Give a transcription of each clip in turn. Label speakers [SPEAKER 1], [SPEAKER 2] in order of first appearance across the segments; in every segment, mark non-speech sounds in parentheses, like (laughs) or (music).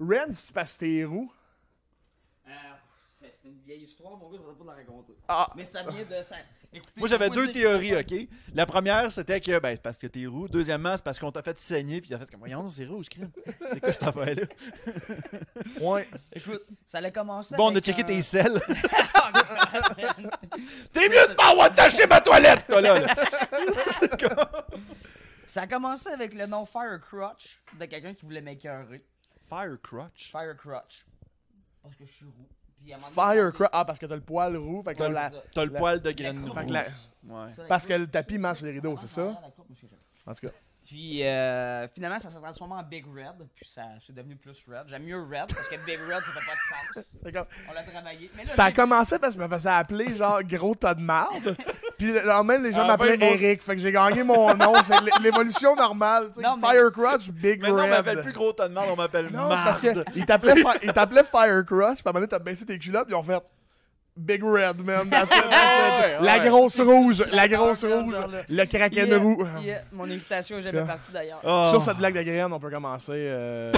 [SPEAKER 1] Ren, c'est parce que t'es héros.
[SPEAKER 2] Euh, c'est c'est une vieille histoire, mon gars, je ne pas la raconter.
[SPEAKER 1] Ah.
[SPEAKER 2] Mais ça vient de. Ça... Écoutez,
[SPEAKER 3] Moi, j'avais
[SPEAKER 2] faut
[SPEAKER 3] deux
[SPEAKER 2] dire-
[SPEAKER 3] théories, OK? La première, c'était que, ben, c'est parce que t'es roux. Deuxièmement, c'est parce qu'on t'a fait saigner, puis t'as fait comme, voyons, c'est rouge, crime. C'est quoi cette affaire-là?
[SPEAKER 1] Ouais.
[SPEAKER 2] Ça a commencé.
[SPEAKER 3] Bon, on a
[SPEAKER 2] avec
[SPEAKER 3] checké
[SPEAKER 2] un- (laughs)
[SPEAKER 3] tes selles. (laughs) T'es mieux de pas avoir taché ma toilette, toi, là! là.
[SPEAKER 2] Ça a commencé avec le nom Fire Crotch de quelqu'un qui voulait m'écœurer.
[SPEAKER 3] Fire crotch.
[SPEAKER 2] Fire Crotch. Parce que je suis roux. Puis à un moment donné,
[SPEAKER 1] Fire
[SPEAKER 2] ça-
[SPEAKER 1] cro- Ah, parce que t'as le poil roux. Fait que
[SPEAKER 2] Ouais,
[SPEAKER 1] la-
[SPEAKER 2] c'est ça.
[SPEAKER 3] T'as le
[SPEAKER 1] La-
[SPEAKER 3] poil de
[SPEAKER 2] La
[SPEAKER 3] graine
[SPEAKER 2] croupe.
[SPEAKER 1] Fait que la-
[SPEAKER 3] Ouais.
[SPEAKER 2] Ça, la
[SPEAKER 1] Parce que
[SPEAKER 2] croupe.
[SPEAKER 1] le tapis marche sur les rideaux,
[SPEAKER 2] Ah,
[SPEAKER 1] c'est
[SPEAKER 2] j'en ai
[SPEAKER 1] ça?
[SPEAKER 2] la croupe, moi, je sais jamais.
[SPEAKER 1] En tout cas.
[SPEAKER 2] Puis euh, finalement, ça s'est transformé en Big Red. Puis ça c'est devenu plus Red. J'aime mieux Red parce que Big Red, ça fait pas de sens.
[SPEAKER 1] c'est comme-
[SPEAKER 2] On l'a travaillé. Mais là,
[SPEAKER 1] Ça a
[SPEAKER 2] j'ai-
[SPEAKER 1] commencé parce que je me faisais appeler genre gros tas de marde. Puis le lendemain, les gens
[SPEAKER 3] Ah,
[SPEAKER 1] m'appelaient
[SPEAKER 3] ben, bon.
[SPEAKER 1] Eric. Fait que j'ai gagné mon nom. C'est l'é- l'évolution normale. tu sais.
[SPEAKER 2] Non, mais-
[SPEAKER 1] Firecrotch, Big
[SPEAKER 3] Maintenant, on
[SPEAKER 1] Red.
[SPEAKER 3] m'appelle plus gros tas de marde, on m'appelle
[SPEAKER 1] Non, c'est parce
[SPEAKER 3] marde.
[SPEAKER 1] qu'ils t'appelaient Fi- ils t'appelaient Firecrotch. Puis à un moment donné, t'as baissé tes culottes. Puis ils ont fait Big Red, man. That's it, that's it.
[SPEAKER 3] Ouais, ouais.
[SPEAKER 1] La grosse rouge. La
[SPEAKER 2] La
[SPEAKER 1] grosse
[SPEAKER 2] barbe,
[SPEAKER 1] rouge.
[SPEAKER 2] genre, là.
[SPEAKER 1] Le kraken
[SPEAKER 2] Ah, Yeah,
[SPEAKER 1] roux.
[SPEAKER 2] yeah, Mon invitation est jamais
[SPEAKER 1] cas.
[SPEAKER 2] partie d'ailleurs.
[SPEAKER 3] Oh.
[SPEAKER 1] Sur cette blague de graine, on peut commencer. euh,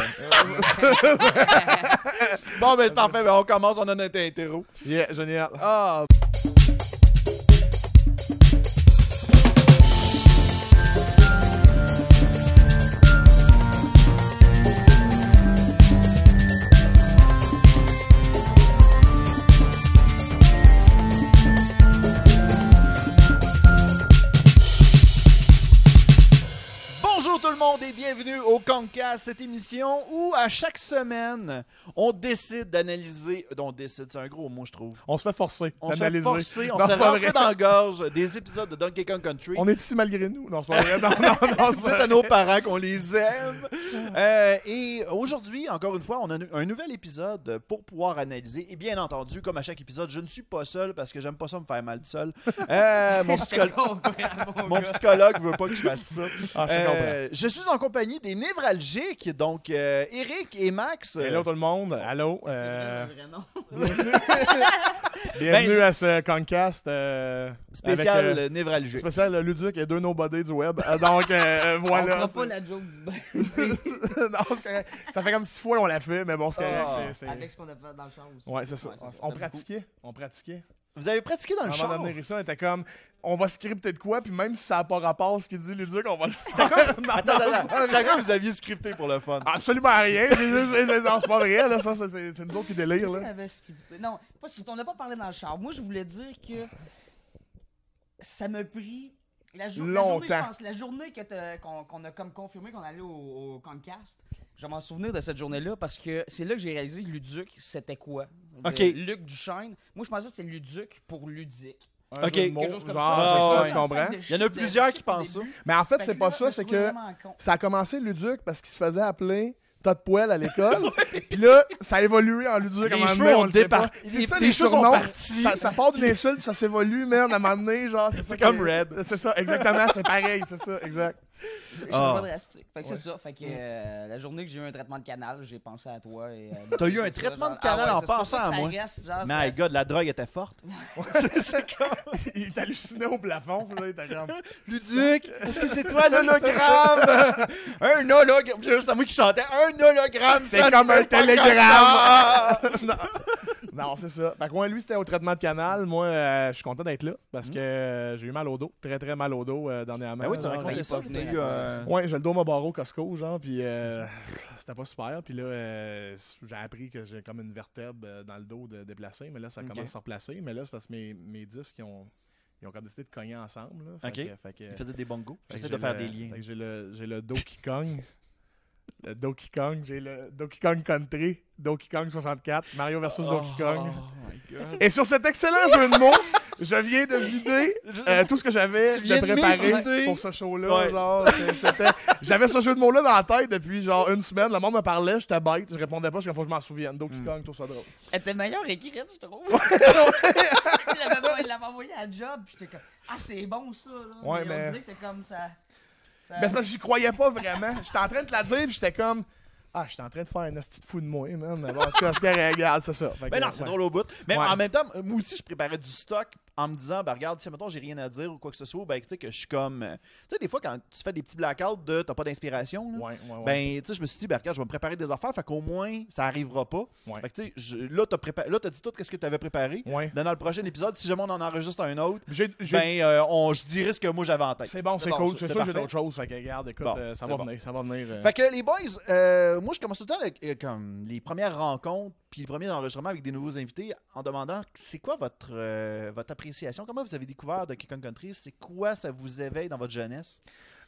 [SPEAKER 3] Bon, ben, c'est parfait, ben, on commence, on a notre interro.
[SPEAKER 1] Yeah, génial.
[SPEAKER 3] Ah, Bonjour tout le monde et bienvenue au Concast, cette émission où à chaque semaine, on décide d'analyser, on décide, c'est un gros mot je trouve.
[SPEAKER 1] On se fait forcer.
[SPEAKER 3] On se
[SPEAKER 1] d'analyser.
[SPEAKER 3] forcé, on
[SPEAKER 1] Non,
[SPEAKER 3] se
[SPEAKER 1] c'est pas
[SPEAKER 3] rentrait
[SPEAKER 1] vrai.
[SPEAKER 3] dans la gorge des épisodes de Donkey Kong Country.
[SPEAKER 1] On est ici malgré nous. Non, c'est pas vrai. Non, non, non, c'est
[SPEAKER 3] C'est à nos parents qu'on les (laughs) aime. Euh, et aujourd'hui, encore une fois, on a nu- un nouvel épisode pour pouvoir analyser. Et bien entendu, comme à chaque épisode, je ne suis pas seul parce que j'aime pas ça me faire mal tout seul. (laughs) Euh, mon,
[SPEAKER 2] C'est
[SPEAKER 3] psychologue
[SPEAKER 2] bon, bravo,
[SPEAKER 3] mon
[SPEAKER 2] gars.
[SPEAKER 3] psychologue veut pas que je fasse ça.
[SPEAKER 1] Ah, je te comprends.
[SPEAKER 3] Euh, je suis en compagnie des névralgiques, donc euh, Eric et Max.
[SPEAKER 1] Hello tout le monde, allô.
[SPEAKER 2] C'est
[SPEAKER 1] euh,
[SPEAKER 2] vrai, le vrai nom.
[SPEAKER 1] bienvenue à ce Concast euh,
[SPEAKER 3] spécial
[SPEAKER 1] avec, euh,
[SPEAKER 3] euh, névralgique.
[SPEAKER 1] spécial Luduc et deux nobody du web. Euh, donc euh, (laughs) voilà.
[SPEAKER 2] On fera pas
[SPEAKER 1] c'est-
[SPEAKER 2] la joke du bain
[SPEAKER 1] (laughs) non, c'est correct. Ça fait comme six fois qu'on l'a fait, mais bon, c'est correct.
[SPEAKER 3] Ah.
[SPEAKER 1] c'est- c'est-
[SPEAKER 2] avec ce qu'on a fait dans le champ aussi.
[SPEAKER 1] Ouais, c'est ça. On- on
[SPEAKER 2] J'aime
[SPEAKER 1] pratiquait, on pratiquait.
[SPEAKER 3] Vous avez pratiqué dans le
[SPEAKER 1] Avant
[SPEAKER 3] char.
[SPEAKER 1] d'amener ça, on était comme, on va scripter de quoi, puis même si ça n'a pas rapport à ce qu'il dit Luduc, on va le faire. Non,
[SPEAKER 3] Attends, (laughs)
[SPEAKER 1] non,
[SPEAKER 3] attends, attends. C'est comme vous aviez scripté pour le fun.
[SPEAKER 1] Absolument rien. C'est juste- c'est- c'est- non, c'est pas vrai, là. Ça, c'est- c'est c'est nous autres qui délire,
[SPEAKER 2] Qu'est-ce qu'on
[SPEAKER 1] là.
[SPEAKER 2] avait scripté? Non, pas scripté, on n'a pas parlé dans le char. Moi, je voulais dire que ça me prit la, jour- la journée,
[SPEAKER 1] Longtemps.
[SPEAKER 2] je pense, la journée que t'as- qu'on qu'on a comme confirmé qu'on allait au, au Comcast. Je vais m'en souvenir de cette journée-là parce que c'est là que j'ai réalisé que Luduc, c'était quoi? Le-
[SPEAKER 3] Ok.
[SPEAKER 2] Luc Duchesne. Moi, je pensais que c'est Luduc pour ludique.
[SPEAKER 1] Un
[SPEAKER 3] Ok.
[SPEAKER 1] jeu de mots,
[SPEAKER 2] Quelque chose comme
[SPEAKER 1] genre,
[SPEAKER 2] ça.
[SPEAKER 1] c'est
[SPEAKER 3] Ah,
[SPEAKER 1] ça,
[SPEAKER 3] ouais.
[SPEAKER 1] tu comprends?
[SPEAKER 3] Il y en a
[SPEAKER 2] euh,
[SPEAKER 3] plusieurs qui pensent ça.
[SPEAKER 1] Mais en fait, c'est pas ça, c'est que Ah. ça a commencé Luduc parce qu'il se faisait appeler tas de poêle à
[SPEAKER 3] (laughs)
[SPEAKER 1] l'école. Puis là, ça a évolué en Luduc. à un
[SPEAKER 3] Les
[SPEAKER 1] moment
[SPEAKER 3] cheveux
[SPEAKER 1] donné, on
[SPEAKER 3] ont
[SPEAKER 1] le sait
[SPEAKER 3] départ-
[SPEAKER 1] pas. C'est
[SPEAKER 3] les-
[SPEAKER 1] ça,
[SPEAKER 3] les
[SPEAKER 1] les
[SPEAKER 3] cheveux sont
[SPEAKER 1] surnoms.
[SPEAKER 3] partis.
[SPEAKER 1] Ça, ça part d'une insulte, puis ça s'évolue, man, à un moment donné, genre, c'est ça.
[SPEAKER 3] comme
[SPEAKER 1] qui est-
[SPEAKER 3] Red.
[SPEAKER 1] C'est ça, exactement, c'est pareil, c'est ça,
[SPEAKER 3] (laughs)
[SPEAKER 1] exact.
[SPEAKER 2] C'est
[SPEAKER 3] Ah.
[SPEAKER 2] pas drastique. Fait que
[SPEAKER 1] Ouais.
[SPEAKER 2] c'est ça. Fait que euh, la journée que j'ai eu un traitement de canal, j'ai pensé à toi. et, euh,
[SPEAKER 3] T'as eu un
[SPEAKER 2] c'est ça,
[SPEAKER 3] traitement de
[SPEAKER 2] genre, ah
[SPEAKER 3] canal en
[SPEAKER 2] c'est pour ça
[SPEAKER 3] pensant
[SPEAKER 2] que
[SPEAKER 3] à
[SPEAKER 2] ça
[SPEAKER 3] moi.
[SPEAKER 2] reste, genre, ça
[SPEAKER 3] My
[SPEAKER 2] reste-
[SPEAKER 3] God, la drogue était forte.
[SPEAKER 1] Il t'hallucinait au plafond, puis là, il était comme.
[SPEAKER 3] Luduc, est-ce que c'est (laughs) toi l'hologramme? un hologramme. C'est à moi qui chantais. Un hologramme,
[SPEAKER 1] C'est
[SPEAKER 3] ça
[SPEAKER 1] comme
[SPEAKER 3] ne
[SPEAKER 1] un
[SPEAKER 3] fait pas
[SPEAKER 1] télégramme.
[SPEAKER 3] que ça.
[SPEAKER 1] Non, c'est ça. Fait que moi, lui, c'était au traitement de canal. Moi, euh, je suis content d'être là parce que euh, j'ai eu mal au dos, très très mal au dos euh, dernièrement.
[SPEAKER 3] Mm. Ben oui, tu
[SPEAKER 1] Genre,
[SPEAKER 3] racontais
[SPEAKER 2] failli
[SPEAKER 3] ça.
[SPEAKER 2] pas
[SPEAKER 3] T'as
[SPEAKER 2] venir
[SPEAKER 3] eu euh,
[SPEAKER 2] à
[SPEAKER 3] un.
[SPEAKER 1] Ouais, j'ai le dos à barreau au Costco, genre, puis euh, c'était pas super. Puis là, euh, j'ai appris que j'ai comme une vertèbre euh, dans le dos de déplacée, mais là, ça
[SPEAKER 3] Ok.
[SPEAKER 1] commence à se replacer. Mais là, c'est parce que mes, mes disques, ils ont, ils ont comme décidé de cogner ensemble. Là. Fait
[SPEAKER 3] Ok.
[SPEAKER 1] que- fait que-
[SPEAKER 3] Il faisait des bongos.
[SPEAKER 1] fait que
[SPEAKER 3] J'essaie
[SPEAKER 1] j'ai
[SPEAKER 3] de faire
[SPEAKER 1] le-
[SPEAKER 3] des
[SPEAKER 1] fait
[SPEAKER 3] liens.
[SPEAKER 1] que J'ai le, j'ai le dos qui cogne. (laughs) Le Donkey Kong, j'ai le Donkey Kong Country, Donkey Kong 64, Mario versus
[SPEAKER 3] Oh.
[SPEAKER 1] Donkey Kong.
[SPEAKER 2] Ah,
[SPEAKER 3] my God.
[SPEAKER 1] Et sur cet excellent jeu de mots, je viens de vider euh, tout ce que j'avais
[SPEAKER 3] Tu viens
[SPEAKER 1] de
[SPEAKER 3] de
[SPEAKER 1] préparé
[SPEAKER 3] m'écouter.
[SPEAKER 1] pour ce show-là.
[SPEAKER 3] Ouais.
[SPEAKER 1] genre, c'est- c'était- J'avais ce jeu de mots-là dans la tête depuis genre une semaine. Le monde me parlait, j'étais bête, je répondais pas, parce qu'il faut que je m'en souvienne. Donkey
[SPEAKER 3] Mm.
[SPEAKER 1] Kong, tout ça drôle.
[SPEAKER 2] Elle était meilleure écrite, je trouve. (laughs) il l'avait pas- il l'avait envoyé à la job, puis j'étais comme Ah, c'est bon ça, là.
[SPEAKER 1] Ouais,
[SPEAKER 2] mais,
[SPEAKER 1] mais-
[SPEAKER 2] On dirait que t'es comme ça. ça-
[SPEAKER 1] Mais c'est parce que j'y croyais pas vraiment. J'étais en train de te la dire, puis j'étais comme. Ah, j'étais en train de faire un esti de fou de moi, man. Mais bon, en tout cas, ce qu'elle regarde, c'est ça. Fait
[SPEAKER 3] Mais
[SPEAKER 1] que,
[SPEAKER 3] Ben non, c'est
[SPEAKER 1] ouais.
[SPEAKER 3] drôle au bout. Mais
[SPEAKER 1] Ouais.
[SPEAKER 3] en même temps, moi aussi, je préparais du stock en me disant, ben regarde, si mettons, j'ai rien à dire ou quoi que ce soit, ben tu sais que je suis comme. euh, Tu sais, des fois, quand tu fais des petits blackouts de t'as pas d'inspiration, là,
[SPEAKER 1] Ouais, ouais, ouais.
[SPEAKER 3] ben tu sais, je me suis dit, ben regarde, je vais me préparer des affaires, fait qu'au moins, ça arrivera pas.
[SPEAKER 1] Ouais.
[SPEAKER 3] Fait que tu sais, je- là, t'as prépa- là, t'as dit tout quest ce que t'avais préparé.
[SPEAKER 1] Ouais.
[SPEAKER 3] Dans le prochain épisode, si jamais on en enregistre un autre,
[SPEAKER 1] J'ai- j'ai-
[SPEAKER 3] ben euh, on, je dirais ce que moi j'avais en tête.
[SPEAKER 1] c'est bon,
[SPEAKER 2] c'est
[SPEAKER 1] c'est
[SPEAKER 2] bon,
[SPEAKER 1] cool.
[SPEAKER 3] ça,
[SPEAKER 1] C'est
[SPEAKER 3] c'est
[SPEAKER 1] sûr que j'ai
[SPEAKER 3] parfait.
[SPEAKER 1] d'autres choses. Fait que regarde, écoute,
[SPEAKER 3] Bon,
[SPEAKER 1] euh, ça
[SPEAKER 3] c'est
[SPEAKER 1] va
[SPEAKER 3] bon.
[SPEAKER 1] venir. Ça va venir. euh,
[SPEAKER 3] Fait que les boys, euh, moi je commence tout le temps avec euh, comme les premières rencontres puis les premiers enregistrements avec des nouveaux invités en demandant c'est quoi votre euh, votre appréciation, comment vous avez découvert de Kekon Country, c'est quoi ça vous éveille dans votre jeunesse.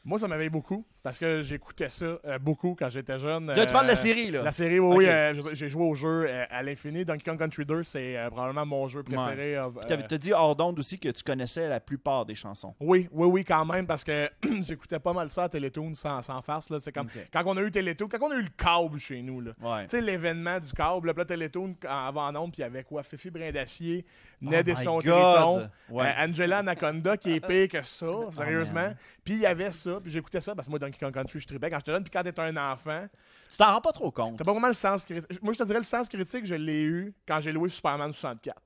[SPEAKER 1] Moi, ça m'éveille beaucoup parce que j'écoutais ça euh, beaucoup quand j'étais jeune.
[SPEAKER 3] Là tu parles de la
[SPEAKER 1] Euh,
[SPEAKER 3] série là.
[SPEAKER 1] La série, oui, oui,
[SPEAKER 3] Ok.
[SPEAKER 1] euh, j'ai- j'ai joué au jeu euh, à l'infini. Donkey Kong Country 2, c'est euh, probablement mon jeu préféré. of-
[SPEAKER 3] Tu
[SPEAKER 1] euh,
[SPEAKER 3] as dit hors d'onde aussi que tu connaissais la plupart des chansons.
[SPEAKER 1] Oui, oui, oui, quand même, parce que (clears throat) j'écoutais pas mal ça à Télétoon sans, sans farce. Là. C'est Comme,
[SPEAKER 3] Ok.
[SPEAKER 1] Quand on a eu Télétoon, quand on a eu le câble chez nous, là.
[SPEAKER 3] Ouais.
[SPEAKER 1] tu sais, l'événement du câble, le Télétoon quand- avant nombre, puis il y avait quoi Fifi Brin d'Acier,
[SPEAKER 3] Oh
[SPEAKER 1] Ned et
[SPEAKER 3] my
[SPEAKER 1] son
[SPEAKER 3] God.
[SPEAKER 1] Téléthon,
[SPEAKER 3] Ouais. Oh,
[SPEAKER 1] euh, Angela Anaconda, qui est pire que
[SPEAKER 3] (laughs)
[SPEAKER 1] ça, sérieusement. puis il y avait ça, puis j'écoutais ça, parce que moi, Donkey Kong Country, je tripais quand j'étais jeune, puis quand t'es un enfant.
[SPEAKER 3] Tu t'en rends pas trop compte.
[SPEAKER 1] T'as pas vraiment le sens critique. Moi, je te dirais, le sens critique, je l'ai eu quand j'ai loué Superman 64.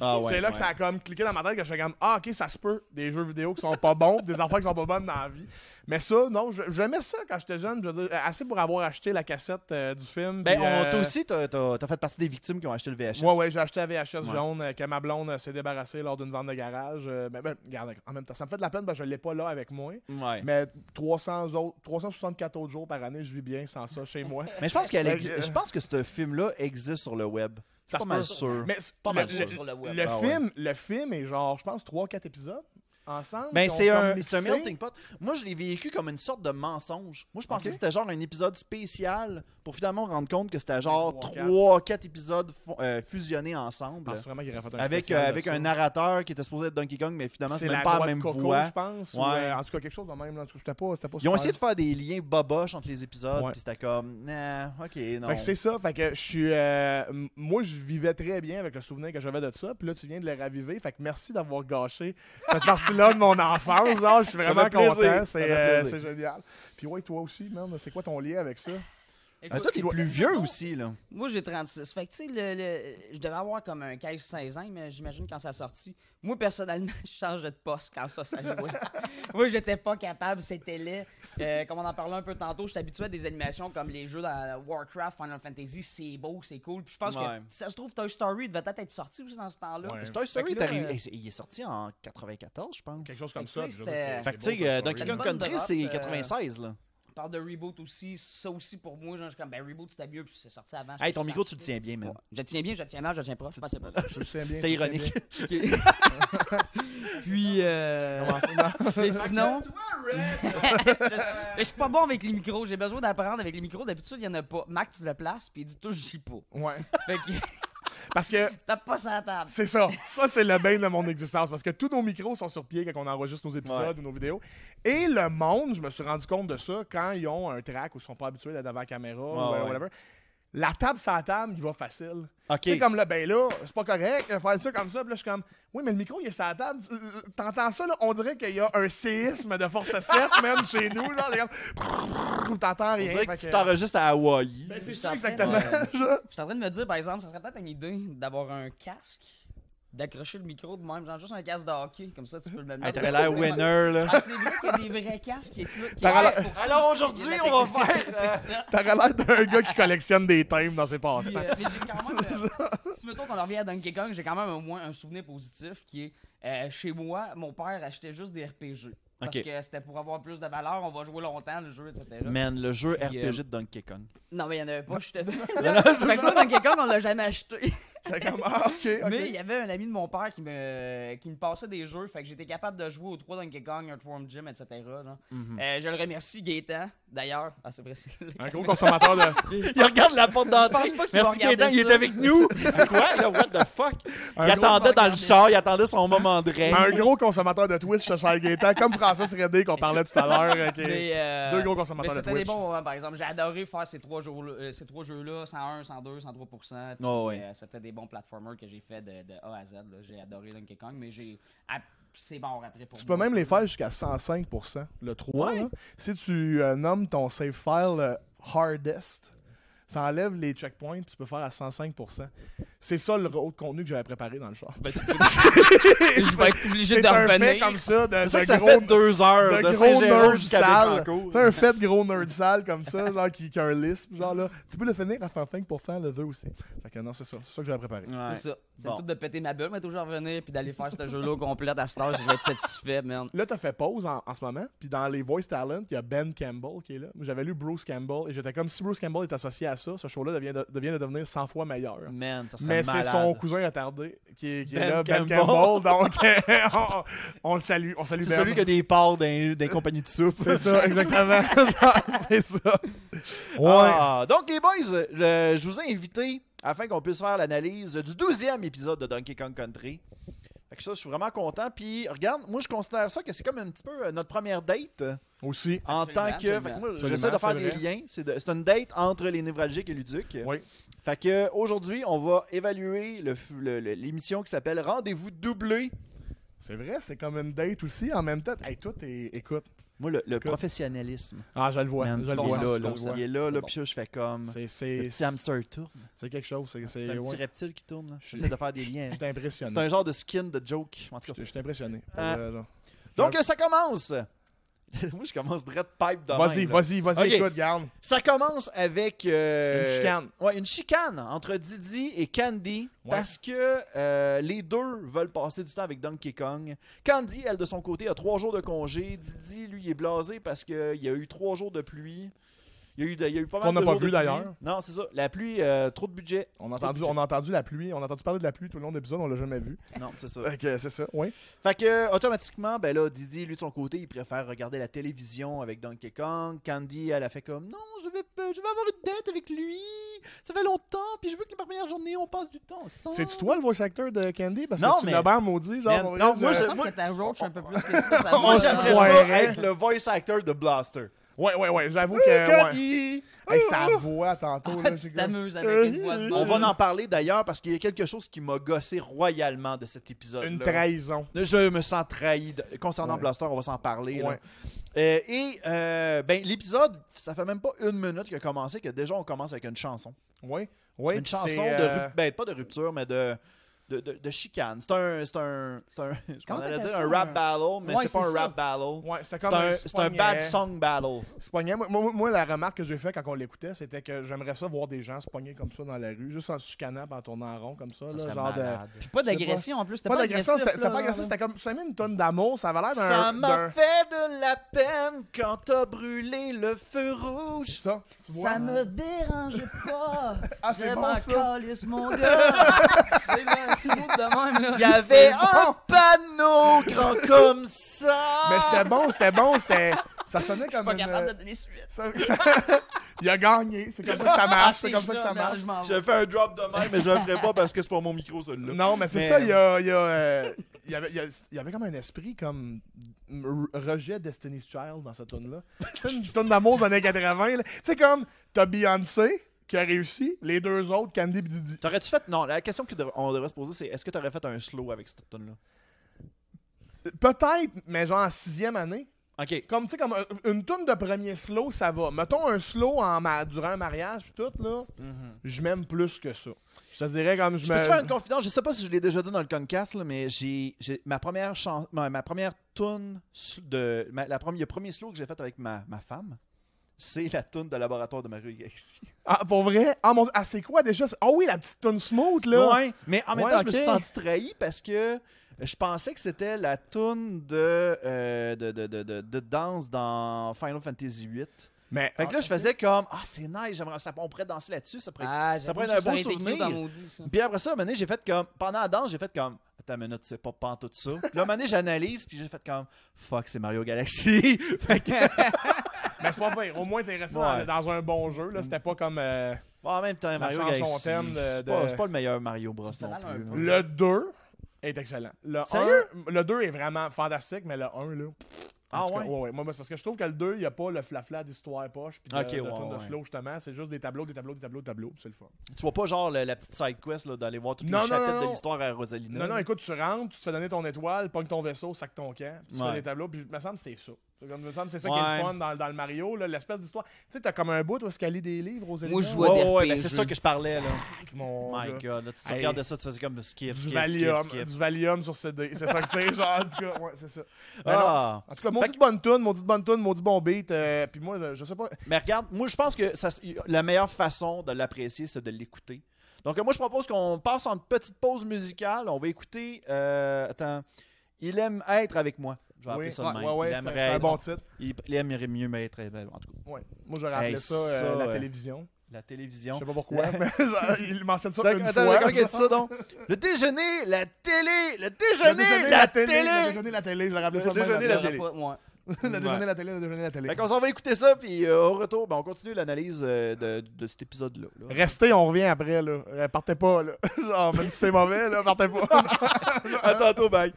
[SPEAKER 3] Ah ouais,
[SPEAKER 1] c'est là que
[SPEAKER 3] ouais.
[SPEAKER 1] ça a comme cliqué dans ma tête que je fais comme Ah, ok, ça se peut, des jeux vidéo qui sont pas bons, des affaires qui sont pas bonnes dans la vie. Mais ça, non, je- j'aimais ça quand j'étais jeune, je veux dire, euh, assez pour avoir acheté la cassette euh, du film.
[SPEAKER 3] Ben,
[SPEAKER 1] puis,
[SPEAKER 3] on,
[SPEAKER 1] euh,
[SPEAKER 3] toi aussi, t'as, t'as- t'as fait partie des victimes qui ont acheté le VHS.
[SPEAKER 1] Ouais, ouais, j'ai acheté la VHS
[SPEAKER 3] Ouais.
[SPEAKER 1] jaune euh, que ma blonde euh, s'est débarrassée lors d'une vente de garage. Euh, ben, ben, regarde, en même temps, ça me fait de la peine, ben, je l'ai pas là avec moi.
[SPEAKER 3] Ouais. Mais,
[SPEAKER 1] Mais 300 autres, 364 autres jours par année, je vis bien sans ça chez moi.
[SPEAKER 3] je pense qu'elle
[SPEAKER 1] Fait
[SPEAKER 3] exi-
[SPEAKER 1] que-
[SPEAKER 3] je pense que ce film-là existe sur le web.
[SPEAKER 1] Ça
[SPEAKER 3] pas
[SPEAKER 1] se
[SPEAKER 3] mal
[SPEAKER 1] peut.
[SPEAKER 3] sûr.
[SPEAKER 1] Mais c'est-
[SPEAKER 3] Pas
[SPEAKER 1] le-
[SPEAKER 3] mal
[SPEAKER 1] le-
[SPEAKER 3] sûr.
[SPEAKER 2] sur le web.
[SPEAKER 1] Le,
[SPEAKER 3] Ah ouais.
[SPEAKER 1] film, le film est genre, je pense, 3-4 épisodes ensemble.
[SPEAKER 3] Ben,
[SPEAKER 1] qui ont
[SPEAKER 3] c'est
[SPEAKER 1] comme
[SPEAKER 3] un,
[SPEAKER 1] mixé.
[SPEAKER 3] c'est un melting pot. Moi, je l'ai vécu comme une sorte de mensonge. Moi, je pensais
[SPEAKER 1] Ok.
[SPEAKER 3] que c'était genre un épisode spécial pour finalement rendre compte que c'était genre
[SPEAKER 1] Trois,
[SPEAKER 3] 3-4 épisodes fo- euh, fusionnés
[SPEAKER 1] Je
[SPEAKER 3] ensemble.
[SPEAKER 1] pense vraiment qu'il aurait fait un
[SPEAKER 3] Avec,
[SPEAKER 1] spécial
[SPEAKER 3] euh,
[SPEAKER 1] de
[SPEAKER 3] avec
[SPEAKER 1] ça.
[SPEAKER 3] un narrateur qui était supposé être Donkey Kong, mais finalement, c'est
[SPEAKER 1] C'est
[SPEAKER 3] même
[SPEAKER 1] la
[SPEAKER 3] pas
[SPEAKER 1] loi
[SPEAKER 3] la
[SPEAKER 1] de
[SPEAKER 3] même
[SPEAKER 1] Coco,
[SPEAKER 3] voix.
[SPEAKER 1] je pense. ou,
[SPEAKER 3] Ouais.
[SPEAKER 1] euh, en tout cas, quelque chose de même. là. En tout cas, c'était pas, c'était pas
[SPEAKER 3] Ils ont
[SPEAKER 1] super.
[SPEAKER 3] essayé de faire des liens boboches entre les épisodes,
[SPEAKER 1] Ouais.
[SPEAKER 3] puis c'était comme, nah, ok, non.
[SPEAKER 1] Fait que c'est ça. Fait que je suis. euh, m- moi, je vivais très bien avec le souvenir que j'avais de ça. Puis là, tu viens de le raviver. Fait que merci d'avoir gâché cette partie-là de mon enfance. Genre, je suis
[SPEAKER 3] fait
[SPEAKER 1] vraiment
[SPEAKER 3] plaisir,
[SPEAKER 1] content.
[SPEAKER 3] ça
[SPEAKER 1] C'est
[SPEAKER 3] fait
[SPEAKER 1] euh,
[SPEAKER 3] plaisir.
[SPEAKER 1] c'est génial. Puis ouais, toi aussi, man. C'est quoi ton lien avec ça?
[SPEAKER 2] Écoute,
[SPEAKER 3] Ah, ça, t'es plus vieux aussi, là.
[SPEAKER 2] Moi, j'ai 36. Fait que, tu sais, le, le- je devais avoir comme un 15-16 ans, mais j'imagine quand ça a sorti. Moi, personnellement, (laughs) je changeais de poste quand ça, ça
[SPEAKER 3] (laughs)
[SPEAKER 2] jouait. Moi, j'étais pas capable, c'était laid. Euh, comme on en parlait un peu tantôt, j'étais habitué à des animations comme les jeux dans Warcraft, Final Fantasy, c'est beau, c'est cool. Puis je pense
[SPEAKER 3] Ouais.
[SPEAKER 2] que, si ça se trouve, Toy Story devait peut-être être sorti aussi dans ce temps-là.
[SPEAKER 1] Ouais.
[SPEAKER 3] Toy Story
[SPEAKER 2] Fait que
[SPEAKER 3] est
[SPEAKER 2] là,
[SPEAKER 3] arrivé.
[SPEAKER 2] euh,
[SPEAKER 3] hey, c'est- Il est sorti en 94, je pense.
[SPEAKER 1] Quelque chose comme
[SPEAKER 2] Fait que
[SPEAKER 1] ça.
[SPEAKER 2] tu sais,
[SPEAKER 1] puis je veux dire, c'est-
[SPEAKER 2] c'était- Fait
[SPEAKER 3] Fait
[SPEAKER 1] c'est
[SPEAKER 3] que, tu sais,
[SPEAKER 1] beau,
[SPEAKER 3] euh,
[SPEAKER 1] Toy
[SPEAKER 3] Donkey
[SPEAKER 1] Story.
[SPEAKER 2] une
[SPEAKER 3] Kong
[SPEAKER 2] bonne
[SPEAKER 3] Country,
[SPEAKER 2] drop,
[SPEAKER 3] c'est
[SPEAKER 2] euh,
[SPEAKER 3] 96, là.
[SPEAKER 2] On parle de Reboot aussi. Ça aussi, pour moi, genre, je suis comme, ben, Reboot, c'était mieux, puis c'est sorti avant.
[SPEAKER 3] Hey,
[SPEAKER 2] je
[SPEAKER 3] ton
[SPEAKER 2] sais
[SPEAKER 3] micro,
[SPEAKER 2] ça.
[SPEAKER 3] tu le tiens bien, même.
[SPEAKER 2] Je le tiens bien, je le tiens mal, je le tiens pas. Je sais pas.
[SPEAKER 1] Je le sais bien,
[SPEAKER 3] C'était
[SPEAKER 1] je le sais
[SPEAKER 3] ironique.
[SPEAKER 1] bien.
[SPEAKER 2] Puis, euh, mais sinon, (laughs)
[SPEAKER 3] (laughs)
[SPEAKER 2] je suis pas bon avec les micros. J'ai besoin d'apprendre avec les micros. D'habitude, il y en a pas. Max le place, puis il dit tout, j'y pas.
[SPEAKER 3] (laughs)
[SPEAKER 1] Ouais.
[SPEAKER 2] Fait que
[SPEAKER 1] (laughs) Parce que
[SPEAKER 2] tape pas sur la table.
[SPEAKER 1] C'est ça. Ça, c'est le bain de mon existence. Parce que tous nos micros sont sur pied quand on enregistre nos épisodes ou nos vidéos. Et le monde, je me suis rendu compte de ça quand ils ont un track ou sont pas habitués d'être devant la caméra ou
[SPEAKER 3] Ouais,
[SPEAKER 1] euh,
[SPEAKER 3] ouais.
[SPEAKER 1] whatever. La table sans table, il va facile.
[SPEAKER 3] (laughs) Ok.
[SPEAKER 1] Tu sais, comme là, ben là, c'est pas correct, euh, faire ça comme ça. Puis là, je suis comme, oui, mais le micro, il est sur la table. Euh, euh, T'entends ça, là? On dirait qu'il y a un séisme de force 7, (laughs) même chez nous. Là, C'est comme, t'entends
[SPEAKER 3] On
[SPEAKER 1] rien.
[SPEAKER 3] dirait
[SPEAKER 1] Fait
[SPEAKER 3] que tu
[SPEAKER 1] que-
[SPEAKER 3] t'enregistres à Hawaï.
[SPEAKER 1] Ben, c'est
[SPEAKER 2] Je
[SPEAKER 1] ça,
[SPEAKER 2] t'entends.
[SPEAKER 1] exactement.
[SPEAKER 2] Je suis en train de me dire, par exemple, ça serait peut-être une idée d'avoir un casque, d'accrocher le micro de même, genre juste un casque de hockey, comme ça, tu peux le mettre.
[SPEAKER 3] Hey, T'aurais l'air winner, là.
[SPEAKER 2] Ah, c'est vrai qu'il y a des vrais casques qui écoutent. qui
[SPEAKER 1] Par-
[SPEAKER 2] existent Ah, pour ça
[SPEAKER 3] Alors,
[SPEAKER 2] aussi.
[SPEAKER 3] aujourd'hui,
[SPEAKER 2] Il y a
[SPEAKER 3] on
[SPEAKER 2] des-
[SPEAKER 3] va faire,
[SPEAKER 2] (laughs) C'est ça.
[SPEAKER 1] T'aurais l'air d'un gars qui collectionne des thèmes dans ses
[SPEAKER 2] Puis,
[SPEAKER 1] passe-temps.
[SPEAKER 2] euh, mais j'ai quand même. euh, si mettons qu'on en revient à Donkey Kong, j'ai quand même au moins un souvenir positif qui est euh, chez moi, mon père achetait juste des RPG. Parce
[SPEAKER 3] Ok.
[SPEAKER 2] que c'était pour avoir plus de valeur, on va jouer longtemps le jeu, etc.
[SPEAKER 3] Man, le jeu
[SPEAKER 2] Puis, euh,
[SPEAKER 3] RPG de Donkey (laughs) Kong.
[SPEAKER 2] Non, mais il y en avait pas, je te
[SPEAKER 3] (laughs)
[SPEAKER 2] Fait que moi, Donkey Kong, on l'a jamais acheté.
[SPEAKER 1] T'es comme, ah, ok, ok.
[SPEAKER 2] Mais il y avait un ami de mon père qui me, qui me passait des jeux, fait que j'étais capable de jouer aux trois Donkey Kong, Earthworm Jim, etc. là.
[SPEAKER 3] Mhm.
[SPEAKER 2] Euh, je le remercie, Gaëtan, d'ailleurs. Ah, c'est vrai, c'est
[SPEAKER 1] Un gros consommateur de.
[SPEAKER 3] Il regarde la porte d'entrée.
[SPEAKER 2] pense pas qu'il va
[SPEAKER 3] Merci
[SPEAKER 2] regarder
[SPEAKER 3] Gaëtan, il
[SPEAKER 2] ça.
[SPEAKER 3] est avec nous. (laughs) Quoi? Là, what the fuck? Il
[SPEAKER 1] Un gros-
[SPEAKER 3] attendait dans le
[SPEAKER 2] regarder.
[SPEAKER 3] char, il attendait son moment de
[SPEAKER 1] Un
[SPEAKER 3] rêve.
[SPEAKER 1] gros consommateur de Twitch, ce cher Gaétan, comme Francis Redé qu'on parlait tout à l'heure. euh, qui est
[SPEAKER 2] Mais, euh,
[SPEAKER 1] Deux gros
[SPEAKER 2] Mais
[SPEAKER 1] consommateurs de
[SPEAKER 2] c'était des
[SPEAKER 1] Twitch.
[SPEAKER 2] bons moments, par exemple. J'ai adoré faire ces trois jeux-là, euh, ces trois jeux-là 101, 102, 103%. puis,
[SPEAKER 3] Oh, ouais.
[SPEAKER 2] euh, c'était des bons platformers que j'ai fait de, de A à Z. là. J'ai adoré Donkey Kong, mais j'ai... ah, c'est bon après pour
[SPEAKER 1] Tu peux
[SPEAKER 2] moi.
[SPEAKER 1] même les faire jusqu'à 105%, le 3. là. Si tu euh, nommes ton save file euh, hardest, ça enlève les checkpoints puis tu peux faire à 105%. C'est ça le autre contenu que j'avais préparé dans le char.
[SPEAKER 2] (laughs) Ben, tu-
[SPEAKER 1] (laughs)
[SPEAKER 2] je vais être obligé
[SPEAKER 1] C'est
[SPEAKER 2] de
[SPEAKER 1] un fait
[SPEAKER 2] revenir.
[SPEAKER 1] comme ça, de,
[SPEAKER 3] C'est ça
[SPEAKER 1] de
[SPEAKER 3] que ça
[SPEAKER 1] gros
[SPEAKER 3] fait deux heures
[SPEAKER 1] de
[SPEAKER 3] de
[SPEAKER 1] gros
[SPEAKER 3] Saint-Jérôme
[SPEAKER 1] nerd
[SPEAKER 3] jusqu'à
[SPEAKER 1] sale.
[SPEAKER 3] Bécancour.
[SPEAKER 1] C'est un fait de gros nerd sale comme ça, genre qui, qui a un lisp, genre là. Tu peux le finir à 35% le 2 aussi. Fait que non, c'est ça. C'est ça que j'avais préparé.
[SPEAKER 3] Ouais.
[SPEAKER 2] C'est ça. C'est
[SPEAKER 3] Bon.
[SPEAKER 2] tout de péter ma bulle, mais toujours revenir puis d'aller faire ce jeu-là au complet à cette heure, je vais être
[SPEAKER 1] (laughs)
[SPEAKER 2] satisfait, man.
[SPEAKER 1] Là, t'as fait pause en, en ce moment, puis dans les Voice Talent, il y a Ben Campbell qui est là. J'avais lu Bruce Campbell, et j'étais comme si Bruce Campbell est associé à ça, ce show-là devient de, devient de devenir 100 fois meilleur.
[SPEAKER 3] Man, ça serait
[SPEAKER 1] Mais c'est
[SPEAKER 3] Mm, malade.
[SPEAKER 1] son cousin retardé qui, est- qui est
[SPEAKER 3] Ben
[SPEAKER 1] là, Ben Campbell,
[SPEAKER 3] Campbell.
[SPEAKER 1] donc (laughs) on, on le salue. On salue
[SPEAKER 3] C'est
[SPEAKER 1] Ben.
[SPEAKER 3] celui qui a des parts dans des compagnies de soupe.
[SPEAKER 1] C'est ça, exactement. (laughs) Genre, c'est ça. Ouais.
[SPEAKER 3] (laughs) Ah, donc, les boys, euh, je vous ai invités afin qu'on puisse faire l'analyse du 12e épisode de Donkey Kong Country. Fait que ça, je suis vraiment content. Puis, regarde, moi, je considère ça que c'est comme un petit peu euh, notre première date euh,
[SPEAKER 1] Aussi.
[SPEAKER 3] en
[SPEAKER 2] Absolument,
[SPEAKER 3] tant que. fait que
[SPEAKER 2] absolument.
[SPEAKER 3] moi,
[SPEAKER 1] Absolument,
[SPEAKER 3] J'essaie de
[SPEAKER 1] c'est
[SPEAKER 3] faire des
[SPEAKER 1] vrai.
[SPEAKER 3] liens. C'est de- c'est une date entre les névralgiques et Luduc.
[SPEAKER 1] Oui.
[SPEAKER 3] Fait que euh, aujourd'hui, on va évaluer le f- le- le- l'émission qui s'appelle Rendez-vous doublé.
[SPEAKER 1] C'est vrai, c'est comme une date aussi en même temps. Hey, tout est. Écoute.
[SPEAKER 3] Moi, le, le
[SPEAKER 1] Écoute.
[SPEAKER 3] professionnalisme.
[SPEAKER 1] Ah, je le vois.
[SPEAKER 3] man,
[SPEAKER 1] je le
[SPEAKER 3] il, est
[SPEAKER 1] vois.
[SPEAKER 3] là,
[SPEAKER 1] je le
[SPEAKER 3] là,
[SPEAKER 1] vois.
[SPEAKER 3] il est là,
[SPEAKER 2] C'est
[SPEAKER 3] là,
[SPEAKER 2] bon.
[SPEAKER 3] puis ça, je fais comme.
[SPEAKER 1] C'est-
[SPEAKER 3] Le
[SPEAKER 1] C'est
[SPEAKER 3] petit hamster tourne.
[SPEAKER 1] c'est quelque chose. C'est
[SPEAKER 3] C'est
[SPEAKER 1] c'est-
[SPEAKER 3] un
[SPEAKER 1] ouais.
[SPEAKER 3] petit reptile qui tourne. là.
[SPEAKER 1] Je-
[SPEAKER 3] J'essaie de faire des liens.
[SPEAKER 1] Je suis impressionné.
[SPEAKER 3] C'est un genre de skin de joke. En tout cas.
[SPEAKER 1] Je suis impressionné. pour
[SPEAKER 3] Ah.
[SPEAKER 1] vrai, là.
[SPEAKER 3] Donc, euh, ça commence. (laughs) Moi, je commence direct pipe de
[SPEAKER 1] Vas-y,
[SPEAKER 3] même, là.
[SPEAKER 1] vas-y, vas-y,
[SPEAKER 3] Ok.
[SPEAKER 1] écoute, garde.
[SPEAKER 3] Ça commence avec. euh,
[SPEAKER 1] Une chicane.
[SPEAKER 3] Ouais, une chicane entre Didi et Candy
[SPEAKER 1] Ouais.
[SPEAKER 3] parce que euh, les deux veulent passer du temps avec Donkey Kong. Candy, elle, de son côté, a trois jours de congé. Didi, lui, il est blasé parce qu'il y a eu trois jours de pluie. Il y a eu, de- il y a eu pas mal
[SPEAKER 1] Qu'on
[SPEAKER 3] de
[SPEAKER 1] n'a pas
[SPEAKER 3] jours de
[SPEAKER 1] vu,
[SPEAKER 3] pluie.
[SPEAKER 1] d'ailleurs.
[SPEAKER 3] Non, c'est ça. La pluie, euh, trop de budget.
[SPEAKER 1] On a, entendu, on a entendu la pluie, on a entendu parler de la pluie tout le long de l'épisode, on l'a jamais vu.
[SPEAKER 3] Non, c'est
[SPEAKER 1] (laughs)
[SPEAKER 3] ça.
[SPEAKER 1] Ok, c'est ça, oui.
[SPEAKER 3] Fait que automatiquement, ben là, Didi, lui de son côté, il préfère regarder la télévision avec Donkey Kong. Candy, elle a fait comme non, je vais, pas- je vais avoir une dette avec lui. Ça fait longtemps, puis je veux que les premières journées, on passe du temps ensemble.
[SPEAKER 1] C'est-tu toi le voice actor de Candy? Parce
[SPEAKER 3] Non,
[SPEAKER 1] que tu
[SPEAKER 3] mais-
[SPEAKER 1] l'as bien maudit, genre.
[SPEAKER 3] Man,
[SPEAKER 1] pour vrai,
[SPEAKER 3] non, moi,
[SPEAKER 2] Je
[SPEAKER 3] je-
[SPEAKER 2] sens que ta roach un peu plus que ça. ça
[SPEAKER 3] Ah, Moi,
[SPEAKER 1] On
[SPEAKER 2] va,
[SPEAKER 3] j'aimerais
[SPEAKER 1] (laughs)
[SPEAKER 2] genre.
[SPEAKER 1] Ouais.
[SPEAKER 3] ça avec le voice actor de Blaster.
[SPEAKER 1] Ouais, ouais, ouais, j'avoue que. Euh, Ouais.
[SPEAKER 3] Candy! Ah,
[SPEAKER 1] Hey, sa voix tantôt, là, c'est
[SPEAKER 2] (laughs) Tu
[SPEAKER 1] comme-
[SPEAKER 2] t'amuses avec une voix
[SPEAKER 1] Euh,
[SPEAKER 2] de
[SPEAKER 3] On
[SPEAKER 2] mort.
[SPEAKER 3] va en parler d'ailleurs parce qu'il y a quelque chose qui m'a gossé royalement de cet épisode.
[SPEAKER 1] une trahison.
[SPEAKER 3] Je me sens trahi. de- Concernant
[SPEAKER 1] Ouais.
[SPEAKER 3] Blaster, on va s'en parler. là.
[SPEAKER 1] Ouais.
[SPEAKER 3] Euh, et euh, ben, l'épisode, ça fait même pas une minute qu'il a commencé que déjà on commence avec une chanson.
[SPEAKER 1] Ouais, ouais.
[SPEAKER 3] une chanson
[SPEAKER 1] c'est,
[SPEAKER 3] de
[SPEAKER 1] euh,
[SPEAKER 3] rup- ben, pas de rupture, mais de, de, de- de chicane. C'est un. C'est un. C'est un. (laughs) Je m'en
[SPEAKER 2] Comment
[SPEAKER 3] allais dire
[SPEAKER 2] t'appelles
[SPEAKER 3] un
[SPEAKER 2] ça,
[SPEAKER 3] rap
[SPEAKER 2] un-
[SPEAKER 3] battle, mais
[SPEAKER 2] Ouais,
[SPEAKER 3] c'est pas
[SPEAKER 2] c'est
[SPEAKER 3] un
[SPEAKER 2] ça.
[SPEAKER 3] rap battle.
[SPEAKER 1] Ouais, c'était
[SPEAKER 3] C'est
[SPEAKER 1] comme
[SPEAKER 3] un,
[SPEAKER 1] se
[SPEAKER 3] c'est un bad
[SPEAKER 1] pognait-
[SPEAKER 3] song battle.
[SPEAKER 1] se pognait. Moi, moi- moi, la remarque que j'ai faite quand on l'écoutait, c'était que j'aimerais ça voir des gens se pogner comme ça dans la rue, juste en se chicanant pis en tournant en rond comme ça.
[SPEAKER 3] Ça
[SPEAKER 1] là,
[SPEAKER 3] serait
[SPEAKER 1] genre de-
[SPEAKER 3] malade.
[SPEAKER 2] Puis pas d'agression en plus, c'était
[SPEAKER 1] Pas
[SPEAKER 2] pas
[SPEAKER 1] d'agression,
[SPEAKER 2] agressif,
[SPEAKER 1] c'était c'était
[SPEAKER 2] là,
[SPEAKER 1] pas agressif,
[SPEAKER 2] là.
[SPEAKER 1] c'était comme. Ça met une tonne d'amour, ça avait l'air d'un. d'un-
[SPEAKER 3] Ça m'a fait de la peine quand t'as brûlé le feu
[SPEAKER 1] (laughs)
[SPEAKER 3] rouge.
[SPEAKER 1] Ça, tu vois?
[SPEAKER 2] Ça me dérange pas.
[SPEAKER 1] (laughs) Ah, c'est
[SPEAKER 2] Je
[SPEAKER 1] bon,
[SPEAKER 2] m'en
[SPEAKER 1] ça.
[SPEAKER 2] calisse, mon gars.
[SPEAKER 1] (laughs)
[SPEAKER 2] c'est là, c'est beau de même, là.
[SPEAKER 3] Il y avait un panneau grand comme ça.
[SPEAKER 1] Mais c'était bon, c'était bon, c'était. Ça sonnait
[SPEAKER 2] Je suis
[SPEAKER 1] comme
[SPEAKER 2] pas
[SPEAKER 1] une.
[SPEAKER 2] capable de donner suite.
[SPEAKER 1] ça- (laughs) Il a gagné, c'est comme ça que ça
[SPEAKER 2] Ah,
[SPEAKER 1] marche, c'est comme ça que ça
[SPEAKER 2] merde,
[SPEAKER 1] marche.
[SPEAKER 2] je m'en vais.
[SPEAKER 3] J'ai fait un drop de main, mais je le ferai pas parce que c'est pour mon micro, celui-là.
[SPEAKER 1] Non, mais c'est
[SPEAKER 3] Mais-
[SPEAKER 1] ça, il y a. il y a, euh, Il y, avait, il, y a- il y avait comme un esprit comme r- rejet Destiny's Child dans cette tune là C'est une tune d'amour des années 80. là. Tu sais, comme, t'as Beyoncé qui a réussi, les deux autres, Candy et Didi.
[SPEAKER 3] T'aurais-tu fait. Non, la question qu'on devrait, on devrait se poser, c'est est-ce que t'aurais fait un slow avec cette tonne là
[SPEAKER 1] Peut-être, mais genre en sixième année.
[SPEAKER 3] Ok.
[SPEAKER 1] Comme, tu sais, comme euh, une tune de premier slow, ça va. Mettons un slow en ma- durant un mariage puis tout, là, je m'aime plus que ça. Je te dirais comme je
[SPEAKER 3] Mm-hmm. Je peux te faire une
[SPEAKER 1] me.
[SPEAKER 3] confidence, je sais pas si je l'ai déjà dit dans le Concast, là, mais j'ai j'ai- ma première chan- ma, ma première tune de ma- la première, le premier slow que j'ai fait avec ma, ma femme, c'est la tune de laboratoire de Mario et Galaxy.
[SPEAKER 1] Ah, pour vrai? Ah, mon... ah c'est quoi déjà? Ah oui, la petite tune smooth, là.
[SPEAKER 3] Ouais, mais en même
[SPEAKER 1] Ouais,
[SPEAKER 3] temps, je me suis
[SPEAKER 1] ok.
[SPEAKER 3] senti trahi parce que je pensais que c'était la tune de, euh, de, de, de, de- de danse dans Final Fantasy VIII.
[SPEAKER 1] Mais
[SPEAKER 3] Fait que là, je faisais comme ah c'est nice, j'aimerais ça, on pourrait danser là-dessus, ça pourrait être
[SPEAKER 2] Ah,
[SPEAKER 3] Ça prend
[SPEAKER 2] j'avoue
[SPEAKER 3] un
[SPEAKER 2] que
[SPEAKER 3] beau
[SPEAKER 2] aurait été cute
[SPEAKER 3] souvenir.
[SPEAKER 2] dans Maudit, ça.
[SPEAKER 3] Puis après ça, un moment donné, j'ai fait comme. Pendant la danse, j'ai fait comme. Attends une minute, c'est pas pantoute ça. Puis là, un moment donné, j'analyse, puis j'ai fait comme. Fuck, c'est Mario Galaxy. (laughs) fait que.
[SPEAKER 1] Mais c'est pas pire. Au moins, t'es resté
[SPEAKER 3] Ouais.
[SPEAKER 1] dans, dans un bon jeu. Là, c'était pas comme euh,
[SPEAKER 3] Bon, en même temps, Mario
[SPEAKER 1] chanson
[SPEAKER 3] Galaxy.
[SPEAKER 1] thème de-
[SPEAKER 3] C'est
[SPEAKER 1] de-
[SPEAKER 3] pas, c'est pas le meilleur Mario Bros
[SPEAKER 2] Ça fait
[SPEAKER 3] non
[SPEAKER 2] mal un
[SPEAKER 3] plus.
[SPEAKER 2] peu.
[SPEAKER 3] là.
[SPEAKER 1] le 2 est excellent. Le
[SPEAKER 3] Sérieux?
[SPEAKER 1] 1, le 2 est vraiment fantastique, mais le 1 là.
[SPEAKER 3] Ah
[SPEAKER 1] en tout cas,
[SPEAKER 3] ouais?
[SPEAKER 1] ouais, Moi, moi, c'est parce que je trouve que le 2, il n'y a pas le flafla d'histoire poche puis de,
[SPEAKER 3] Ok,
[SPEAKER 1] de
[SPEAKER 3] ouais,
[SPEAKER 1] tourne de
[SPEAKER 3] ouais.
[SPEAKER 1] slow justement, c'est juste des tableaux, des tableaux, des tableaux, des tableaux, puis c'est le fun.
[SPEAKER 3] Tu vois pas genre le- la petite side quest là, d'aller voir tous les
[SPEAKER 1] Non, non,
[SPEAKER 3] chapitres
[SPEAKER 1] non,
[SPEAKER 3] de
[SPEAKER 1] non.
[SPEAKER 3] l'histoire à Rosalina.
[SPEAKER 1] Non non, écoute, tu rentres, tu te fais donner ton étoile, pogne ton vaisseau, sac ton camp, puis tu
[SPEAKER 3] Ouais.
[SPEAKER 1] fais des tableaux, puis il me semble que c'est ça. C'est comme, il me semble, c'est ça qui est
[SPEAKER 3] Ouais.
[SPEAKER 1] le fun dans, dans le Mario, là, l'espèce d'histoire. Tu sais, t'as comme un bout où est-ce qu'elle lit des livres aux éléments.
[SPEAKER 2] je
[SPEAKER 3] Ouais,
[SPEAKER 2] jouais-
[SPEAKER 3] ouais, ouais,
[SPEAKER 2] d'RPG,
[SPEAKER 3] ben c'est ça que je parlais, là.
[SPEAKER 1] mon
[SPEAKER 3] My
[SPEAKER 1] gars.
[SPEAKER 3] God, là, tu
[SPEAKER 1] Hey.
[SPEAKER 3] regardais ça, tu faisais comme skip,
[SPEAKER 1] Du
[SPEAKER 3] skip,
[SPEAKER 1] Valium,
[SPEAKER 3] skip, skip.
[SPEAKER 1] du Valium sur CD. C'est ça que c'est, (laughs) genre, en tout cas, ouais, c'est ça. Ben non.
[SPEAKER 3] Ah!
[SPEAKER 1] En tout cas, maudite bonne tune, maudite bonne tune, maudite bon beat. euh, puis moi, euh, je sais pas.
[SPEAKER 3] Mais regarde, moi, je pense que ça, la meilleure façon de l'apprécier, c'est de l'écouter. Donc, euh, moi, je propose qu'on passe en petite pause musicale. On va écouter. euh, attends. Il aime être avec moi. Je vais appeler ça de
[SPEAKER 1] ouais,
[SPEAKER 3] même.
[SPEAKER 1] ouais, ouais,
[SPEAKER 3] il
[SPEAKER 1] c'est un-
[SPEAKER 3] aimerait
[SPEAKER 1] c'est un
[SPEAKER 3] être-
[SPEAKER 1] bon titre.
[SPEAKER 3] il, il aimerait mieux m'être. euh, En tout cas,
[SPEAKER 1] Ouais. Moi, j'aurais appelé
[SPEAKER 3] Hey,
[SPEAKER 1] ça, euh,
[SPEAKER 3] ça,
[SPEAKER 1] la
[SPEAKER 3] ouais.
[SPEAKER 1] télévision.
[SPEAKER 3] la
[SPEAKER 1] Je
[SPEAKER 3] télévision.
[SPEAKER 1] sais pas
[SPEAKER 3] (laughs)
[SPEAKER 1] pourquoi, mais (laughs) il mentionne ça
[SPEAKER 3] Donc,
[SPEAKER 1] une
[SPEAKER 3] attends,
[SPEAKER 1] fois.
[SPEAKER 3] comment qu'elle dit ça, donc? Le déjeuner, la télé, le
[SPEAKER 1] (laughs) Le
[SPEAKER 3] déjeuner,
[SPEAKER 1] déjeuner,
[SPEAKER 3] la,
[SPEAKER 1] la
[SPEAKER 3] télé.
[SPEAKER 1] Le déjeuner, la télé. Je l'aurais appelé
[SPEAKER 3] Le
[SPEAKER 1] ça de même,
[SPEAKER 3] déjeuner, la
[SPEAKER 1] la
[SPEAKER 2] J'aurais
[SPEAKER 1] télé.
[SPEAKER 3] télé.
[SPEAKER 2] pas- ouais.
[SPEAKER 1] Le déjeuner, la télé. Le déjeuner, la télé.
[SPEAKER 3] Fait qu'on s'en va écouter ça, puis euh, au retour, ben, on continue l'analyse euh, de, de cet épisode-là. là.
[SPEAKER 1] Restez, on revient après, là. Euh, Partez pas, là. (laughs) Genre, même si c'est mauvais, là, partez
[SPEAKER 3] (laughs)
[SPEAKER 1] pas.
[SPEAKER 3] À tantôt, bye.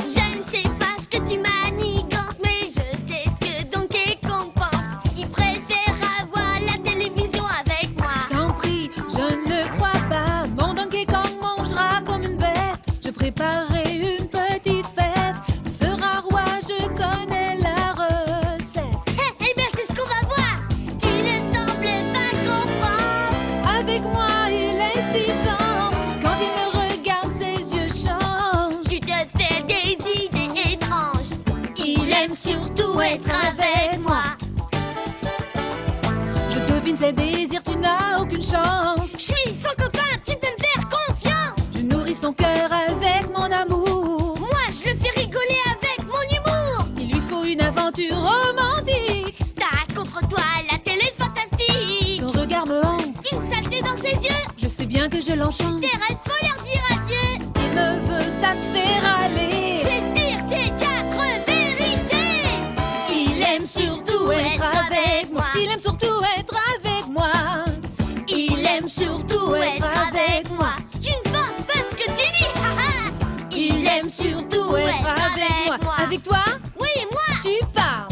[SPEAKER 4] Je ne sais pas ce que tu manigances, mais je sais ce que Donkey Kong pense. Il préfère avoir la télévision avec moi.
[SPEAKER 5] Je t'en prie, je ne le crois pas. Mon Donkey Kong mangera comme une bête. Je préparerai une petite fête. Il sera roi, je connais la recette.
[SPEAKER 4] Hé, eh bien, c'est ce qu'on va voir. Tu ne sembles pas comprendre.
[SPEAKER 5] Avec moi, il est si tendre. Quand il me regarde, ses yeux changent.
[SPEAKER 4] Tu te fais des idées étranges. Il aime surtout être avec moi.
[SPEAKER 5] Je devine ses désirs, tu n'as aucune
[SPEAKER 4] Je
[SPEAKER 5] chance.
[SPEAKER 4] suis son copain, tu peux me faire confiance.
[SPEAKER 5] Je nourris son cœur avec mon amour.
[SPEAKER 4] Moi, je le fais rigoler avec mon humour.
[SPEAKER 5] Il lui faut une aventure romantique.
[SPEAKER 4] T'as contre toi la télé fantastique.
[SPEAKER 5] Son regard me hante.
[SPEAKER 4] Une saleté dans ses yeux.
[SPEAKER 5] Je sais bien que je l'enchante.
[SPEAKER 4] Tes rêves, faut leur dire adieu.
[SPEAKER 5] Il me veut, ça te fait râler.
[SPEAKER 4] C'est dire tes quatre vérités. Il aime surtout être avec moi.
[SPEAKER 5] Il aime surtout être avec moi.
[SPEAKER 4] Il aime surtout être avec moi. Tu ne penses pas ce que tu dis. ha, ha. Il aime surtout être avec moi.
[SPEAKER 5] Avec toi,
[SPEAKER 4] Oui, moi.
[SPEAKER 5] tu parles.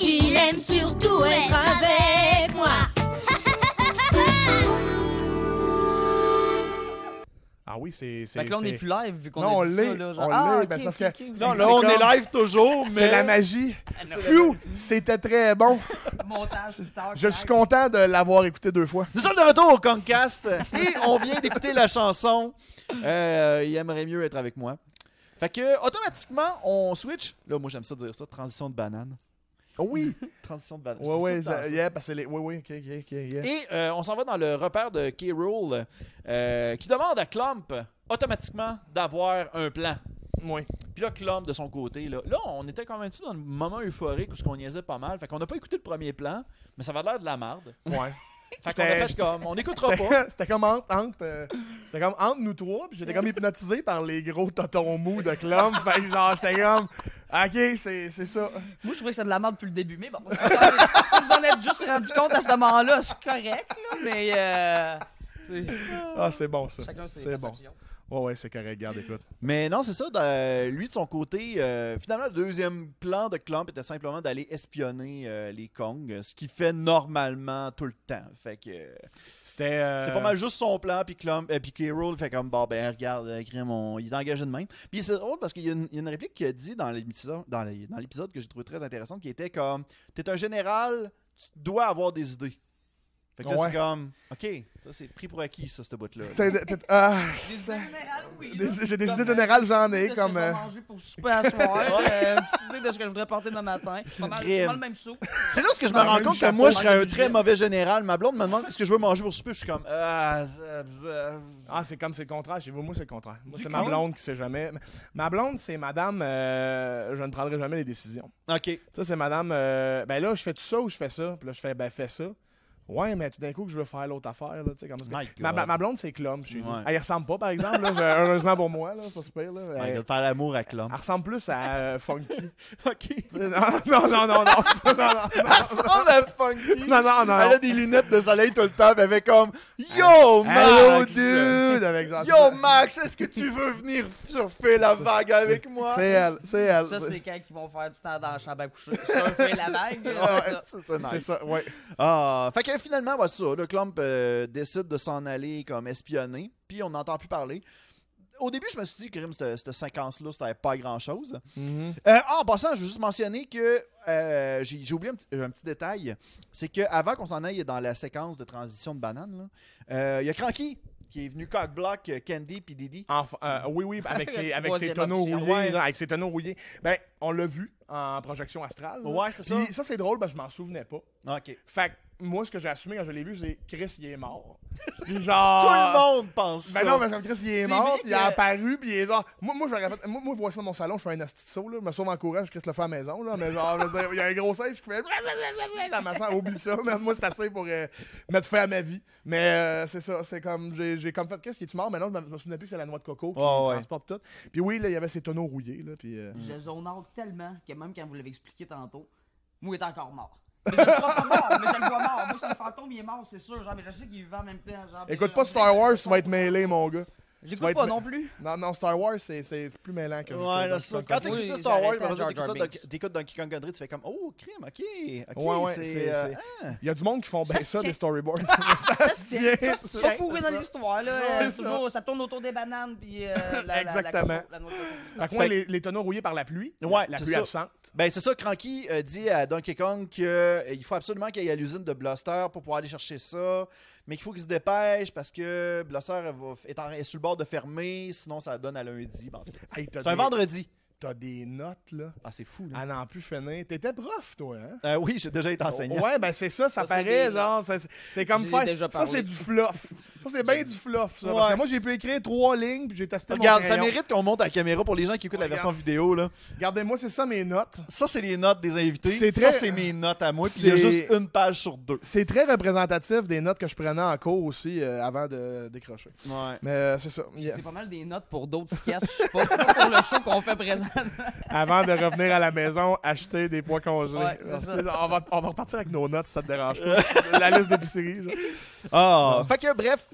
[SPEAKER 4] Il aime surtout être avec moi.
[SPEAKER 1] Ah oui, c'est. c'est-
[SPEAKER 2] Fait que là, on
[SPEAKER 1] c'est-
[SPEAKER 2] est plus live vu qu'on
[SPEAKER 1] Non, on
[SPEAKER 2] a dit ça.
[SPEAKER 1] l'est.
[SPEAKER 2] là, genre,
[SPEAKER 1] On
[SPEAKER 2] ah,
[SPEAKER 1] l'est,
[SPEAKER 2] ok,
[SPEAKER 1] ben, c'est parce
[SPEAKER 2] ok,
[SPEAKER 1] que-
[SPEAKER 2] ok,
[SPEAKER 1] Non,
[SPEAKER 2] ok.
[SPEAKER 1] là, on est
[SPEAKER 3] live toujours,
[SPEAKER 1] C'est la magie.
[SPEAKER 3] Ah,
[SPEAKER 1] Phew, c'était très bon.
[SPEAKER 2] Montage, tac,
[SPEAKER 1] Je
[SPEAKER 2] tac.
[SPEAKER 1] suis content de l'avoir écouté deux fois.
[SPEAKER 3] Nous sommes de retour au Concast et on vient d'écouter la chanson euh, Il aimerait mieux être avec moi. Fait que automatiquement, on switch. Là, moi, j'aime ça dire ça transition de banane. Ah
[SPEAKER 1] Oh oui.
[SPEAKER 3] Transition de
[SPEAKER 1] (laughs)
[SPEAKER 3] banane.
[SPEAKER 1] Ouais,
[SPEAKER 3] Je
[SPEAKER 1] ouais,
[SPEAKER 3] dis tout le temps
[SPEAKER 1] ça-
[SPEAKER 3] ça.
[SPEAKER 1] yeah, parce que les. Oui, oui, ok, ok, ok. yeah.
[SPEAKER 3] Et euh, on s'en va dans le repère de K. Rool euh, qui demande à Clump automatiquement d'avoir un plan.
[SPEAKER 1] Ouais.
[SPEAKER 3] Puis là, Clump, de son côté, là, là, on était quand même dans le moment euphorique où ce qu'on niaisait pas mal. Fait qu'on n'a pas écouté le premier plan, mais ça va l'air de la marde.
[SPEAKER 1] Ouais.
[SPEAKER 3] Fait qu'on
[SPEAKER 1] J'étais-
[SPEAKER 3] a fait comme, on n'écoutera (laughs) pas.
[SPEAKER 1] C'était- C'était comme entre, entre, euh, c'était comme entre nous trois, puis j'étais comme hypnotisé par les gros totons mous de
[SPEAKER 3] (laughs)
[SPEAKER 1] Clum. fait que genre, j'étais comme, ok, c'est c'est ça.
[SPEAKER 2] Moi, je trouvais que c'était de la merde depuis le début, mais bon,
[SPEAKER 1] (laughs)
[SPEAKER 2] si vous en êtes, si vous en êtes juste rendu compte à ce moment-là, c'est correct, là, mais euh, tu sais,
[SPEAKER 1] Ah, c'est bon ça.
[SPEAKER 2] chacun ses
[SPEAKER 1] C'est bon.
[SPEAKER 2] perceptions.
[SPEAKER 1] Ouais, ouais, c'est correct, garde, écoute.
[SPEAKER 3] Mais non, c'est ça. de- lui, de son côté, euh, finalement, le deuxième plan de Clump était simplement d'aller espionner euh, les Kong, ce qu'il fait normalement tout le temps. Fait que euh,
[SPEAKER 1] C'était. euh,
[SPEAKER 3] c'est pas mal juste son plan, puis Clump, euh, puis K-Rool fait comme, bon, ben regarde, euh, crime, on- il est engagé de même. Puis c'est drôle parce qu'il y, a une- il y a une réplique qu'il a dit dans l'épisode dans les- dans l'épisode que j'ai trouvé très intéressante qui était comme, t'es un général, tu dois avoir des idées. Fait que là,
[SPEAKER 1] Ouais.
[SPEAKER 3] c'est comme, ok, ça c'est pris pour acquis, ça, ce bout-là.
[SPEAKER 1] t'es- t'es- ah,
[SPEAKER 2] Des idées générales, oui,
[SPEAKER 1] Des-
[SPEAKER 2] là.
[SPEAKER 1] j'ai des
[SPEAKER 2] Comme,
[SPEAKER 1] idées générales,
[SPEAKER 2] euh,
[SPEAKER 1] j'en
[SPEAKER 2] une
[SPEAKER 1] ai,
[SPEAKER 2] idée de ce
[SPEAKER 1] comme,
[SPEAKER 2] que je
[SPEAKER 1] euh,
[SPEAKER 2] vais manger pour souper
[SPEAKER 1] (laughs)
[SPEAKER 2] à soir, euh, une petite idée de ce que je voudrais porter demain matin. Pas mal,
[SPEAKER 3] Crime.
[SPEAKER 2] c'est pas le
[SPEAKER 1] (laughs)
[SPEAKER 2] même saut.
[SPEAKER 3] C'est là ce que je me
[SPEAKER 1] Dans le
[SPEAKER 3] rends
[SPEAKER 1] même
[SPEAKER 3] compte que
[SPEAKER 1] chapeau,
[SPEAKER 3] moi, je
[SPEAKER 2] dans
[SPEAKER 3] serais
[SPEAKER 2] le
[SPEAKER 3] un
[SPEAKER 2] même
[SPEAKER 3] très
[SPEAKER 2] gilet.
[SPEAKER 3] mauvais général. Ma blonde me demande ce que je veux manger pour souper. Je suis comme. Ah, euh, euh,
[SPEAKER 1] Ah, c'est comme c'est le contraire chez vous. Moi, c'est le contraire. Moi,
[SPEAKER 3] Du
[SPEAKER 1] c'est ma
[SPEAKER 3] coup-
[SPEAKER 1] blonde qui sait jamais. Ma blonde, c'est madame, euh, je ne prendrai jamais les décisions.
[SPEAKER 3] ok.
[SPEAKER 1] Ça, c'est madame. euh, ben là, je fais tout ça ou je fais ça. Puis là, je fais, ben fais ça. Ouais, mais tout d'un coup, que je veux faire l'autre affaire. Là, tu sais, comme ça.
[SPEAKER 3] My
[SPEAKER 1] ma,
[SPEAKER 3] God.
[SPEAKER 1] ma- ma blonde, c'est Clum chez nous.
[SPEAKER 3] Ouais.
[SPEAKER 1] Elle y ressemble pas, par exemple. là, je- heureusement pour moi, là, c'est pas super. Là,
[SPEAKER 3] Ouais,
[SPEAKER 1] elle,
[SPEAKER 3] de Oh faire l'amour à Clum.
[SPEAKER 1] elle ressemble plus à euh, Funky.
[SPEAKER 3] (laughs) Ok.
[SPEAKER 1] Tu sais, non, non, non, non, non, non, non,
[SPEAKER 3] Oh, la funky.
[SPEAKER 1] non, non, non.
[SPEAKER 3] Elle a des lunettes de soleil tout le temps. Elle fait comme.
[SPEAKER 1] Hello,
[SPEAKER 3] Yo, Max.
[SPEAKER 1] dude! Avec genre,
[SPEAKER 3] Yo, Max, est-ce que tu veux venir surfer la vague avec moi?
[SPEAKER 1] c'est elle, c'est elle.
[SPEAKER 2] Ça,
[SPEAKER 1] c'est-
[SPEAKER 2] c'est quand ils vont faire du temps dans la chambre à coucher. Ça, fait la
[SPEAKER 1] (laughs)
[SPEAKER 2] vague. là,
[SPEAKER 3] Ah Ouais,
[SPEAKER 2] ça.
[SPEAKER 3] ça, c'est
[SPEAKER 1] C'est
[SPEAKER 3] nice.
[SPEAKER 1] ça, Ah ouais.
[SPEAKER 3] Ah, fait que finalement, voilà ça. Le Clump euh, décide de s'en aller comme espionner, puis on n'entend plus parler. au début, je me suis dit que cette, cette séquence-là, c'était pas grand-chose. Euh, en passant, je veux juste mentionner que euh, j'ai j'ai oublié un petit, un petit détail. C'est qu'avant qu'on s'en aille dans la séquence de transition de banane, là, euh, il y a Cranky qui est venu cockblock euh, Candy puis Didi.
[SPEAKER 1] Enfin, euh, oui,
[SPEAKER 3] (laughs)
[SPEAKER 1] oui, avec ses, avec ses
[SPEAKER 2] Troisième
[SPEAKER 1] tonneaux
[SPEAKER 2] option.
[SPEAKER 1] rouillés.
[SPEAKER 2] Ouais.
[SPEAKER 1] là, avec ses tonneaux rouillés. Ben, on l'a vu en projection astrale. là.
[SPEAKER 3] Ouais, c'est ça.
[SPEAKER 1] Puis ça, c'est drôle, parce que je m'en souvenais pas.
[SPEAKER 3] Ok.
[SPEAKER 1] Fait que moi, ce que j'ai assumé quand je l'ai vu, c'est Chris, il est mort.
[SPEAKER 3] (laughs)
[SPEAKER 1] Puis
[SPEAKER 3] Tout
[SPEAKER 1] genre.
[SPEAKER 3] le monde pense
[SPEAKER 1] Ben
[SPEAKER 3] ça.
[SPEAKER 1] non, mais comme Chris, il est,
[SPEAKER 2] C'est
[SPEAKER 1] mort,
[SPEAKER 2] vrai
[SPEAKER 1] puis il est
[SPEAKER 2] que-
[SPEAKER 1] apparu, puis il est genre. Moi, moi, j'aurais fait. Moi, moi, je vois ça dans mon salon, je fais un asti de saut, là. Je me sauve en courant, je Chris le fait à la maison, là. Mais genre, je veux dire, il y a un gros singe qui fait. Dans ma chambre, oublie ça, man. Moi, c'est assez pour euh, mettre fin à ma vie. Mais euh, c'est ça, c'est comme. J'ai j'ai comme fait. Qu'est-ce qui est mort? Mais non, je me- je me souvenais plus que c'est la noix de coco qui
[SPEAKER 3] Ouais, ouais. Mm.
[SPEAKER 1] transporte tout. Puis oui, là, il y avait ces tonneaux rouillés, là. Puis. euh,
[SPEAKER 2] Je zone out tellement que même quand vous l'avez expliqué tantôt, moi, il est encore mort. Mais je le crois pas mort, mais je le vois mort. Moi, c'est un fantôme, il est mort, c'est sûr. Genre, mais je sais qu'il est vivant en même temps. Genre, mais
[SPEAKER 1] Écoute
[SPEAKER 2] je-
[SPEAKER 1] pas
[SPEAKER 2] je-
[SPEAKER 1] Star Wars, tu vas être mêlé, mon gars. tu vas
[SPEAKER 2] J'écoute
[SPEAKER 1] être
[SPEAKER 2] pas
[SPEAKER 1] mê- (laughs)
[SPEAKER 2] non plus.
[SPEAKER 1] Non, non, Star Wars, c'est c'est plus mêlant que.
[SPEAKER 3] Ouais,
[SPEAKER 1] que-
[SPEAKER 3] là, c'est ça. hein,
[SPEAKER 1] que-
[SPEAKER 3] Quand
[SPEAKER 1] que-
[SPEAKER 2] Oui,
[SPEAKER 3] t'écoutes
[SPEAKER 2] j'ai
[SPEAKER 3] Star Wars,
[SPEAKER 2] arrêté à
[SPEAKER 3] après ça,
[SPEAKER 2] Jar
[SPEAKER 3] t'écoutes ça,
[SPEAKER 2] Jar
[SPEAKER 3] dans-
[SPEAKER 2] Binks.
[SPEAKER 3] t'écoutes Donkey Kong Country, tu fais comme, oh, crime, ok, ok.
[SPEAKER 1] Ouais, ouais, c'est.
[SPEAKER 3] c'est. euh,
[SPEAKER 1] c'est- Il y a du monde qui font bien
[SPEAKER 2] Ça
[SPEAKER 1] ça,
[SPEAKER 2] se tient.
[SPEAKER 1] des storyboards.
[SPEAKER 2] (laughs)
[SPEAKER 1] ça se tient.
[SPEAKER 2] C'est pas fourré dans l'histoire, là.
[SPEAKER 1] Ouais,
[SPEAKER 2] Euh,
[SPEAKER 1] c'est
[SPEAKER 2] toujours, ça tourne autour des bananes, puis euh, la- la- la-
[SPEAKER 1] Exactement.
[SPEAKER 2] la noix de coco.
[SPEAKER 1] Fait que moi, les, les tonneaux rouillés par la pluie,
[SPEAKER 3] Ouais,
[SPEAKER 1] la
[SPEAKER 3] c'est
[SPEAKER 1] pluie
[SPEAKER 3] ça.
[SPEAKER 1] absente.
[SPEAKER 3] Ben, c'est ça, Cranky euh, dit à Donkey Kong qu'il faut absolument qu'il aille à l'usine de Bluster pour pouvoir aller chercher ça, mais qu'il faut qu'il se dépêche parce que Bluster elle va- est, en- est sur le bord de fermer, sinon ça donne à lundi. Bon, en tout cas.
[SPEAKER 1] Hey, t'as
[SPEAKER 3] c'est un
[SPEAKER 1] des-
[SPEAKER 3] vendredi.
[SPEAKER 1] T'as des notes, là.
[SPEAKER 3] Ah, c'est fou, là.
[SPEAKER 1] À n'en plus finir. T'étais prof, toi, hein?
[SPEAKER 3] Euh, oui, j'ai déjà été enseignant.
[SPEAKER 1] Ouais, ben c'est ça, ça,
[SPEAKER 2] Ça, c'est
[SPEAKER 1] paraît,
[SPEAKER 2] des
[SPEAKER 1] genre, c'est- c'est comme
[SPEAKER 2] J'y ai
[SPEAKER 1] faire.
[SPEAKER 2] déjà
[SPEAKER 1] ça,
[SPEAKER 2] parlé.
[SPEAKER 1] c'est du fluff. Ça, c'est bien du fluff, ça.
[SPEAKER 3] Ouais.
[SPEAKER 1] Parce que moi, j'ai pu écrire trois lignes, puis j'ai testé
[SPEAKER 3] Regarde,
[SPEAKER 1] mon
[SPEAKER 3] ça
[SPEAKER 1] crayon.
[SPEAKER 3] mérite qu'on monte à la caméra pour les gens qui écoutent la
[SPEAKER 1] Regarde.
[SPEAKER 3] version vidéo, là.
[SPEAKER 1] Regardez-moi, c'est ça, mes notes.
[SPEAKER 3] Ça, c'est les notes des invités.
[SPEAKER 1] C'est
[SPEAKER 3] Ça,
[SPEAKER 1] très-
[SPEAKER 3] c'est mes notes à moi, puis il y a
[SPEAKER 1] C'est-
[SPEAKER 3] juste une page sur deux.
[SPEAKER 1] C'est très représentatif des notes que je prenais en cours aussi euh, avant de décrocher.
[SPEAKER 3] Ouais.
[SPEAKER 1] Mais euh, c'est ça. Yeah.
[SPEAKER 2] C'est pas mal des notes pour d'autres sketchs, je sais pas, pas pour le show qu'on fait présent.
[SPEAKER 1] Avant de revenir à la maison, acheter des pois congelés.
[SPEAKER 2] Ouais, c'est
[SPEAKER 1] Merci.
[SPEAKER 2] ça.
[SPEAKER 1] on, va, on va repartir avec nos notes si ça te dérange
[SPEAKER 2] (laughs)
[SPEAKER 1] pas. la liste d'épicerie. genre.
[SPEAKER 3] Ah! Fait que bref,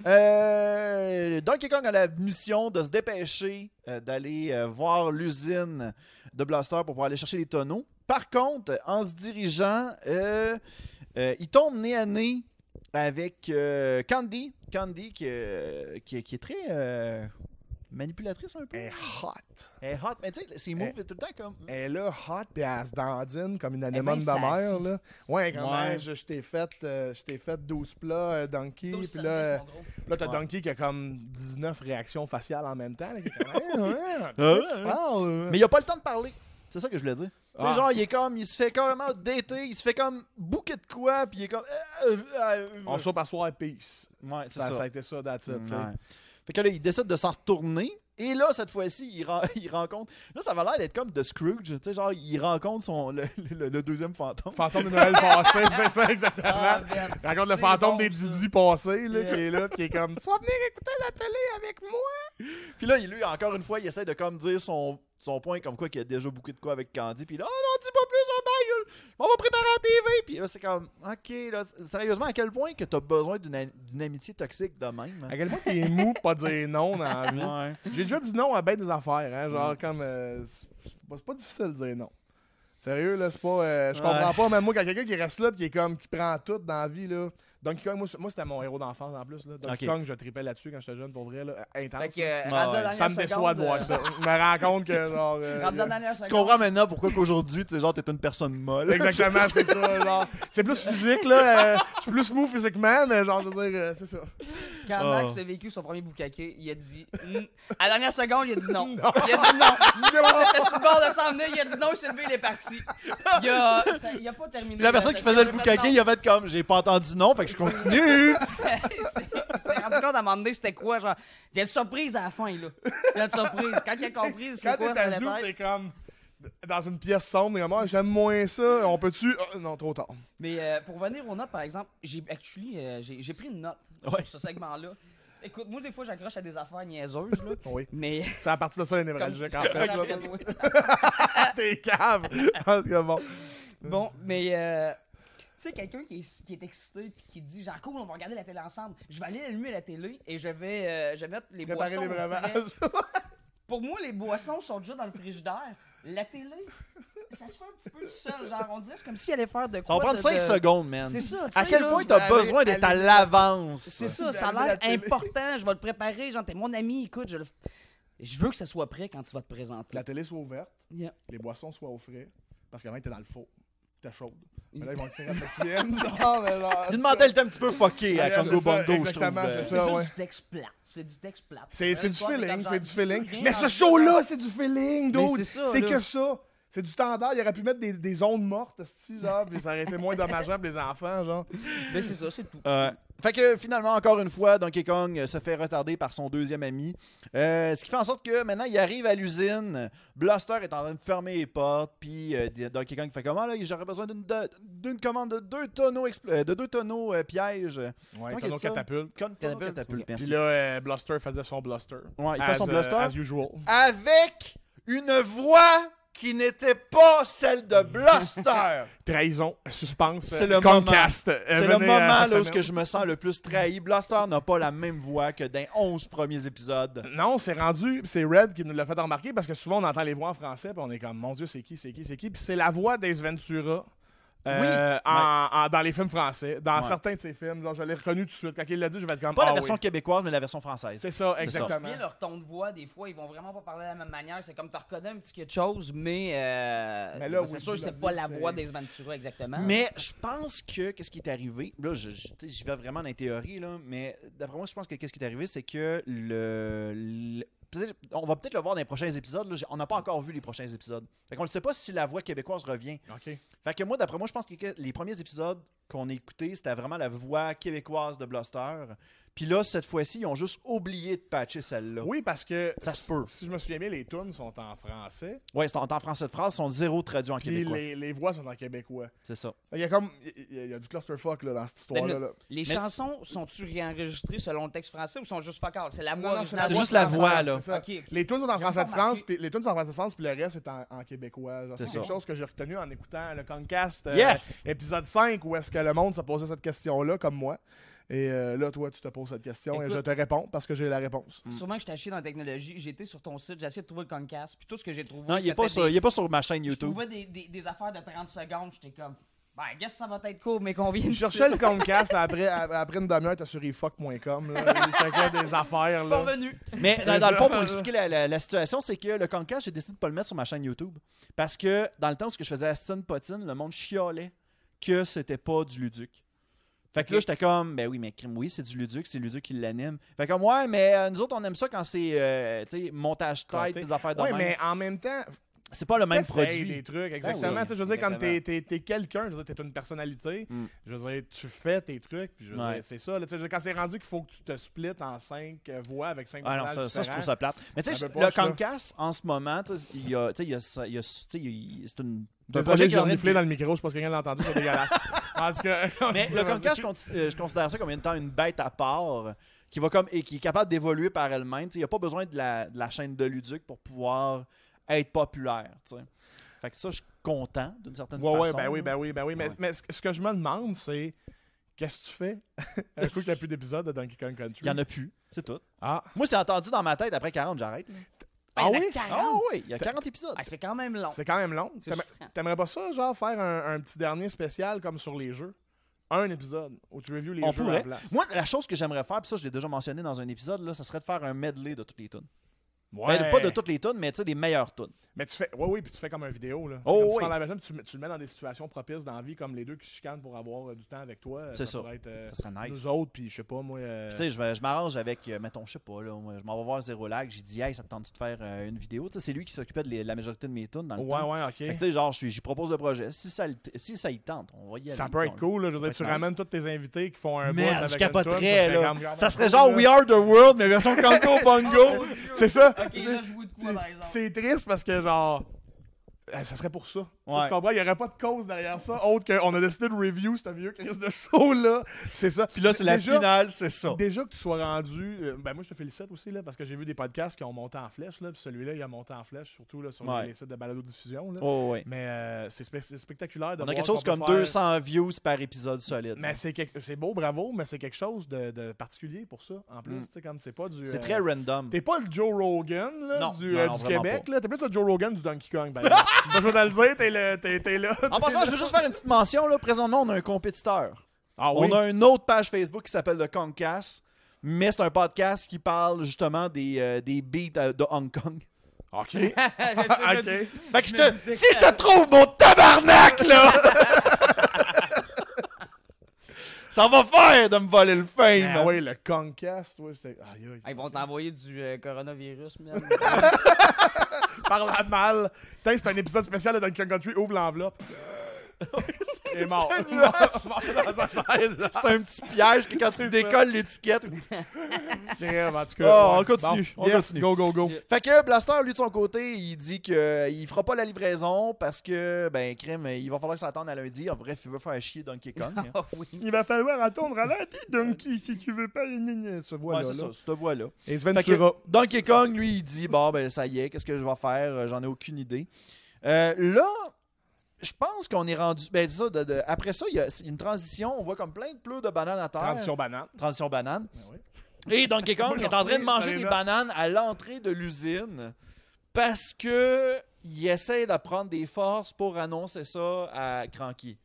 [SPEAKER 3] euh, Donkey Kong a la mission de se dépêcher euh, d'aller euh, voir l'usine de Blaster pour pouvoir aller chercher les tonneaux. Par contre, en se dirigeant, euh, euh, il tombe nez à nez avec euh, Candy. Candy qui, euh, qui, qui est très euh, manipulatrice un peu.
[SPEAKER 1] Elle est hot.
[SPEAKER 3] Elle est hot, mais tu sais, ses moves, c'est tout le temps comme...
[SPEAKER 1] Elle est là, hot, puis elle se dandine comme une
[SPEAKER 2] est
[SPEAKER 1] anémone de
[SPEAKER 2] bien
[SPEAKER 1] mer.
[SPEAKER 2] sassy.
[SPEAKER 1] Là. Ouais, quand
[SPEAKER 3] Ouais.
[SPEAKER 1] même, je, je t'ai fait, euh, je t'ai fait 12 plats, euh, Donkey.
[SPEAKER 2] Douze
[SPEAKER 1] Puis là,
[SPEAKER 2] services,
[SPEAKER 1] euh,
[SPEAKER 2] mon gros.
[SPEAKER 1] là t'as
[SPEAKER 3] Ouais.
[SPEAKER 1] Donkey qui a comme 19 réactions faciales en même temps. là, qui est comme, (laughs) Hein, hein, de
[SPEAKER 3] Ah,
[SPEAKER 1] quoi tu
[SPEAKER 3] hein.
[SPEAKER 1] parles, là?
[SPEAKER 3] Mais il a pas le temps de parler. C'est ça que je voulais dire. Tu sais,
[SPEAKER 1] Ah.
[SPEAKER 3] genre, il est comme, il se fait carrément dater, il se fait comme bouquet de quoi, puis il est comme. euh, euh, euh, euh.
[SPEAKER 1] On saute à soir, peace.
[SPEAKER 3] Ouais, c'est
[SPEAKER 1] Ça, ça a été ça, that's it, tu sais.
[SPEAKER 3] Ouais. Fait que là, il décide de s'en retourner. Et là, cette fois-ci, il, ren- (laughs) il rencontre. Là, ça va l'air d'être comme The Scrooge. Tu sais, genre, il rencontre son, le, le- le deuxième fantôme.
[SPEAKER 1] Fantôme de Noël
[SPEAKER 2] (laughs)
[SPEAKER 1] passé, c'est ça, exactement.
[SPEAKER 2] Ah, ben,
[SPEAKER 1] Raconte le
[SPEAKER 2] c'est
[SPEAKER 1] fantôme
[SPEAKER 2] bon,
[SPEAKER 1] des
[SPEAKER 2] ça.
[SPEAKER 1] Didi passés, là, qui est là, puis qui est comme Tu vas venir écouter la télé avec moi.
[SPEAKER 3] Puis là, il- lui, encore une fois, il essaie de comme dire son, son point, comme quoi qu'il a déjà beaucoup de quoi avec Candy. Puis là, oh non, dis pas plus, on baille. On va préparer la TV. Puis là, c'est comme, ok, là, sérieusement, à quel point que t'as besoin d'une am- d'une amitié toxique de même? hein?
[SPEAKER 1] À quel point t'es mou pour pas dire non dans (laughs) la vie.
[SPEAKER 3] Ouais.
[SPEAKER 1] J'ai déjà dit non à ben des affaires, hein, genre comme euh, c'est c'est pas, c'est pas difficile de dire non. Sérieux là, c'est pas euh, je comprends
[SPEAKER 3] Ouais.
[SPEAKER 1] pas même moi quand quelqu'un qui reste là puis qui est comme qui prend tout dans la vie là. Donkey Kong moi, c'est- moi, c'était mon héros d'enfance en plus là. Donkey
[SPEAKER 3] Ok.
[SPEAKER 1] Kong je tripais là-dessus quand j'étais jeune pour vrai là, euh, intense.
[SPEAKER 2] Fait que,
[SPEAKER 1] là.
[SPEAKER 2] euh,
[SPEAKER 3] Ouais,
[SPEAKER 2] rendu à
[SPEAKER 3] ouais.
[SPEAKER 2] la
[SPEAKER 1] ça
[SPEAKER 2] dernière
[SPEAKER 1] me déçoit de
[SPEAKER 2] seconde,
[SPEAKER 1] voir ça. Je me rends compte que genre
[SPEAKER 2] euh,
[SPEAKER 1] euh,
[SPEAKER 2] Rendu à la dernière
[SPEAKER 3] Tu
[SPEAKER 2] seconde.
[SPEAKER 3] comprends maintenant pourquoi qu'aujourd'hui, tu sais, genre, t'es une personne molle.
[SPEAKER 1] Exactement, c'est ça. Genre, c'est plus physique, là. euh, je suis plus mou physiquement, mais genre, je veux dire, euh, c'est ça.
[SPEAKER 2] Quand
[SPEAKER 3] Oh.
[SPEAKER 2] Max a vécu son premier boucaquet, il a dit. Mm. À la dernière seconde, il a dit
[SPEAKER 1] (laughs)
[SPEAKER 2] non.
[SPEAKER 1] Non.
[SPEAKER 2] Il a dit non.
[SPEAKER 1] (laughs)
[SPEAKER 2] C'était sur le bord de s'en venir, il a dit non, il s'est levé, il est parti. Il a, ça- il a pas terminé.
[SPEAKER 3] Puis la personne qui faisait le
[SPEAKER 2] (laughs)
[SPEAKER 3] boucaquet, il a fait comme j'ai pas entendu non, fait que je continue.
[SPEAKER 2] Il s'est rendu compte à un moment donné, c'était quoi, genre. Il y a une surprise à la fin, là. Il y a une surprise. Quand il a compris,
[SPEAKER 1] Quand
[SPEAKER 2] c'est quoi,
[SPEAKER 1] t'es
[SPEAKER 2] ça
[SPEAKER 1] à
[SPEAKER 2] allait
[SPEAKER 1] genoux,
[SPEAKER 2] être.
[SPEAKER 1] t'es comme dans une pièce sombre, et comme, Ah, j'aime moins ça, on peut-tu. Ah, non, trop tard.
[SPEAKER 2] Mais euh, pour venir aux notes, par exemple, j'ai actually, euh, j'ai j'ai pris une note
[SPEAKER 3] Ouais.
[SPEAKER 2] sur ce segment-là. Écoute, moi, des fois, j'accroche à des affaires niaiseuses, là.
[SPEAKER 1] Oui.
[SPEAKER 3] (laughs)
[SPEAKER 2] Mais.
[SPEAKER 1] C'est à partir de ça, les névralgiques, en fait.
[SPEAKER 2] (laughs)
[SPEAKER 1] là.
[SPEAKER 2] Oui.
[SPEAKER 1] T'es cave. En tout cas, bon.
[SPEAKER 2] Bon, mais euh, tu sais, quelqu'un qui est, qui est excité puis qui dit genre cool, on va regarder la télé ensemble. Je vais aller allumer la télé et je vais, euh, je vais mettre les
[SPEAKER 1] Préparer
[SPEAKER 2] boissons.
[SPEAKER 1] les
[SPEAKER 2] au frais.
[SPEAKER 1] breuvages.
[SPEAKER 2] Pour moi, les boissons sont déjà dans le frigidaire. La télé, ça se fait un petit peu tout seul. Genre, on dirait c'est comme s'il allait faire de quoi.
[SPEAKER 3] Ça va prendre
[SPEAKER 2] de-
[SPEAKER 3] 5
[SPEAKER 2] de-
[SPEAKER 3] secondes, man.
[SPEAKER 2] C'est ça, tu
[SPEAKER 3] À
[SPEAKER 2] sais,
[SPEAKER 3] quel
[SPEAKER 2] là,
[SPEAKER 3] point
[SPEAKER 2] je
[SPEAKER 3] t'as
[SPEAKER 2] vais
[SPEAKER 3] besoin
[SPEAKER 2] aller-
[SPEAKER 3] d'être à
[SPEAKER 2] aller-
[SPEAKER 3] l'avance?
[SPEAKER 2] C'est ça,
[SPEAKER 1] Je vais
[SPEAKER 2] ça a
[SPEAKER 1] allumer la
[SPEAKER 2] l'air
[SPEAKER 1] télé.
[SPEAKER 2] important. Je vais le préparer. Genre, t'es mon ami, écoute, je le. Je veux que ça soit prêt quand tu vas te présenter.
[SPEAKER 1] La télé soit ouverte,
[SPEAKER 2] Yeah.
[SPEAKER 1] les boissons soient au frais, parce qu'avant, t'es dans le faux. T'es chaude. Mais là, ils vont te faire après que tu viennes, genre, mais (laughs) là.
[SPEAKER 3] Une mentalité un petit peu fuckée à
[SPEAKER 1] Ouais, c'est
[SPEAKER 3] Congo
[SPEAKER 1] ça,
[SPEAKER 3] Bongo, je trouve.
[SPEAKER 1] exactement, c'est ça.
[SPEAKER 3] euh,
[SPEAKER 2] C'est juste
[SPEAKER 1] ouais.
[SPEAKER 2] du texte plat. C'est du texte plat.
[SPEAKER 1] C'est c'est
[SPEAKER 2] Le
[SPEAKER 1] du
[SPEAKER 2] soir,
[SPEAKER 1] feeling,
[SPEAKER 2] t'as
[SPEAKER 1] c'est du
[SPEAKER 2] genre-
[SPEAKER 1] feeling.
[SPEAKER 2] rien
[SPEAKER 1] Mais
[SPEAKER 2] dans
[SPEAKER 1] ce
[SPEAKER 2] le
[SPEAKER 1] show-là, c'est du feeling,
[SPEAKER 2] Mais
[SPEAKER 1] dude.
[SPEAKER 2] c'est ça,
[SPEAKER 1] C'est
[SPEAKER 2] là.
[SPEAKER 1] que ça. C'est du standard. Il aurait pu mettre des, des ondes mortes, esti, genre, puis ça aurait été moins dommageable pour les enfants, genre.
[SPEAKER 2] Mais Ben, c'est ça, c'est tout.
[SPEAKER 3] Ouais. Euh, Fait que finalement, encore une fois, Donkey Kong euh, se fait retarder par son deuxième ami. Euh, ce qui fait en sorte que maintenant, il arrive à l'usine. Blaster est en train de fermer les portes. Puis euh, Donkey Kong fait comment là J'aurais besoin d'une de- d'une commande de deux tonneaux, expl- euh, de deux tonneaux euh, pièges.
[SPEAKER 1] Ouais,
[SPEAKER 3] Ok,
[SPEAKER 1] tonneau
[SPEAKER 3] ça.
[SPEAKER 1] catapulte.
[SPEAKER 3] Con- tonneaux
[SPEAKER 2] Catapulte.
[SPEAKER 3] catapulte,
[SPEAKER 2] Ok.
[SPEAKER 3] merci.
[SPEAKER 1] Puis là, euh, Bluster faisait son Bluster.
[SPEAKER 3] Ouais, il fait
[SPEAKER 1] As,
[SPEAKER 3] son
[SPEAKER 1] euh,
[SPEAKER 3] Bluster.
[SPEAKER 1] as usual.
[SPEAKER 3] Avec une voix qui n'était pas celle de Blaster.
[SPEAKER 1] (laughs) Trahison, suspense,
[SPEAKER 3] C'est le
[SPEAKER 1] Comcast. euh,
[SPEAKER 3] C'est
[SPEAKER 1] venez,
[SPEAKER 3] le
[SPEAKER 1] euh,
[SPEAKER 3] moment
[SPEAKER 1] chaque
[SPEAKER 3] là, où
[SPEAKER 1] semaine.
[SPEAKER 3] que je me sens le plus trahi. Blaster n'a pas la même voix que dans les 11 premiers épisodes.
[SPEAKER 1] Non, c'est rendu, c'est Red qui nous l'a fait remarquer parce que souvent on entend les voix en français puis on est comme mon Dieu, c'est qui, c'est qui, c'est qui. Puis c'est la voix d'Ace Ventura. euh,
[SPEAKER 3] Oui.
[SPEAKER 1] en- en- dans les films français, dans
[SPEAKER 3] Ouais.
[SPEAKER 1] certains de ses films. Genre, je l'ai reconnu tout de suite. Quand il l'a dit, je vais être comme.
[SPEAKER 3] Pas
[SPEAKER 1] ah
[SPEAKER 3] la version
[SPEAKER 1] oui.
[SPEAKER 3] québécoise, mais la version française.
[SPEAKER 1] C'est ça,
[SPEAKER 3] C'est ça.
[SPEAKER 1] exactement.
[SPEAKER 2] Bien, leur ton de voix, des fois, ils vont vraiment pas parler de la même manière. C'est comme, tu reconnais un petit quelque chose, mais. euh,
[SPEAKER 1] Mais là,
[SPEAKER 2] c'est
[SPEAKER 1] oui,
[SPEAKER 2] sûr que
[SPEAKER 1] tu l'as
[SPEAKER 2] c'est pas
[SPEAKER 1] dit,
[SPEAKER 2] la
[SPEAKER 1] c'est-
[SPEAKER 2] voix des Ventura exactement.
[SPEAKER 3] Mais je pense que qu'est-ce qui est arrivé Là, je, je- tu sais, j'y vais vraiment dans les théories là, mais d'après moi, je pense que qu'est-ce qui est arrivé, c'est que le, le- peut-être- on va peut-être le voir dans les prochains épisodes. là. J'ai- On n'a pas encore vu les prochains épisodes. Fait qu'on ne sait pas si la voix québécoise revient.
[SPEAKER 1] Ok.
[SPEAKER 3] Fait que moi, d'après moi, je pense que que les premiers épisodes qu'on a écoutés, c'était vraiment la voix québécoise de Blaster. Puis là, cette fois-ci, ils ont juste oublié de patcher celle-là.
[SPEAKER 1] Oui, parce que
[SPEAKER 3] Ça
[SPEAKER 1] si-
[SPEAKER 3] se peut.
[SPEAKER 1] si je me souviens bien, les tunes sont en français,
[SPEAKER 3] Ouais, c'est en, en français de phrase, ils sont zéro traduits en
[SPEAKER 1] puis
[SPEAKER 3] québécois.
[SPEAKER 1] les, les voix sont en québécois.
[SPEAKER 3] C'est ça.
[SPEAKER 1] Il y a comme il y a, il y a du clusterfuck là, dans cette
[SPEAKER 2] Ben,
[SPEAKER 1] histoire-là.
[SPEAKER 2] le-
[SPEAKER 1] là.
[SPEAKER 2] Les
[SPEAKER 3] Mais-
[SPEAKER 2] chansons sont-tu réenregistrées selon le texte français ou sont juste fuck all? C'est la
[SPEAKER 1] Non,
[SPEAKER 2] voix
[SPEAKER 1] non,
[SPEAKER 2] originale.
[SPEAKER 3] c'est juste la
[SPEAKER 1] française,
[SPEAKER 3] voix, là.
[SPEAKER 1] c'est ça.
[SPEAKER 2] Ok, ok.
[SPEAKER 1] Les tunes sont en
[SPEAKER 2] J'ai
[SPEAKER 1] français de
[SPEAKER 2] pas
[SPEAKER 1] France,
[SPEAKER 2] remarqué.
[SPEAKER 1] puis les tunes sont en français de France, puis le reste est en, en québécois. genre.
[SPEAKER 3] C'est
[SPEAKER 1] C'est quelque
[SPEAKER 3] ça.
[SPEAKER 1] chose que j'ai retenu en écoutant le Concast euh,
[SPEAKER 3] Yes!
[SPEAKER 1] épisode 5, où est-ce que le monde se posait cette question-là, comme moi. Et euh, là, toi, tu te poses cette question et
[SPEAKER 2] Écoute-
[SPEAKER 1] je te réponds parce que j'ai la
[SPEAKER 3] (laughs)
[SPEAKER 1] réponse.
[SPEAKER 2] Sûrement que je t'ai chié dans la technologie. J'étais sur ton site, j'ai essayé de trouver le Concast, puis tout ce que j'ai trouvé.
[SPEAKER 3] Non, il n'est
[SPEAKER 2] c'était
[SPEAKER 3] pas, sur-
[SPEAKER 2] des-
[SPEAKER 3] il est pas sur ma chaîne
[SPEAKER 2] Je
[SPEAKER 3] YouTube.
[SPEAKER 2] trouvais des, des, des affaires de 30 secondes, j'étais comme, ben, guess ça va être court, mais combien de
[SPEAKER 1] Je cherchais le Concast, puis après, a- après une demi-heure, t'as sur efuck.com. là. Il checkait des affaires. là.
[SPEAKER 2] Revenu.
[SPEAKER 3] Mais dans,
[SPEAKER 1] C'est
[SPEAKER 3] dans le fond,
[SPEAKER 1] ça.
[SPEAKER 3] pour expliquer la, la- la situation, c'est que le Concast, j'ai décidé de pas le mettre sur ma chaîne YouTube. Parce que dans le temps où ce que je faisais Aston Potine, le monde chialait que c'était pas du Luduc. Fait que là,
[SPEAKER 2] Ok.
[SPEAKER 3] j'étais comme, ben oui, mais crime, oui, c'est du Luduc, c'est Luduc qui l'anime. Fait comme, ouais, mais euh, nous autres, on aime ça quand c'est, euh, tu sais, montage tête,
[SPEAKER 1] Comptez.
[SPEAKER 3] des affaires de
[SPEAKER 1] Ouais,
[SPEAKER 3] même.
[SPEAKER 1] mais en même temps,
[SPEAKER 3] C'est pas le même
[SPEAKER 1] t'essayes
[SPEAKER 3] produit. Ben
[SPEAKER 1] des trucs, exactement.
[SPEAKER 3] oui,
[SPEAKER 1] Tu sais, je veux dire, comme t'es,
[SPEAKER 3] exactement.
[SPEAKER 1] t'es, t'es quelqu'un, je veux dire, t'es une personnalité,
[SPEAKER 3] Mm.
[SPEAKER 1] je veux dire, tu fais tes trucs, puis je veux
[SPEAKER 3] Ouais.
[SPEAKER 1] dire, c'est ça. là. Tu sais, je veux dire, quand c'est rendu qu'il faut que tu te splits en cinq euh, voix avec cinq
[SPEAKER 3] Ah non,
[SPEAKER 1] visages
[SPEAKER 3] ça, ça, je trouve
[SPEAKER 1] différents.
[SPEAKER 3] ça plate. Mais tu sais,
[SPEAKER 1] Ça
[SPEAKER 3] je-
[SPEAKER 1] peut
[SPEAKER 3] le
[SPEAKER 1] pas, ça.
[SPEAKER 3] Concast, en ce moment, tu sais, il y a, tu sais, il y a, ça- il y a- tu sais, il y a- c'est une.
[SPEAKER 1] Désolé,
[SPEAKER 3] un projet qui
[SPEAKER 1] j'ai
[SPEAKER 3] aurait-
[SPEAKER 1] reniflé dans le micro, je pense que quelqu'un l'a entendu, c'est
[SPEAKER 3] (laughs)
[SPEAKER 1] dégueulasse. Tandis (laughs) que-
[SPEAKER 3] Mais le Concast, je, conti- euh, je considère ça comme étant une bête à part euh, qui va comme et qui est capable d'évoluer par elle-même. Tu sais, Il n'y a pas besoin de la, de la chaîne de Luduc pour pouvoir être populaire. tu sais. Fait que ça, je suis content d'une certaine
[SPEAKER 1] Ouais, ouais,
[SPEAKER 3] façon.
[SPEAKER 1] ben oui, ben oui, ben oui. Mais,
[SPEAKER 3] Ouais.
[SPEAKER 1] mais ce ce que je me demande, c'est qu'est-ce que tu fais (laughs) un coup qu'il n'y a plus d'épisode de Donkey Kong Country?
[SPEAKER 3] Il n'y en a plus, c'est tout.
[SPEAKER 1] Ah,
[SPEAKER 3] Moi, c'est entendu dans ma tête après 40, j'arrête.
[SPEAKER 1] ah
[SPEAKER 2] il y en a
[SPEAKER 1] oui? Oh!
[SPEAKER 2] 40.
[SPEAKER 3] Ah oui, il y a 40 épisodes.
[SPEAKER 2] Ben, Ah, c'est quand même long.
[SPEAKER 1] Ben, C'est quand même long.
[SPEAKER 2] C'est
[SPEAKER 1] T'aimer-
[SPEAKER 2] souffrant.
[SPEAKER 1] T'aimerais pas ça, genre, faire un, un petit dernier spécial comme sur les jeux? Un épisode où tu reviews les
[SPEAKER 3] On
[SPEAKER 1] jeux à la
[SPEAKER 3] pourrait.
[SPEAKER 1] place.
[SPEAKER 3] Moi, la chose que j'aimerais faire, puis ça, je l'ai déjà mentionné dans un épisode, là, ça serait de faire un medley de toutes les tunes.
[SPEAKER 1] Ouais.
[SPEAKER 3] Ben, pas de toutes les tunes, mais tu sais, des meilleures tunes.
[SPEAKER 1] Mais tu fais. Oui, oui, puis tu fais comme un vidéo. Là.
[SPEAKER 3] Oh,
[SPEAKER 1] Comme tu
[SPEAKER 3] oui.
[SPEAKER 1] fais la version, puis tu, mets- tu le mets dans des situations propices dans la vie, comme les deux qui se chicanent pour avoir euh, du temps avec toi. Euh,
[SPEAKER 3] C'est ça.
[SPEAKER 1] pourrait être, euh,
[SPEAKER 3] Ça serait nice.
[SPEAKER 1] Nous autres, puis je sais pas, moi. euh,
[SPEAKER 3] Puis, tu sais, je, me- je m'arrange avec, euh, mettons, je sais pas, là, moi, je m'en vais voir Zéro Lag, j'ai dit, hey, ça te tente de faire euh, une vidéo? Tu sais, c'est lui qui s'occupait de, les- la majorité de mes tunes dans le
[SPEAKER 1] ouais,
[SPEAKER 3] temps.
[SPEAKER 1] ouais,
[SPEAKER 3] Fait que,
[SPEAKER 1] ok.
[SPEAKER 3] tu sais, genre, je suis- j'y propose le projet. Si ça, le t- si ça y tente, on va y aller.
[SPEAKER 1] Ça peut être cool. Là. Je veux
[SPEAKER 3] Ça
[SPEAKER 1] dire, tu
[SPEAKER 3] peut être
[SPEAKER 1] ramènes tous tes invités qui font un bout
[SPEAKER 3] Merde,
[SPEAKER 1] avec
[SPEAKER 3] je
[SPEAKER 1] une toune, ça
[SPEAKER 3] capoterais,
[SPEAKER 1] serait
[SPEAKER 3] là.
[SPEAKER 1] comme-
[SPEAKER 3] Ça serait genre We Are the World, mais version
[SPEAKER 1] (laughs)
[SPEAKER 3] Congo Bongo.
[SPEAKER 1] C'est ça.
[SPEAKER 2] Ah, Ok, là, je vous de quoi, par
[SPEAKER 1] C'est-
[SPEAKER 2] (laughs) exemple.
[SPEAKER 1] C'est triste parce que, genre, euh, ça serait pour ça.
[SPEAKER 3] Ouais.
[SPEAKER 1] Tu comprends? Il n'y aurait pas de cause derrière ça, autre qu'on a décidé de review ce vieux Chris de show-là. C'est ça.
[SPEAKER 3] Puis là, c'est la
[SPEAKER 1] Déjà-
[SPEAKER 3] finale, c'est ça.
[SPEAKER 1] Déjà que tu sois rendu, euh, ben moi je te félicite aussi là, parce que j'ai vu des podcasts qui ont monté en flèche là, puis celui-là il a monté en flèche surtout là, sur les-
[SPEAKER 3] Ouais.
[SPEAKER 1] les sites de balado diffusion là.
[SPEAKER 3] Oh, ouais.
[SPEAKER 1] Mais euh, c'est spe- c'est spectaculaire de
[SPEAKER 3] On a
[SPEAKER 1] voir
[SPEAKER 3] quelque chose
[SPEAKER 1] qu'on peut
[SPEAKER 3] comme
[SPEAKER 1] faire-
[SPEAKER 3] 200 views par épisode solide.
[SPEAKER 1] Mais c'est quelque- c'est beau, bravo, mais c'est quelque chose de, de particulier pour ça en plus,
[SPEAKER 3] Mm.
[SPEAKER 1] tu sais comme c'est pas du
[SPEAKER 3] C'est
[SPEAKER 1] euh,
[SPEAKER 3] très random.
[SPEAKER 1] T'es pas le Joe Rogan là,
[SPEAKER 3] Non,
[SPEAKER 1] du,
[SPEAKER 3] non,
[SPEAKER 1] euh,
[SPEAKER 3] non,
[SPEAKER 1] du
[SPEAKER 3] vraiment
[SPEAKER 1] Québec,
[SPEAKER 3] pas.
[SPEAKER 1] là. T'es plus le Joe Rogan du Donkey Kong, par
[SPEAKER 3] (laughs)
[SPEAKER 1] exemple. Ça, je vais te le dire, t'es le- t'es- t'es là.
[SPEAKER 3] En passant, je veux juste faire une petite mention. Là. Présentement, on a un compétiteur.
[SPEAKER 1] Ah
[SPEAKER 3] On a une autre page Facebook qui s'appelle le Concast. mais c'est un podcast qui parle justement des, euh, des beats euh, de Hong Kong.
[SPEAKER 1] OK.
[SPEAKER 2] ok.
[SPEAKER 1] Ah,
[SPEAKER 3] Ah,
[SPEAKER 1] OK.
[SPEAKER 3] (laughs) Fait que je
[SPEAKER 2] Mais
[SPEAKER 3] te,
[SPEAKER 2] dès
[SPEAKER 3] si
[SPEAKER 2] que
[SPEAKER 3] je
[SPEAKER 2] ça-
[SPEAKER 3] te trouve mon tabarnak, là! (laughs) Ça va faire de me voler le fame!
[SPEAKER 1] Ah oui, le Concast, ouais, c'est. Aïe, aïe.
[SPEAKER 2] Ah, Ils vont t'envoyer du euh, coronavirus, man.
[SPEAKER 1] (laughs) Parle à mal. Putain, c'est un épisode spécial de Donkey Kong Country. Ouvre
[SPEAKER 3] (laughs)
[SPEAKER 1] l'enveloppe. Il est mort.
[SPEAKER 3] un nuage.
[SPEAKER 1] Il est mort dans un piège, là.
[SPEAKER 3] (laughs) C'est un petit piège que quand tu décolles l'étiquette.
[SPEAKER 1] Crème, en tout cas.
[SPEAKER 3] Oh, on
[SPEAKER 1] ouais.
[SPEAKER 3] continue,
[SPEAKER 1] Bon,
[SPEAKER 3] on
[SPEAKER 1] yes,
[SPEAKER 3] continue.
[SPEAKER 1] Go, go, go.
[SPEAKER 3] Fait que Blaster, lui, de son côté, il dit que euh, il fera pas la livraison parce que, ben, crime, il va falloir s'attendre à lundi. En bref, il veut faire chier Donkey Kong. hein.
[SPEAKER 2] Ah oui.
[SPEAKER 1] Il va falloir attendre à lundi, Donkey, si tu veux pas. Ce
[SPEAKER 3] Ouais,
[SPEAKER 1] voilà.
[SPEAKER 3] c'est ça, cette voix-là.
[SPEAKER 1] Et Sven
[SPEAKER 3] Fait que
[SPEAKER 1] Tura.
[SPEAKER 3] Donkey Kong, lui, il dit Bon, ben, ça y est, qu'est-ce que je vais faire Euh, J'en ai aucune idée. Euh, là, je pense qu'on est rendu. Ben, dis ça, de- de- après ça, il y a c'est une transition. On voit comme plein de pleurs de bananes à terre.
[SPEAKER 1] Transition banane.
[SPEAKER 3] Transition banane.
[SPEAKER 1] Ben oui.
[SPEAKER 3] Et
[SPEAKER 1] (laughs)
[SPEAKER 3] Donkey Kong
[SPEAKER 1] Moi,
[SPEAKER 3] est en
[SPEAKER 1] j'en
[SPEAKER 3] train de
[SPEAKER 1] sais,
[SPEAKER 3] manger
[SPEAKER 1] ça
[SPEAKER 3] des
[SPEAKER 1] est là.
[SPEAKER 3] bananes à l'entrée de l'usine parce que il essaie de prendre des forces pour annoncer ça à Cranky.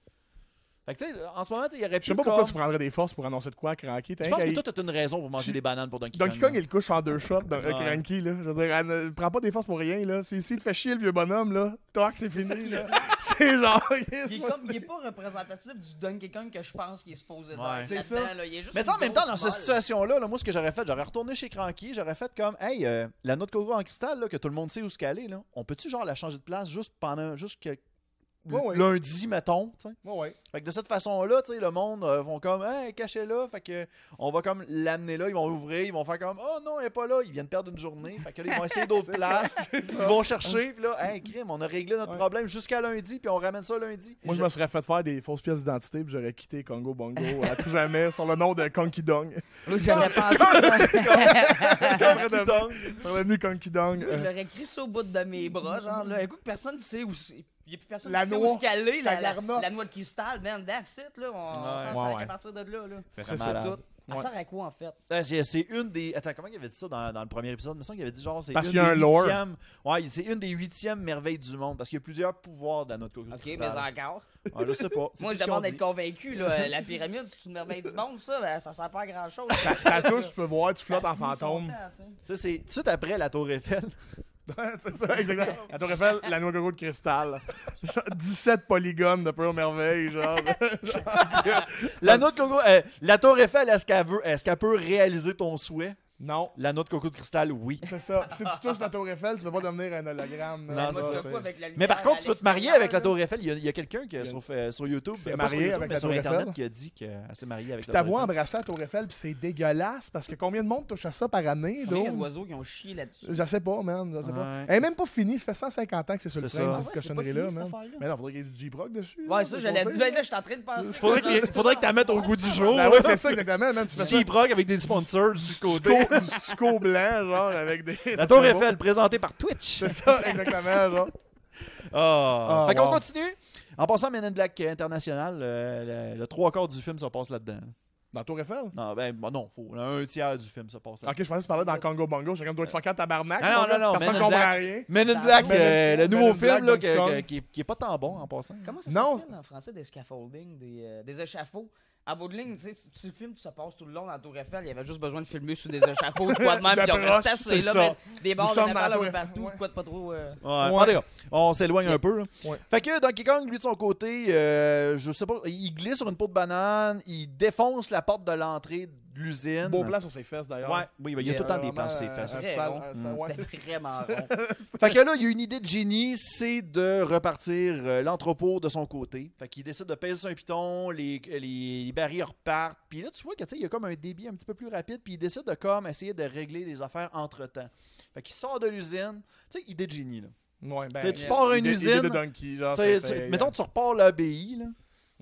[SPEAKER 3] Fait que, tu sais, en ce moment, tu sais, il aurait pu.
[SPEAKER 1] Je sais pas pourquoi
[SPEAKER 3] comme-
[SPEAKER 1] tu prendrais des forces pour annoncer de quoi à Cranky. T'as
[SPEAKER 3] Je
[SPEAKER 1] un
[SPEAKER 3] pense
[SPEAKER 1] gars-
[SPEAKER 3] que toi, t'as une raison pour manger
[SPEAKER 1] Tu-
[SPEAKER 3] des bananes pour Donkey Kong.
[SPEAKER 1] Donkey Kong,
[SPEAKER 3] là.
[SPEAKER 1] il couche en deux shots dans euh,
[SPEAKER 3] Ouais.
[SPEAKER 1] Cranky, là. Je veux dire, elle ne prend pas des forces pour rien, là. Si si il te fait chier, le vieux bonhomme, là, toc, c'est fini, là. (laughs) C'est genre, yes,
[SPEAKER 2] Il est,
[SPEAKER 1] moi,
[SPEAKER 2] comme, il est pas représentatif du Donkey Kong que je pense qu'il est supposé
[SPEAKER 3] Ouais.
[SPEAKER 2] être.
[SPEAKER 1] C'est
[SPEAKER 2] là-dedans,
[SPEAKER 1] ça.
[SPEAKER 2] là. Il est juste
[SPEAKER 3] Mais tu sais, en
[SPEAKER 2] une
[SPEAKER 3] même temps, dans
[SPEAKER 2] grosse
[SPEAKER 3] cette
[SPEAKER 2] balle.
[SPEAKER 3] situation-là, là, moi, ce que j'aurais fait, j'aurais retourné chez Cranky, j'aurais fait comme, hey, euh, la note Coco en cristal, là, que tout le monde sait où ce qu'elle est, là, on peut-tu, genre, la changer de place juste pendant, juste que
[SPEAKER 1] Ouais, ouais.
[SPEAKER 3] lundi, mettons, tu sais?
[SPEAKER 1] Ouais, ouais.
[SPEAKER 3] Fait que de cette façon-là, tu sais, le monde euh, vont comme, hey, cachez-la, fait que on va comme l'amener là, ils vont ouvrir, ils vont faire comme, oh non, elle est pas là, ils viennent perdre une journée, fait que là, ils vont
[SPEAKER 1] (laughs)
[SPEAKER 3] essayer d'autres places, ils vont chercher, puis là, hey, crime, on a réglé notre
[SPEAKER 1] Ouais.
[SPEAKER 3] problème jusqu'à lundi, puis on ramène ça lundi.
[SPEAKER 1] Moi, je me serais fait faire des fausses pièces d'identité, puis j'aurais quitté Congo Bongo à tout jamais sur le nom de Conky Dong.
[SPEAKER 2] Là, j'aurais (laughs) pensé.
[SPEAKER 1] Conky Dong. J'aurais devenu Conky Dong.
[SPEAKER 2] Je
[SPEAKER 1] euh,
[SPEAKER 2] l'aurais écrit ça au bout de mes bras,
[SPEAKER 3] Mm,
[SPEAKER 2] genre, là, écoute, personne ne sait où c'est. Il n'y a plus personne
[SPEAKER 1] La
[SPEAKER 2] qui sait
[SPEAKER 1] noix.
[SPEAKER 2] où c'est qu'elle est, la,
[SPEAKER 1] La
[SPEAKER 2] la,
[SPEAKER 1] garnotte.
[SPEAKER 2] la noix de cristal, man, that's it, là, on on
[SPEAKER 3] Ouais.
[SPEAKER 2] s'en
[SPEAKER 1] Ouais,
[SPEAKER 2] sert
[SPEAKER 1] ouais.
[SPEAKER 2] à partir de là, là.
[SPEAKER 3] C'est
[SPEAKER 1] c'est
[SPEAKER 3] malade.
[SPEAKER 1] ça.
[SPEAKER 2] Tout. Elle
[SPEAKER 1] Ouais.
[SPEAKER 2] sert à quoi, en fait?
[SPEAKER 3] Ah, C'est c'est une des. Attends, comment il avait dit ça dans, dans le premier épisode Il me semble qu'il avait dit genre c'est
[SPEAKER 1] Parce
[SPEAKER 3] une
[SPEAKER 1] qu'il y a
[SPEAKER 3] des
[SPEAKER 1] un lore.
[SPEAKER 3] huitièmes. Ouais, c'est une des huitièmes merveilles du monde parce qu'il y a plusieurs pouvoirs dans notre coco de
[SPEAKER 2] Ok, mais
[SPEAKER 3] cristal.
[SPEAKER 2] encore.
[SPEAKER 3] Ouais, je sais pas. C'est
[SPEAKER 2] Moi, je
[SPEAKER 3] plus ce qu'on
[SPEAKER 2] demande
[SPEAKER 3] dit.
[SPEAKER 2] d'être convaincu,
[SPEAKER 3] (laughs)
[SPEAKER 2] là. Euh, La pyramide, c'est une merveille du monde, ça. Ben, ça sert pas à grand-chose.
[SPEAKER 1] Ça touche, tu peux voir, tu
[SPEAKER 2] Ça
[SPEAKER 1] flottes en
[SPEAKER 2] finit son
[SPEAKER 1] fantôme.
[SPEAKER 2] temps, tu sais.
[SPEAKER 3] Tu sais, c'est tout de suite après la Tour Eiffel. (laughs)
[SPEAKER 1] (laughs) c'est ça, exactement. À Tour Eiffel, la noix gogo de cristal. Genre, 17 polygones de Pearl Merveille, genre.
[SPEAKER 3] L'anneau de coco. euh, la Tour Eiffel, est-ce qu'elle veut, est-ce qu'elle peut réaliser ton souhait
[SPEAKER 1] Non.
[SPEAKER 3] L'anneau de coco de cristal, oui.
[SPEAKER 1] C'est ça. Puis si tu touches la Tour Eiffel, tu peux pas devenir un hologramme.
[SPEAKER 3] Non,
[SPEAKER 1] là,
[SPEAKER 3] c'est
[SPEAKER 2] Moi,
[SPEAKER 1] Ah, ça,
[SPEAKER 2] je
[SPEAKER 3] ça.
[SPEAKER 2] le vois avec la
[SPEAKER 3] Mais
[SPEAKER 2] lumière
[SPEAKER 3] par contre, tu
[SPEAKER 2] à
[SPEAKER 3] peux te marier avec la
[SPEAKER 2] l'extérieur,
[SPEAKER 3] Tour Eiffel. Il y a, il y a quelqu'un qui,
[SPEAKER 1] Il y a-
[SPEAKER 3] sur, euh, sur YouTube,
[SPEAKER 1] s'est
[SPEAKER 3] euh, pas sur
[SPEAKER 1] marié
[SPEAKER 3] YouTube,
[SPEAKER 1] avec
[SPEAKER 3] mais
[SPEAKER 1] la
[SPEAKER 3] sur
[SPEAKER 1] Tour
[SPEAKER 3] Internet,
[SPEAKER 1] Eiffel.
[SPEAKER 3] qui a dit qu'elle s'est mariée avec
[SPEAKER 1] Puis
[SPEAKER 3] la Tour
[SPEAKER 1] t'avoir
[SPEAKER 3] Eiffel.
[SPEAKER 1] embrassé la Tour Eiffel, puis c'est dégueulasse parce que combien de monde touche à ça par année,
[SPEAKER 2] là. Combien il y a
[SPEAKER 1] donc?
[SPEAKER 2] d'oiseaux qui ont chié là-dessus.
[SPEAKER 1] Je sais pas, man. Je sais
[SPEAKER 3] Ouais.
[SPEAKER 1] pas. Elle est même pas finie. Ça fait 150 ans que c'est sur le
[SPEAKER 3] C'est
[SPEAKER 1] frame,
[SPEAKER 3] ça.
[SPEAKER 1] cette
[SPEAKER 2] Ah ouais, c'est pas
[SPEAKER 1] cochonnerie-là,
[SPEAKER 2] fini, cette
[SPEAKER 1] man.
[SPEAKER 2] affaire-là.
[SPEAKER 1] Mais non, faudrait qu'il y ait du Brock dessus.
[SPEAKER 2] Ouais, ça, je l'ai dit. Ben, là, je suis en train de penser.
[SPEAKER 3] Faudrait qu'il- faudrait que tu la mettes au
[SPEAKER 1] (laughs)
[SPEAKER 3] goût du jour.
[SPEAKER 1] Bah ouais, c'est ça, exactement, man. Tu fais ça.
[SPEAKER 3] Cheap Rock avec des sponsors du
[SPEAKER 1] Du
[SPEAKER 3] côté.
[SPEAKER 1] co- du stucco blanc, genre, avec des.
[SPEAKER 3] (laughs) La
[SPEAKER 1] ça
[SPEAKER 3] Tour
[SPEAKER 1] serait beau.
[SPEAKER 3] Eiffel, présentée par Twitch.
[SPEAKER 1] C'est ça, exactement, genre.
[SPEAKER 3] Ah.
[SPEAKER 1] Ah,
[SPEAKER 3] fait qu'on
[SPEAKER 1] wow.
[SPEAKER 3] continue. En passant à Men in Black International, euh, le, le trois quarts du film se passe là-dedans.
[SPEAKER 1] Dans la Tour Eiffel?
[SPEAKER 3] Non, ben bon, non, faut, un tiers du film se passe là-dedans.
[SPEAKER 1] Ok, je pensais que tu parlais dans Congo Bongo. Chacun doit être fucké à tabarnak.
[SPEAKER 3] Ah non,
[SPEAKER 1] mon gars.
[SPEAKER 3] non, non,
[SPEAKER 1] Personne
[SPEAKER 3] Men in
[SPEAKER 1] comprend
[SPEAKER 3] Black.
[SPEAKER 1] rien.
[SPEAKER 3] Men in
[SPEAKER 2] Dans
[SPEAKER 3] Black,
[SPEAKER 1] Men in
[SPEAKER 3] euh, le
[SPEAKER 1] Black,
[SPEAKER 3] nouveau
[SPEAKER 1] Men in Black,
[SPEAKER 3] film là,
[SPEAKER 1] Donkey
[SPEAKER 3] que-
[SPEAKER 1] Kong.
[SPEAKER 3] que- qui, est- qui est pas tant bon en passant.
[SPEAKER 2] Comment ça
[SPEAKER 1] Non,
[SPEAKER 2] s'appelle en français des scaffolding, des, euh, des échafauds? À bout de ligne, tu sais, tu- tu le filmes, tu se passes tout le long dans la Tour Eiffel. Il y avait juste besoin de filmer sur des échafauds, de quoi de
[SPEAKER 1] (laughs)
[SPEAKER 2] même,
[SPEAKER 1] De
[SPEAKER 2] puis on
[SPEAKER 1] broche,
[SPEAKER 2] restait
[SPEAKER 1] c'est
[SPEAKER 2] assez là,
[SPEAKER 1] ça.
[SPEAKER 2] mais des barres
[SPEAKER 1] Nous
[SPEAKER 2] de
[SPEAKER 1] sommes dans la
[SPEAKER 2] métal
[SPEAKER 1] Tour Eiffel,
[SPEAKER 2] un peu partout,
[SPEAKER 1] ouais.
[SPEAKER 2] quoi de pas trop. euh,
[SPEAKER 3] Ouais. En tout cas, on s'éloigne un peu. là.
[SPEAKER 1] Ouais.
[SPEAKER 3] Fait que Donkey Kong, lui, de son côté, euh, je sais pas, il glisse sur une peau de banane, il défonce la porte de l'entrée de l'usine.
[SPEAKER 1] Beau plan sur ses fesses, d'ailleurs.
[SPEAKER 3] Ouais, oui, ben, il y a
[SPEAKER 2] Il y
[SPEAKER 3] tout le
[SPEAKER 2] a
[SPEAKER 3] temps des plans
[SPEAKER 1] Vraiment,
[SPEAKER 3] sur ses
[SPEAKER 1] euh,
[SPEAKER 3] fesses.
[SPEAKER 1] un
[SPEAKER 2] Très
[SPEAKER 1] sale-
[SPEAKER 2] bon.
[SPEAKER 1] un sale-
[SPEAKER 3] Mm.
[SPEAKER 1] ouais.
[SPEAKER 2] C'était
[SPEAKER 1] (laughs)
[SPEAKER 2] vraiment rond.
[SPEAKER 3] Fait que là, il y a une idée de génie, c'est de repartir euh, l'entrepôt de son côté. Fait qu'il décide de peser sur un piton, les, les, les barils repartent. Puis là, tu vois que tu sais, il y a comme un débit un petit peu plus rapide, puis il décide de comme essayer de régler les affaires entre-temps. Fait qu'il sort de l'usine, tu sais, idée de génie là.
[SPEAKER 1] Ouais, ben,
[SPEAKER 3] Tu sais, tu pars à une
[SPEAKER 1] idée- idée
[SPEAKER 3] usine,
[SPEAKER 1] de Donkey, genre,
[SPEAKER 3] Tu sais,
[SPEAKER 1] ça,
[SPEAKER 3] tu-
[SPEAKER 1] Ah, c'est-
[SPEAKER 3] mettons, tu repars l'ABI là.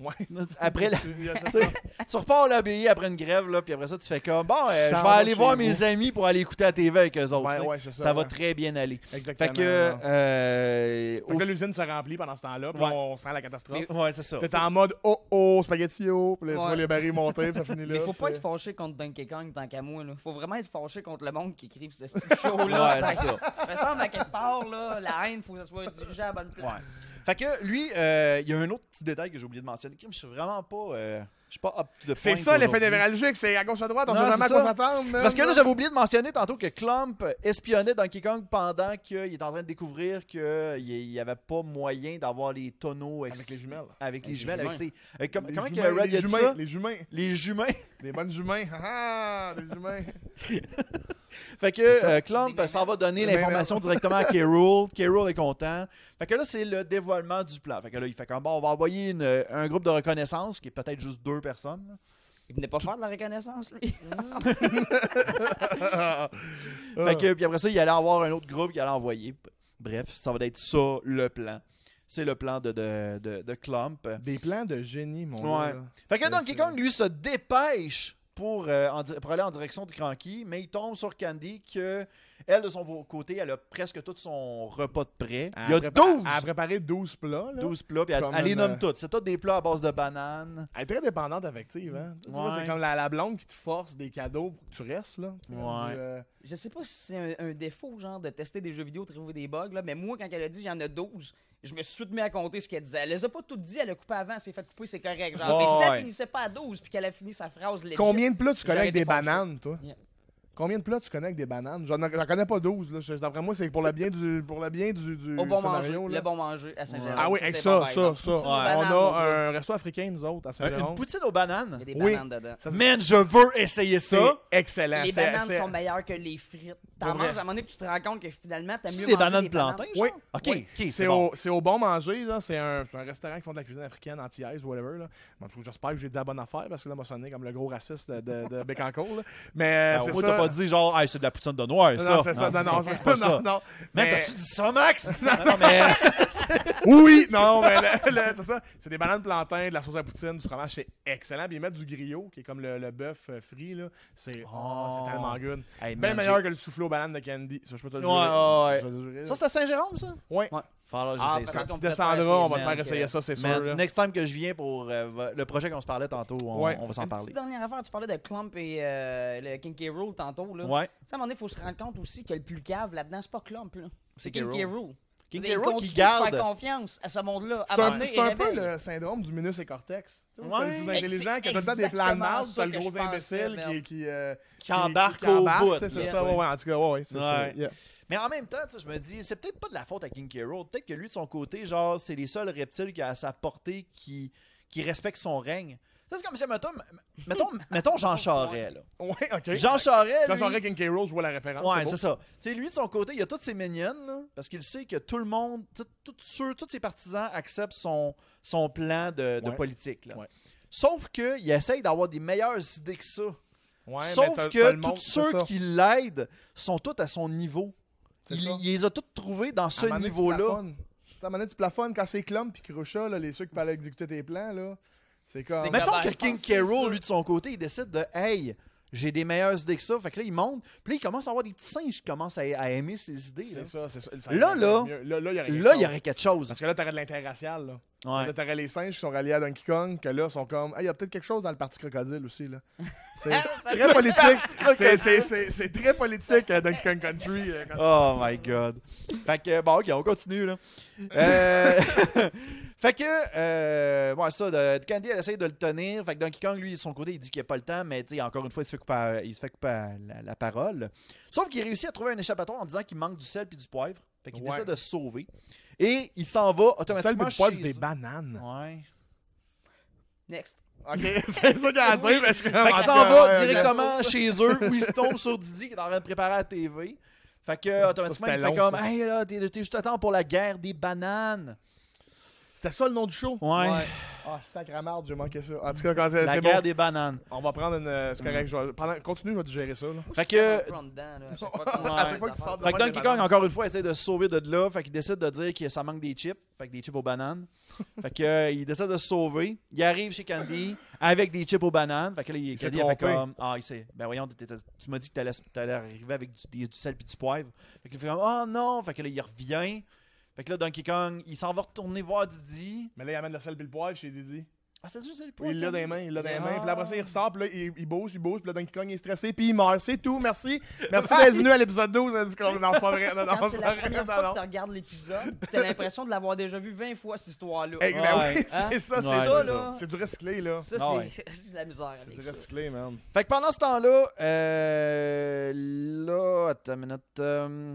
[SPEAKER 1] (laughs) Ouais.
[SPEAKER 3] Après la,
[SPEAKER 1] (laughs) Tu- c'est ça.
[SPEAKER 3] (laughs) tu repars l'ABI après une grève là, puis après ça tu fais comme bon, euh,
[SPEAKER 1] Ça
[SPEAKER 3] je vais
[SPEAKER 1] va
[SPEAKER 3] aller
[SPEAKER 1] chez
[SPEAKER 3] voir
[SPEAKER 1] vous.
[SPEAKER 3] mes amis pour aller écouter la TV avec eux autres.
[SPEAKER 1] Ouais,
[SPEAKER 3] tu sais.
[SPEAKER 1] ouais, c'est ça,
[SPEAKER 3] ça va
[SPEAKER 1] ouais.
[SPEAKER 3] très bien aller.
[SPEAKER 1] Exactement.
[SPEAKER 3] Fait que euh,
[SPEAKER 1] Fait
[SPEAKER 3] au
[SPEAKER 1] que là, l'usine se remplit pendant ce temps-là, puis
[SPEAKER 3] Ouais.
[SPEAKER 1] on sent la catastrophe.
[SPEAKER 3] Ouais, c'est ça.
[SPEAKER 1] T'es en mode oh oh, spaghettio, puis là, tu
[SPEAKER 2] Ouais.
[SPEAKER 1] vois les barils monter, puis ça finit là.
[SPEAKER 2] Mais faut pas
[SPEAKER 1] c'est-
[SPEAKER 2] être fâché contre Donkey Kong tant qu'à moi. Là. Faut vraiment être fâché contre le monde qui écrive ce (laughs) style show-là.
[SPEAKER 3] Ouais, c'est ça.
[SPEAKER 2] me semble à quelque part, là, la haine, faut que ça soit dirigé à la bonne place.
[SPEAKER 3] Fait que lui, euh, il y a un autre petit détail que j'ai oublié de mentionner. Kim, Je suis vraiment pas. euh, Je suis pas up to the
[SPEAKER 1] C'est
[SPEAKER 3] point
[SPEAKER 1] ça l'effet
[SPEAKER 3] aujourd'hui.
[SPEAKER 1] névralgique, c'est à gauche à droite, on
[SPEAKER 3] Non,
[SPEAKER 1] sait jamais à
[SPEAKER 3] c'est
[SPEAKER 1] quoi
[SPEAKER 3] ça.
[SPEAKER 1] s'attendre.
[SPEAKER 3] C'est
[SPEAKER 1] man.
[SPEAKER 3] Parce que là, j'avais oublié de mentionner tantôt que Clump espionnait Donkey Kong pendant qu'il est en train de découvrir qu'il n'y avait pas moyen d'avoir les tonneaux ex-
[SPEAKER 1] Avec les jumelles.
[SPEAKER 3] Avec les jumelles, avec
[SPEAKER 2] humains.
[SPEAKER 3] ses- euh, com-
[SPEAKER 1] Les
[SPEAKER 3] comment
[SPEAKER 1] humains,
[SPEAKER 3] que Red
[SPEAKER 1] les
[SPEAKER 3] a dit
[SPEAKER 1] humains,
[SPEAKER 3] ça?
[SPEAKER 1] les humains,
[SPEAKER 3] Les jumelles.
[SPEAKER 1] les bonnes humains, (laughs) ah, ah, les humains.
[SPEAKER 3] Fait que
[SPEAKER 1] ça.
[SPEAKER 3] euh, Clump
[SPEAKER 2] Des
[SPEAKER 3] s'en va donner
[SPEAKER 1] Des
[SPEAKER 3] l'information
[SPEAKER 1] (laughs)
[SPEAKER 3] directement à K-Rool. K-Rool est content. Fait que là, c'est le dévoilement du plan. Fait que là, il fait comme bon, on va envoyer une- euh, un groupe de reconnaissance qui est peut-être juste deux personnes. là.
[SPEAKER 2] Il venait pas faire de la reconnaissance, lui.
[SPEAKER 3] (laughs)
[SPEAKER 1] Ah.
[SPEAKER 3] Fait que, puis après ça, il allait avoir un autre groupe qu'il allait envoyer. Bref, ça va être ça le plan. C'est le plan de, de, de, de Clump.
[SPEAKER 1] Ah. Des plans de génie, mon
[SPEAKER 3] Ouais.
[SPEAKER 1] gars. là.
[SPEAKER 3] Fait que
[SPEAKER 1] Ouais,
[SPEAKER 3] Donkey
[SPEAKER 1] c'est-
[SPEAKER 3] Kong, lui, se dépêche pour, euh, en di- pour aller en direction de Cranky, mais il tombe sur Candy que, elle, de son côté, elle a presque tout son repas de prêt.
[SPEAKER 1] Ah, Elle
[SPEAKER 3] Il y a
[SPEAKER 1] prépa-
[SPEAKER 3] 12,
[SPEAKER 1] Elle a préparé 12 plats. Là.
[SPEAKER 3] 12 plats, puis elle,
[SPEAKER 1] Comme
[SPEAKER 3] elle les
[SPEAKER 1] une,
[SPEAKER 3] nomme
[SPEAKER 1] euh,
[SPEAKER 3] toutes. C'est tous des plats à base de bananes.
[SPEAKER 1] Elle est très dépendante affective. Hein? Tu vois,
[SPEAKER 3] Ouais.
[SPEAKER 1] c'est comme la, la blonde qui te force des cadeaux pour que tu restes. Là. Tu sais,
[SPEAKER 3] Ouais.
[SPEAKER 1] on dit, euh,
[SPEAKER 2] Je sais pas si c'est un, un défaut, genre, de tester des jeux vidéo, de trouver des bugs, là, mais moi, quand elle a dit il y en a 12, je me suis tout de suite mis à compter ce qu'elle disait. Elle les a pas toutes dit, elle a coupé avant, elle s'est fait couper, c'est correct. Genre,
[SPEAKER 3] Ouais,
[SPEAKER 2] mais si
[SPEAKER 3] ouais.
[SPEAKER 2] elle finissait pas à 12 puis qu'elle a fini sa phrase legit,
[SPEAKER 1] Combien de plats tu connais
[SPEAKER 2] J'aurais
[SPEAKER 1] avec des
[SPEAKER 2] été fâché.
[SPEAKER 1] bananes, toi?
[SPEAKER 2] Yeah.
[SPEAKER 1] Combien de plats tu connais avec des bananes? J'en j'en connais pas 12. Là. Je- D'après moi, c'est pour le bien du, pour le bien du, du
[SPEAKER 2] Au bon manger,
[SPEAKER 1] scénario. là.
[SPEAKER 2] le bon manger à Saint-Germain.
[SPEAKER 1] Ah oui, avec
[SPEAKER 2] c'est
[SPEAKER 1] ça,
[SPEAKER 2] bon, par
[SPEAKER 1] ça,
[SPEAKER 2] exemple.
[SPEAKER 1] ça.
[SPEAKER 2] Poutine
[SPEAKER 1] On
[SPEAKER 2] aux bananes, mon gars.
[SPEAKER 1] a un resto africain, nous autres, à
[SPEAKER 3] Un- Une
[SPEAKER 1] Saint-Jérôme.
[SPEAKER 3] poutine aux bananes.
[SPEAKER 2] Il y a des
[SPEAKER 1] Oui.
[SPEAKER 2] bananes dedans.
[SPEAKER 1] Ça, c'est-
[SPEAKER 3] Man, je veux essayer ça.
[SPEAKER 1] c'est excellent.
[SPEAKER 2] les
[SPEAKER 1] C'est-
[SPEAKER 2] bananes
[SPEAKER 1] c'est-
[SPEAKER 2] sont meilleures que les frites.
[SPEAKER 1] Pour
[SPEAKER 2] T'en
[SPEAKER 1] vrai.
[SPEAKER 2] manges à un moment donné, puis tu te rends compte que finalement, t'as
[SPEAKER 3] C'est
[SPEAKER 2] mieux
[SPEAKER 3] des
[SPEAKER 2] mangé
[SPEAKER 3] bananes
[SPEAKER 2] des
[SPEAKER 3] plantains,
[SPEAKER 2] bananes.
[SPEAKER 3] genre?
[SPEAKER 1] Oui.
[SPEAKER 3] Ok,
[SPEAKER 1] Oui.
[SPEAKER 3] ok,
[SPEAKER 1] c'est
[SPEAKER 3] c'est
[SPEAKER 1] au,
[SPEAKER 3] bon.
[SPEAKER 1] c'est au bon manger, là. C'est un, c'est un restaurant qui font de la cuisine africaine, anti-aise, whatever. Là. Bon, en tout cas, J'espère que j'ai dit la bonne affaire parce que là, m'a sonné comme le gros raciste de, de, de Bécancour, là. Mais euh,
[SPEAKER 3] Ah,
[SPEAKER 1] c'est
[SPEAKER 3] au moins,
[SPEAKER 1] ça.
[SPEAKER 3] t'as pas dit genre, Hey, c'est de la poutine de noir, ça.
[SPEAKER 1] Non, c'est ça. Non, (laughs) non, c'est
[SPEAKER 3] pas
[SPEAKER 1] pas
[SPEAKER 3] ça.
[SPEAKER 1] Non, non.
[SPEAKER 3] Man,
[SPEAKER 1] Mais-
[SPEAKER 3] t'as-tu dit ça, Max? non, non, mais.
[SPEAKER 1] (laughs) Oui, non, mais le- le- c'est ça. C'est des bananes plantains, de la sauce à poutine, du fromage, c'est excellent. Puis ils mettent du griot, qui est comme le, le bœuf euh, frit, là. C'est oh, c'est
[SPEAKER 3] Oh.
[SPEAKER 1] tellement good.
[SPEAKER 3] Hey,
[SPEAKER 1] Bien
[SPEAKER 3] man,
[SPEAKER 1] meilleur que le soufflé aux bananes de Candy. Ça, je peux te le
[SPEAKER 3] Ouais,
[SPEAKER 1] jurer.
[SPEAKER 3] ouais, ouais.
[SPEAKER 1] Je peux te le jurer,
[SPEAKER 3] Ça,
[SPEAKER 1] là.
[SPEAKER 3] c'est à Saint-Jérôme, ça?
[SPEAKER 1] Ouais.
[SPEAKER 2] Ouais.
[SPEAKER 3] Falloir que
[SPEAKER 1] Ah,
[SPEAKER 3] j'essaie ça.
[SPEAKER 1] quand
[SPEAKER 2] qu'on
[SPEAKER 1] tu
[SPEAKER 2] pourrait
[SPEAKER 1] descendras, on va te
[SPEAKER 2] essayer,
[SPEAKER 1] faire
[SPEAKER 2] man,
[SPEAKER 1] essayer
[SPEAKER 2] que-
[SPEAKER 1] ça, c'est sûr.
[SPEAKER 3] Man,
[SPEAKER 1] là.
[SPEAKER 3] next time que je viens pour euh, va- le projet qu'on se parlait tantôt, on,
[SPEAKER 1] Ouais.
[SPEAKER 3] on va s'en
[SPEAKER 2] Une
[SPEAKER 3] parler.
[SPEAKER 2] petite dernière affaire, tu parlais de Clump et euh, le King K. Rool tantôt. Là.
[SPEAKER 3] Ouais.
[SPEAKER 2] Tu sais, à un moment donné, il faut se rendre compte aussi que le plus cave là-dedans, c'est pas Clump. Là.
[SPEAKER 3] C'est
[SPEAKER 2] C'est King
[SPEAKER 3] K.
[SPEAKER 2] K.
[SPEAKER 3] Rool.
[SPEAKER 2] Rool.
[SPEAKER 3] King
[SPEAKER 2] Il
[SPEAKER 3] K. Rool
[SPEAKER 2] continue
[SPEAKER 3] qui
[SPEAKER 2] de
[SPEAKER 3] garde.
[SPEAKER 2] faire confiance à ce monde-là.
[SPEAKER 1] C'est
[SPEAKER 2] À
[SPEAKER 1] un,
[SPEAKER 2] moment donné,
[SPEAKER 1] c'est un
[SPEAKER 2] il
[SPEAKER 1] peu
[SPEAKER 2] réveille.
[SPEAKER 1] le syndrome du minus et cortex. Tu sais,
[SPEAKER 3] Ouais.
[SPEAKER 1] T'as le plus
[SPEAKER 2] Ex-
[SPEAKER 1] intelligent, qui a tout le temps des
[SPEAKER 2] exactement
[SPEAKER 1] plans de marde,
[SPEAKER 2] ça
[SPEAKER 1] t'as le
[SPEAKER 2] que je
[SPEAKER 1] gros
[SPEAKER 2] pensais,
[SPEAKER 1] imbécile
[SPEAKER 2] merde.
[SPEAKER 1] qui, qui, euh,
[SPEAKER 3] Qui embarque au bout,
[SPEAKER 1] tu sais, C'est
[SPEAKER 3] là,
[SPEAKER 1] ça,
[SPEAKER 3] tu
[SPEAKER 1] ouais,
[SPEAKER 3] sais.
[SPEAKER 1] ouais, en tout cas, ouais, ouais, c'est ça.
[SPEAKER 3] Ouais.
[SPEAKER 1] yeah.
[SPEAKER 3] Mais en même temps, tu sais, je me dis, c'est peut-être pas de la faute à King K. Rool. Peut-être que lui, de son côté, genre, c'est les seuls reptiles qui a à sa portée qui, qui respectent son règne. Ça, c'est comme si, mettons, mettons,
[SPEAKER 1] (laughs)
[SPEAKER 3] mettons Jean Charest, là.
[SPEAKER 1] Ouais, ok.
[SPEAKER 3] Jean Charest,
[SPEAKER 1] Jean
[SPEAKER 3] lui-
[SPEAKER 1] Charest, King K. Rool, je vois la référence.
[SPEAKER 3] Ouais,
[SPEAKER 1] beau.
[SPEAKER 3] c'est ça. Tu sais, lui, de son côté, il a toutes ses mignonnes, là, parce qu'il sait que tout le monde, tout- tout ceux- tous ses partisans acceptent son, son plan de, de
[SPEAKER 1] Ouais.
[SPEAKER 3] politique. Là.
[SPEAKER 1] Ouais.
[SPEAKER 3] Sauf qu'il essaye d'avoir des meilleures idées que ça.
[SPEAKER 1] Ouais, mais
[SPEAKER 3] Sauf
[SPEAKER 1] t'as- t'as
[SPEAKER 3] que
[SPEAKER 1] le monde,
[SPEAKER 3] tous
[SPEAKER 1] c'est
[SPEAKER 3] ceux
[SPEAKER 1] ça.
[SPEAKER 3] qui l'aident sont tous à son niveau.
[SPEAKER 1] C'est
[SPEAKER 3] Il,
[SPEAKER 1] ça.
[SPEAKER 3] il les a tous trouvés dans ce
[SPEAKER 1] À un moment donné, tu
[SPEAKER 3] niveau-là.
[SPEAKER 1] plafonnes. Tu sais, À un moment donné, tu plafonnes quand c'est Clump puis Crucha, là, les ceux qui allaient exécuter tes plans, là. C'est comme.
[SPEAKER 2] Des
[SPEAKER 3] Mettons
[SPEAKER 2] Ah
[SPEAKER 3] que
[SPEAKER 2] ben, je
[SPEAKER 3] King
[SPEAKER 2] pense que c'est ça.
[SPEAKER 3] Carol, lui, de son côté, il décide de Hey, j'ai des meilleures idées que ça. Fait que là, il monte. Puis là, il commence à avoir des petits singes qui commencent à, à aimer ses idées.
[SPEAKER 1] C'est
[SPEAKER 3] Là,
[SPEAKER 1] ça, c'est ça. ça
[SPEAKER 3] Là,
[SPEAKER 1] aurait
[SPEAKER 3] là,
[SPEAKER 1] été mieux. là, là, il y aurait. quelque
[SPEAKER 3] Là, il y
[SPEAKER 1] chose.
[SPEAKER 3] aurait quelque chose.
[SPEAKER 1] Parce que là, t'aurais de l'interracial, là.
[SPEAKER 3] Ouais.
[SPEAKER 1] Là, T'aurais les singes qui sont ralliés à Donkey Kong, que là, sont comme. Hey, Il y a peut-être quelque chose dans le parti crocodile aussi, là. C'est
[SPEAKER 3] Ah,
[SPEAKER 1] très politique. C'est- c'est- C'est c'est très politique, euh, Donkey Kong Country. euh, quand-
[SPEAKER 3] Oh my god. Fait que, bon, ok, on continue, là. Euh, (laughs) fait que, euh, ouais, ça, de, Candy, elle essaye de le tenir. Fait que Donkey Kong, lui, de son côté, il dit qu'il n'a pas le temps, mais tu sais, encore une fois, il se fait couper, à- il se fait couper à la, la parole. Sauf qu'il réussit à trouver un échappatoire en disant qu'il manque du sel puis du poivre. Fait qu'il
[SPEAKER 1] Ouais.
[SPEAKER 3] décide de se sauver. Et il s'en
[SPEAKER 1] Le
[SPEAKER 3] va
[SPEAKER 1] seul
[SPEAKER 3] automatiquement.
[SPEAKER 1] but du poivre,
[SPEAKER 3] chez
[SPEAKER 1] c'est des
[SPEAKER 3] eux.
[SPEAKER 1] bananes.
[SPEAKER 3] Ouais.
[SPEAKER 2] Next.
[SPEAKER 1] Ok, (laughs) c'est ça qu'il a à dire, parce que. oh
[SPEAKER 3] Fait
[SPEAKER 1] en
[SPEAKER 3] qu'il
[SPEAKER 1] tout
[SPEAKER 3] s'en
[SPEAKER 1] cas, ouais,
[SPEAKER 3] va
[SPEAKER 1] ouais,
[SPEAKER 3] directement chez eux où il se tombe sur Didi qui est en train de préparer la TV. Fait que automatiquement,
[SPEAKER 1] c'était
[SPEAKER 3] il fait
[SPEAKER 1] long,
[SPEAKER 3] comme
[SPEAKER 1] ça.
[SPEAKER 3] Hey là, t'es t'es juste à temps pour la guerre des bananes.
[SPEAKER 1] C'était ça le nom du show?
[SPEAKER 3] Ouais.
[SPEAKER 1] Ah, sacré marde, j'ai manqué ça. En tout cas, quand c'est
[SPEAKER 3] La
[SPEAKER 1] Euh, c'est
[SPEAKER 3] guerre
[SPEAKER 1] bon.
[SPEAKER 3] des Mm. bananes.
[SPEAKER 1] On va prendre une. euh, C'est correct, je vais- pendant- Continue, je vais digérer ça, là.
[SPEAKER 3] Fait
[SPEAKER 2] Un
[SPEAKER 3] que,
[SPEAKER 2] peu en dedans, là, à chaque
[SPEAKER 1] (laughs)
[SPEAKER 2] fois qu'on-
[SPEAKER 1] À chaque fois que tu sors de
[SPEAKER 3] fait que
[SPEAKER 1] même des
[SPEAKER 3] Donkey Kong,
[SPEAKER 1] bananes.
[SPEAKER 3] encore une fois, essaie de se sauver de là. Fait qu'il décide de dire que ça manque des chips. Fait que des chips
[SPEAKER 1] (laughs)
[SPEAKER 3] aux bananes. fait que, euh, il décide de se sauver. Il arrive chez Candy avec des chips aux bananes. Fait que là, il,
[SPEAKER 1] s'est
[SPEAKER 3] Candy, il fait
[SPEAKER 1] trompé.
[SPEAKER 3] comme Ah, il sait. Ben voyons, t'étais- tu m'as dit que t'allais, t'allais arriver avec du, des- du sel puis du poivre. Fait qu'il fait comme Oh non. Fait que là, il revient. Fait que là, Donkey Kong, il s'en va retourner voir Didi.
[SPEAKER 1] Mais là, il amène le sel et le poivre chez Didi.
[SPEAKER 3] Ah, c'est sûr, c'est le
[SPEAKER 1] Oui,
[SPEAKER 3] point.
[SPEAKER 1] il l'a dans les mains, il l'a dans les mains. Puis là, après ça,
[SPEAKER 3] Ah.
[SPEAKER 1] il ressort, puis là, il, il bouge, il bouge, puis là, d'un coup, il est stressé, puis il meurt. C'est tout, merci. Merci d'être venu à l'épisode 12. Non, c'est pas vrai. Non,
[SPEAKER 2] Quand
[SPEAKER 1] non, c'est
[SPEAKER 2] c'est la
[SPEAKER 1] pas vrai. Non,
[SPEAKER 2] première fois
[SPEAKER 1] non.
[SPEAKER 2] que tu regardes l'épisode, pis t'as l'impression de l'avoir déjà vu 20 fois, cette histoire-là.
[SPEAKER 1] Eh, ben oui, (laughs)
[SPEAKER 3] Ouais.
[SPEAKER 1] c'est ça, c'est
[SPEAKER 3] Ouais,
[SPEAKER 1] ça,
[SPEAKER 3] c'est
[SPEAKER 1] là.
[SPEAKER 2] ça.
[SPEAKER 1] C'est du recyclé, là.
[SPEAKER 2] Ça,
[SPEAKER 3] Ah
[SPEAKER 2] c'est (laughs) c'est de la misère.
[SPEAKER 1] C'est
[SPEAKER 2] avec
[SPEAKER 1] du
[SPEAKER 2] ça.
[SPEAKER 1] recyclé, man.
[SPEAKER 3] Fait que pendant ce temps-là, euh, là, attends une minute. euh,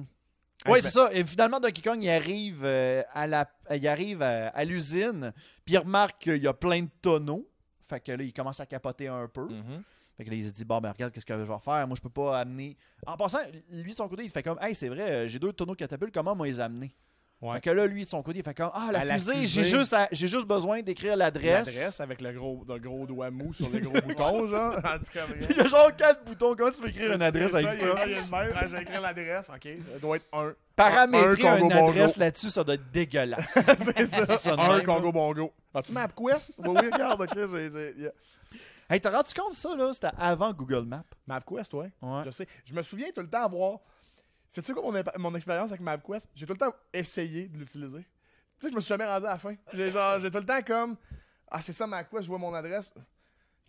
[SPEAKER 1] Ah,
[SPEAKER 3] ouais,
[SPEAKER 1] je
[SPEAKER 3] c'est ça. Et finalement, Donkey Kong, il arrive, euh, à, la, il arrive à, à l'usine, puis il remarque qu'il y a plein de tonneaux. Fait que là, il commence à capoter un peu.
[SPEAKER 1] Mm.
[SPEAKER 3] Fait que là, il se dit, bon, ben regarde, qu'est-ce que je vais faire? Moi, je peux pas amener. En passant, lui, de son côté, il fait comme, hey, c'est vrai, euh, j'ai deux tonneaux catapultes, comment moi les amener?
[SPEAKER 1] Ouais.
[SPEAKER 3] Fait que là, lui, de son côté, il fait comme, ah, la,
[SPEAKER 1] À la
[SPEAKER 3] fusée,
[SPEAKER 1] fusée.
[SPEAKER 3] J'ai, juste à- j'ai juste besoin d'écrire l'adresse.
[SPEAKER 1] L'adresse avec le gros, le gros doigt mou sur le
[SPEAKER 2] (laughs)
[SPEAKER 1] gros bouton, genre. En tout cas,
[SPEAKER 3] (laughs) il y a genre quatre boutons, comment tu peux (laughs) écrire une adresse
[SPEAKER 1] C'est
[SPEAKER 3] avec
[SPEAKER 1] Il y a-
[SPEAKER 3] ça?
[SPEAKER 1] il y a une mère. Ah, J'ai écrit l'adresse, ok. Ça doit être
[SPEAKER 3] (laughs)
[SPEAKER 1] un.
[SPEAKER 3] Paramétrer
[SPEAKER 1] Un
[SPEAKER 3] une
[SPEAKER 1] Congo
[SPEAKER 3] adresse
[SPEAKER 1] Bongo.
[SPEAKER 3] là-dessus, ça doit être dégueulasse.
[SPEAKER 1] (laughs) c'est ça.
[SPEAKER 3] Ça de
[SPEAKER 1] un
[SPEAKER 3] même,
[SPEAKER 1] Congo Bongo. As-tu MapQuest? oui, oui, regarde, ok. j'ai- j'ai- yeah.
[SPEAKER 3] hey, t'as rendu compte ça, là? C'était avant Google Maps. Ben,
[SPEAKER 1] MapQuest, ouais.
[SPEAKER 3] Ouais.
[SPEAKER 1] Je sais. Je me souviens tout le temps avoir. C'est-tu quoi mon, imp- mon expérience avec MapQuest? J'ai tout le temps essayé de l'utiliser. Tu sais, je me suis jamais rendu à la fin. J'ai genre- j'ai tout le temps comme. Ah, c'est ça, MapQuest, je vois mon adresse.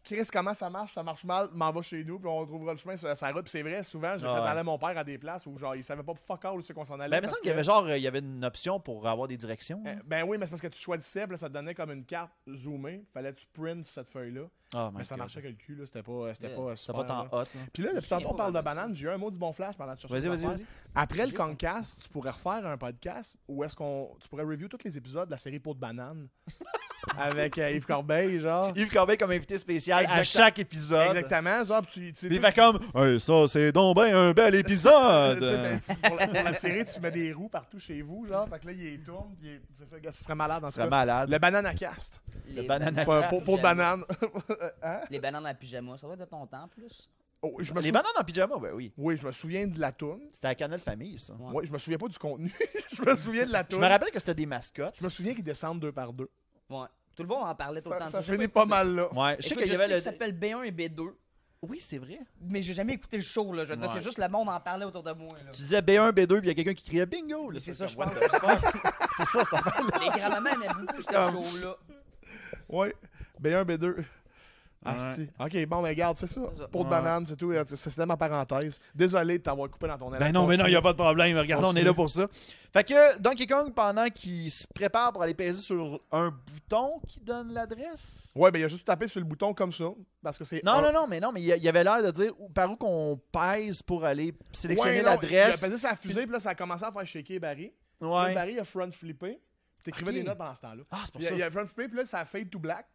[SPEAKER 1] Chris, comment ça marche? Ça marche mal, m'en va chez nous, puis on trouvera le chemin sur sur la route. Puis c'est vrai, souvent, j'ai
[SPEAKER 3] Ah ouais.
[SPEAKER 1] fait aller mon père à des places où genre, il savait pas fuck all où c'est qu'on s'en allait.
[SPEAKER 3] Ben, il me
[SPEAKER 1] parce
[SPEAKER 3] semble qu'il y
[SPEAKER 1] que-
[SPEAKER 3] avait genre, euh, il y avait une option pour avoir des directions.
[SPEAKER 1] Euh, Ben oui, mais c'est parce que tu choisissais, puis là, ça te donnait comme une carte zoomée. Fallait que tu printes cette feuille-là.
[SPEAKER 3] Ah,
[SPEAKER 1] Mais ben, ça marchait que le cul, là. C'était pas, c'était
[SPEAKER 2] Yeah.
[SPEAKER 1] pas
[SPEAKER 3] C'était
[SPEAKER 1] super.
[SPEAKER 3] pas tant
[SPEAKER 1] là.
[SPEAKER 3] hot. là.
[SPEAKER 1] Puis là, depuis tantôt, on
[SPEAKER 2] pas
[SPEAKER 1] parle de
[SPEAKER 2] vraiment ça.
[SPEAKER 1] banane. J'ai eu un mot du bon flash pendant que tu
[SPEAKER 3] Vas-y,
[SPEAKER 1] cherchais
[SPEAKER 3] vas-y,
[SPEAKER 1] ton affaire.
[SPEAKER 3] vas-y.
[SPEAKER 1] Après le Concast, tu pourrais refaire un podcast où est-ce qu'on. Tu pourrais review tous les épisodes de la série Peau de
[SPEAKER 3] (laughs)
[SPEAKER 1] banane avec euh, Yves Corbeil, genre.
[SPEAKER 3] Yves Corbeil comme invité spécial à
[SPEAKER 1] Exactement.
[SPEAKER 3] chaque épisode.
[SPEAKER 1] Exactement, genre, puis tu, tu,
[SPEAKER 3] Puis
[SPEAKER 1] tu,
[SPEAKER 3] il fait comme Hey, ça, c'est donc ben un bel
[SPEAKER 1] (laughs)
[SPEAKER 3] épisode.
[SPEAKER 1] tu sais, ben, tu- pour, la, pour la série, tu mets des roues partout chez vous, genre. Fait que là, il les tourne, puis il est- c'est ça, gars, ce serait malade en
[SPEAKER 3] Ce
[SPEAKER 1] tout
[SPEAKER 3] serait
[SPEAKER 1] cas.
[SPEAKER 3] malade.
[SPEAKER 1] Le banane à cast.
[SPEAKER 2] Les
[SPEAKER 3] banane à
[SPEAKER 1] Pour,
[SPEAKER 2] à
[SPEAKER 1] pour, pour de
[SPEAKER 2] pyjama.
[SPEAKER 1] banane. Hein?
[SPEAKER 2] Les bananes à pyjama, ça doit être de ton temps en plus.
[SPEAKER 1] Oh, je me
[SPEAKER 3] Les
[SPEAKER 1] sou-
[SPEAKER 3] bananes en pyjama, ben oui.
[SPEAKER 1] Oui, je me souviens de la toune.
[SPEAKER 3] C'était à Canal Famille, ça.
[SPEAKER 2] Ouais.
[SPEAKER 1] Oui, je me souviens pas du contenu. (laughs) je me souviens de la
[SPEAKER 3] Je
[SPEAKER 1] toune.
[SPEAKER 3] me rappelle que c'était des mascottes.
[SPEAKER 1] Je me souviens qu'ils descendent deux par deux.
[SPEAKER 2] Ouais. Tout le monde en parlait tout le
[SPEAKER 1] Ça,
[SPEAKER 2] temps.
[SPEAKER 1] ça
[SPEAKER 2] Je sais
[SPEAKER 1] finit
[SPEAKER 2] pas
[SPEAKER 1] pas mal là.
[SPEAKER 3] Ouais, je sais
[SPEAKER 2] Écoute,
[SPEAKER 3] qu'il y avait
[SPEAKER 2] que
[SPEAKER 3] le.
[SPEAKER 2] ça s'appelle B1 et B2,
[SPEAKER 3] Oui, c'est vrai.
[SPEAKER 2] mais j'ai jamais écouté le show, là. Je veux dire,
[SPEAKER 3] Ouais.
[SPEAKER 2] c'est juste le monde en parlait autour de moi, là.
[SPEAKER 3] Tu disais B1, B2, puis il y a quelqu'un qui criait bingo. là.
[SPEAKER 2] C'est ça, je
[SPEAKER 3] comme,
[SPEAKER 2] pense.
[SPEAKER 3] what the fuck? c'est ça, cette affaire-là.
[SPEAKER 2] Les grands-mamans aimaient beaucoup
[SPEAKER 1] (laughs) Ah.
[SPEAKER 2] ce show-là.
[SPEAKER 1] Ouais. B1, B2. Asti. Ok, bon, mais regarde, c'est ça.
[SPEAKER 2] C'est ça.
[SPEAKER 1] Pour de
[SPEAKER 3] Ouais.
[SPEAKER 1] banane, c'est tout. C'était ma parenthèse. Désolé de t'avoir coupé dans ton élan.
[SPEAKER 3] Ben non, mais non, il
[SPEAKER 1] Continue.
[SPEAKER 3] n'y a pas de problème. Regarde, on est
[SPEAKER 1] Continue.
[SPEAKER 3] là pour ça. Fait que Donkey Kong, pendant qu'il se prépare pour aller peser sur un bouton qui donne l'adresse.
[SPEAKER 1] Ouais, ben il a juste tapé sur le bouton comme ça. Parce que c'est.
[SPEAKER 3] Non,
[SPEAKER 1] un-
[SPEAKER 3] non, non, mais non, mais il y a- il y avait l'air de dire où- par où qu'on pèse pour aller sélectionner
[SPEAKER 1] Ouais, non,
[SPEAKER 3] l'adresse.
[SPEAKER 1] Il a pesé sa fusée, puis là, ça a commencé à faire shaker Barry. Là,
[SPEAKER 3] Ouais.
[SPEAKER 1] Barry il a front flippé. T'écrivais
[SPEAKER 3] Ok.
[SPEAKER 1] des notes pendant ce temps-là.
[SPEAKER 3] Ah, c'est pour
[SPEAKER 1] Il a,
[SPEAKER 3] ça.
[SPEAKER 1] il a front flippé, puis là, ça a fade to black.